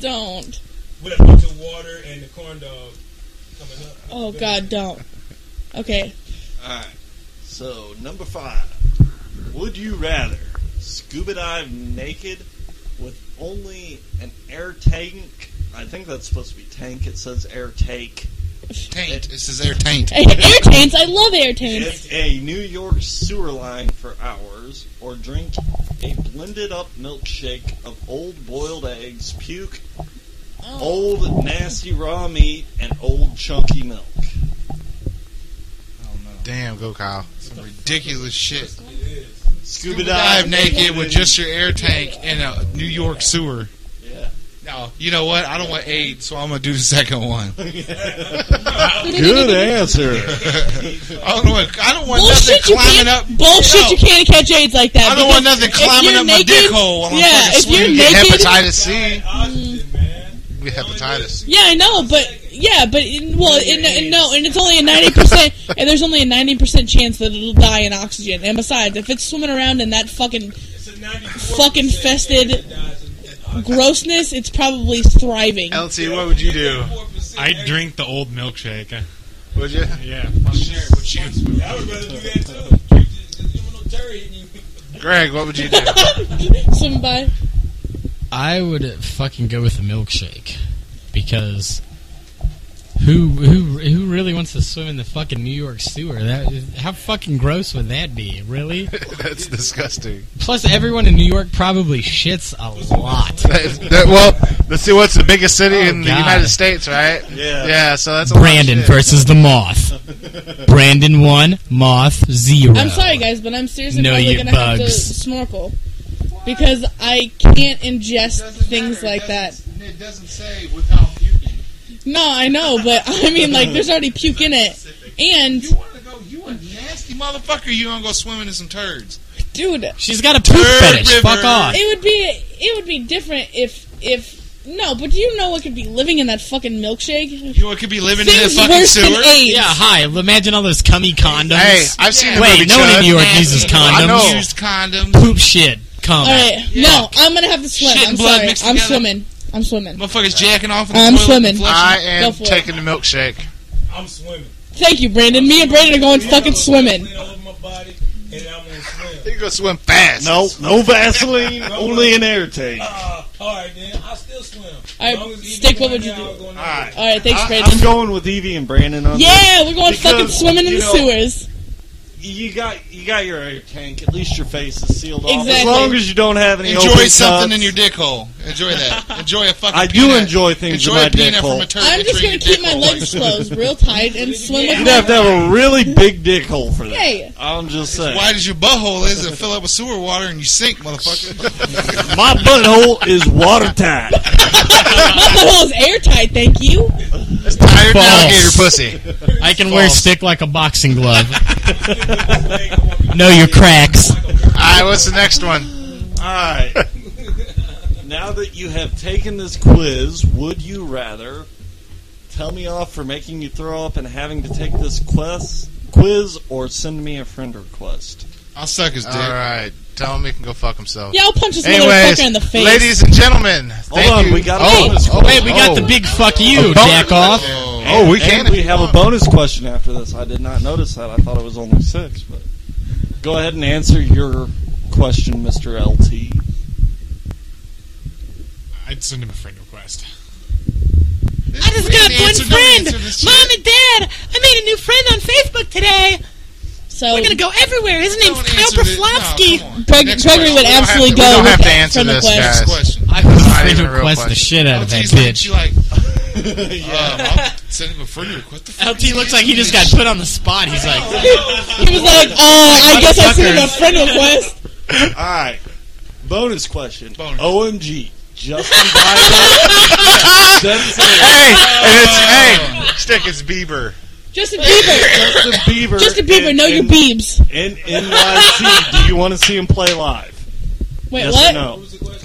Don't.
with a bunch of water and the corn dog coming up.
Oh God, don't. Okay.
Alright. So, number five. Would you rather scuba dive naked with only an air tank? I think that's supposed to be tank. It says air take.
Taint. It says air taint.
Air taints. I love air taints.
It's a New York sewer line for hours, or drink a blended up milkshake of old boiled eggs, puke, old nasty raw meat, and old chunky milk.
Damn, go Kyle.
Some ridiculous shit.
Scuba
Dive
dive
naked with just your air tank in a New York sewer.
Yeah.
No, you know what? I don't want eight, so I'm gonna do the second one.
Oh.
Good answer.
I don't want. I don't want
Bullshit!
nothing
You
climbing
can't.
up.
bullshit!
No.
You can't catch AIDS like that.
I don't
because
want nothing
if
climbing
you're
up my
naked-
dick hole while I'm
yeah,
fucking
if you're
swimming.
Get
naked,
hepatitis C.
mm.
Oxygen, man.
We get hepatitis.
Yeah, I know, but yeah, but in, well, in, in, no, and it's only a ninety percent, and there's only a ninety percent chance that it'll die in oxygen. And besides, if it's swimming around in that fucking
It's a 94
fucking fested grossness, it's probably thriving.
LT, what would you do?
I'd drink the old milkshake.
Would you?
Yeah.
I would rather do that too. You just- 'cause you don't want no dirt hitting you.
Greg, what would you do?
Swim by.
I would fucking go with the milkshake because who who who really wants to swim in the fucking New York sewer? That how fucking gross would that be? Really?
That's disgusting.
Plus, everyone in New York probably shits a lot.
That- that- well, let's see what's the biggest city
Oh,
in the
God.
United States, right?
Yeah.
Yeah, so that's a lot of
Brandon
Oh, shit.
versus the moth. Brandon one, moth zero.
I'm sorry, guys, but I'm seriously
No,
probably
you
gonna have to
bugs.
snorkel because I can't ingest things like that.
It doesn't say without puking.
No, I know, but I mean, like, there's already puke in it, and
You want to go? You a nasty motherfucker? You gonna go swimming in some turds?
dude.
She's got a poop
Turd
fetish.
river.
Fuck off.
It would be it would be different if if no, but do you know what could be living in that fucking milkshake?
You could be living in a
Things
fucking
worse
sewer.
than AIDS.
Yeah, hi. Imagine all those cummy condoms.
Hey, I've seen the
Wait,
movie
no one in
Chud.
New York uses
I know.
condoms.
Used condoms.
Poop shit. Cum.
All right, no, I'm gonna have to swim.
Shit and
I'm
blood
sorry,
mixed
I'm
together.
swimming. I'm swimming.
Motherfuckers jacking off. In the
I'm
toilet
swimming.
and flushing.
I
Go
am
for it.
taking the milkshake.
I'm swimming.
Thank you, Brandon. Me and Brandon are going fucking swimming.
Clean over my body, and I'm gonna swim.
You go swim fast.
No, no Vaseline, only an air tank.
Uh, all right, then. I still swim. As
All
long
right,
as you
stick.
go
What
in
would you
there, I'll
do?
go in there.
All right.
All right, thanks,
I,
Brandon.
I'm going with Evie and Brandon on
Yeah, we're going
Because,
fucking swimming in
you
the
know-
sewers.
this. You got you got your air tank. At least your face is sealed off. As
Exactly.
long as you don't have any
Enjoy
open
something
cuts.
in your dick hole. Enjoy that. Enjoy a fucking.
I do
peanut.
enjoy things
Enjoy
in my
a peanut
dick
from
hole.
a turd
I'm
that's
just
in
gonna
your
keep
dick
my
hole.
legs closed, real tight, and swim with
You'd have to
my.
have a really big dick hole for that.
Hey.
I'm just saying.
Why does your butthole is it fill up with sewer water and you sink, motherfucker?
My butthole is watertight.
My butthole is airtight. Thank you.
It's tired
Balls.
alligator pussy.
I can wear stick like a boxing glove. no, your cracks.
All right, what's the next one?
Alright. Now that you have taken this quiz, would you rather tell me off for making you throw up and having to take this quest quiz or send me a friend request?
I'll suck his dick.
All right. Tell him he can go fuck himself.
Yeah, I'll punch this
Anyways,
motherfucker in the face.
Ladies and gentlemen, thank
on,
you.
we got a bonus
oh, oh,
Wait, we got the big fuck you, jack off.
Oh, we
And
can.
we have a bonus question after this. I did not notice that. I thought it was only six, but go ahead and answer your question, Mr. LT.
I'd send him a friend request.
I just got one friend. Mom and Dad, I made a new friend on Facebook today.
So
We're gonna go everywhere. His name's Kyle Broflovsky.
Greg,
Next
Gregory
question.
would
We
absolutely
don't have to-
go.
we don't
with
have to
that
answer
friend
this,
request.
Next
guys.
question.
I
Not even
would
a
friend
real
request the
question.
shit out of that
LT's like,
bitch.
she like, um, I'll send him a friend request. The fuck?
LT looks like he just got put on the spot. He's like,
He was like, "Oh, I guess I sent him a friend request."
All right. Bonus question.
Bonus.
OMG. Justin Bieber. Justin,
Hey, and it's, hey, stick it's Bieber.
Justin Bieber,
Justin Bieber.
Justin Bieber,
in-
know your
in-
beebs.
In NYC, do you want to see him play live?
Wait,
yes
what?
or no?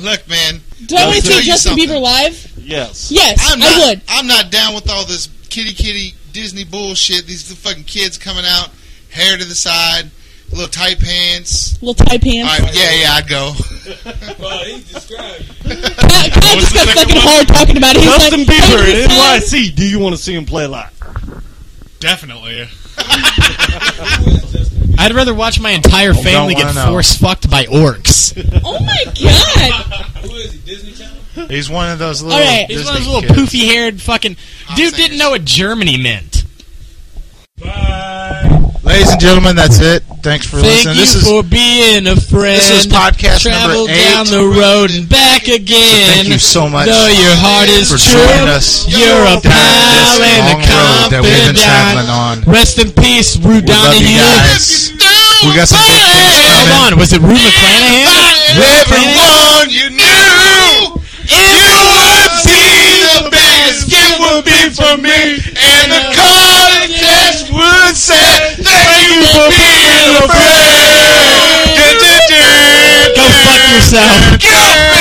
Look, man,
Do I want to
Let me
see
tell you
Justin
something.
Bieber live?
Yes.
Yes,
I'm not,
I would.
I'm not down with all this kitty kitty Disney bullshit. These fucking kids coming out, hair to the side, little tight pants.
Little tie
All
pants.
right, yeah, yeah, I'd go.
Well, he described.
Kyle Kyle just got fucking hard talking about it. He's
Justin
like,
Bieber
"Hey,
in
son."
NYC, do you want to see him play live?
Definitely.
I'd rather watch my entire family
wanna
get
know.
force fucked by orcs.
Oh my god!
Who is he? Disney Channel?
He's one of those little.
All right.
He's
Disney
one of those little
kids.
poofy haired fucking dude. Didn't know what Germany meant.
Bye.
Ladies and gentlemen, that's it. Thanks for
Thank
listening.
you
This is
for being a friend.
this is podcast
Travel
number eight.
down the road and back again.
thank you so much
Though your heart is
for
true,
joining us
you're
down
a
this
pal and
long
a
road that we've been traveling on.
confidant. Rest in peace, Rue
We love you
Donahue.
guys. We got some big things
Wait,
coming.
hold on. Was it Rue McClanahan? Rue McClanahan?
Everyone you knew, you would be the best. It would be for me. And the contest would say, thank you for being a friend.
Go fuck yourself.
Go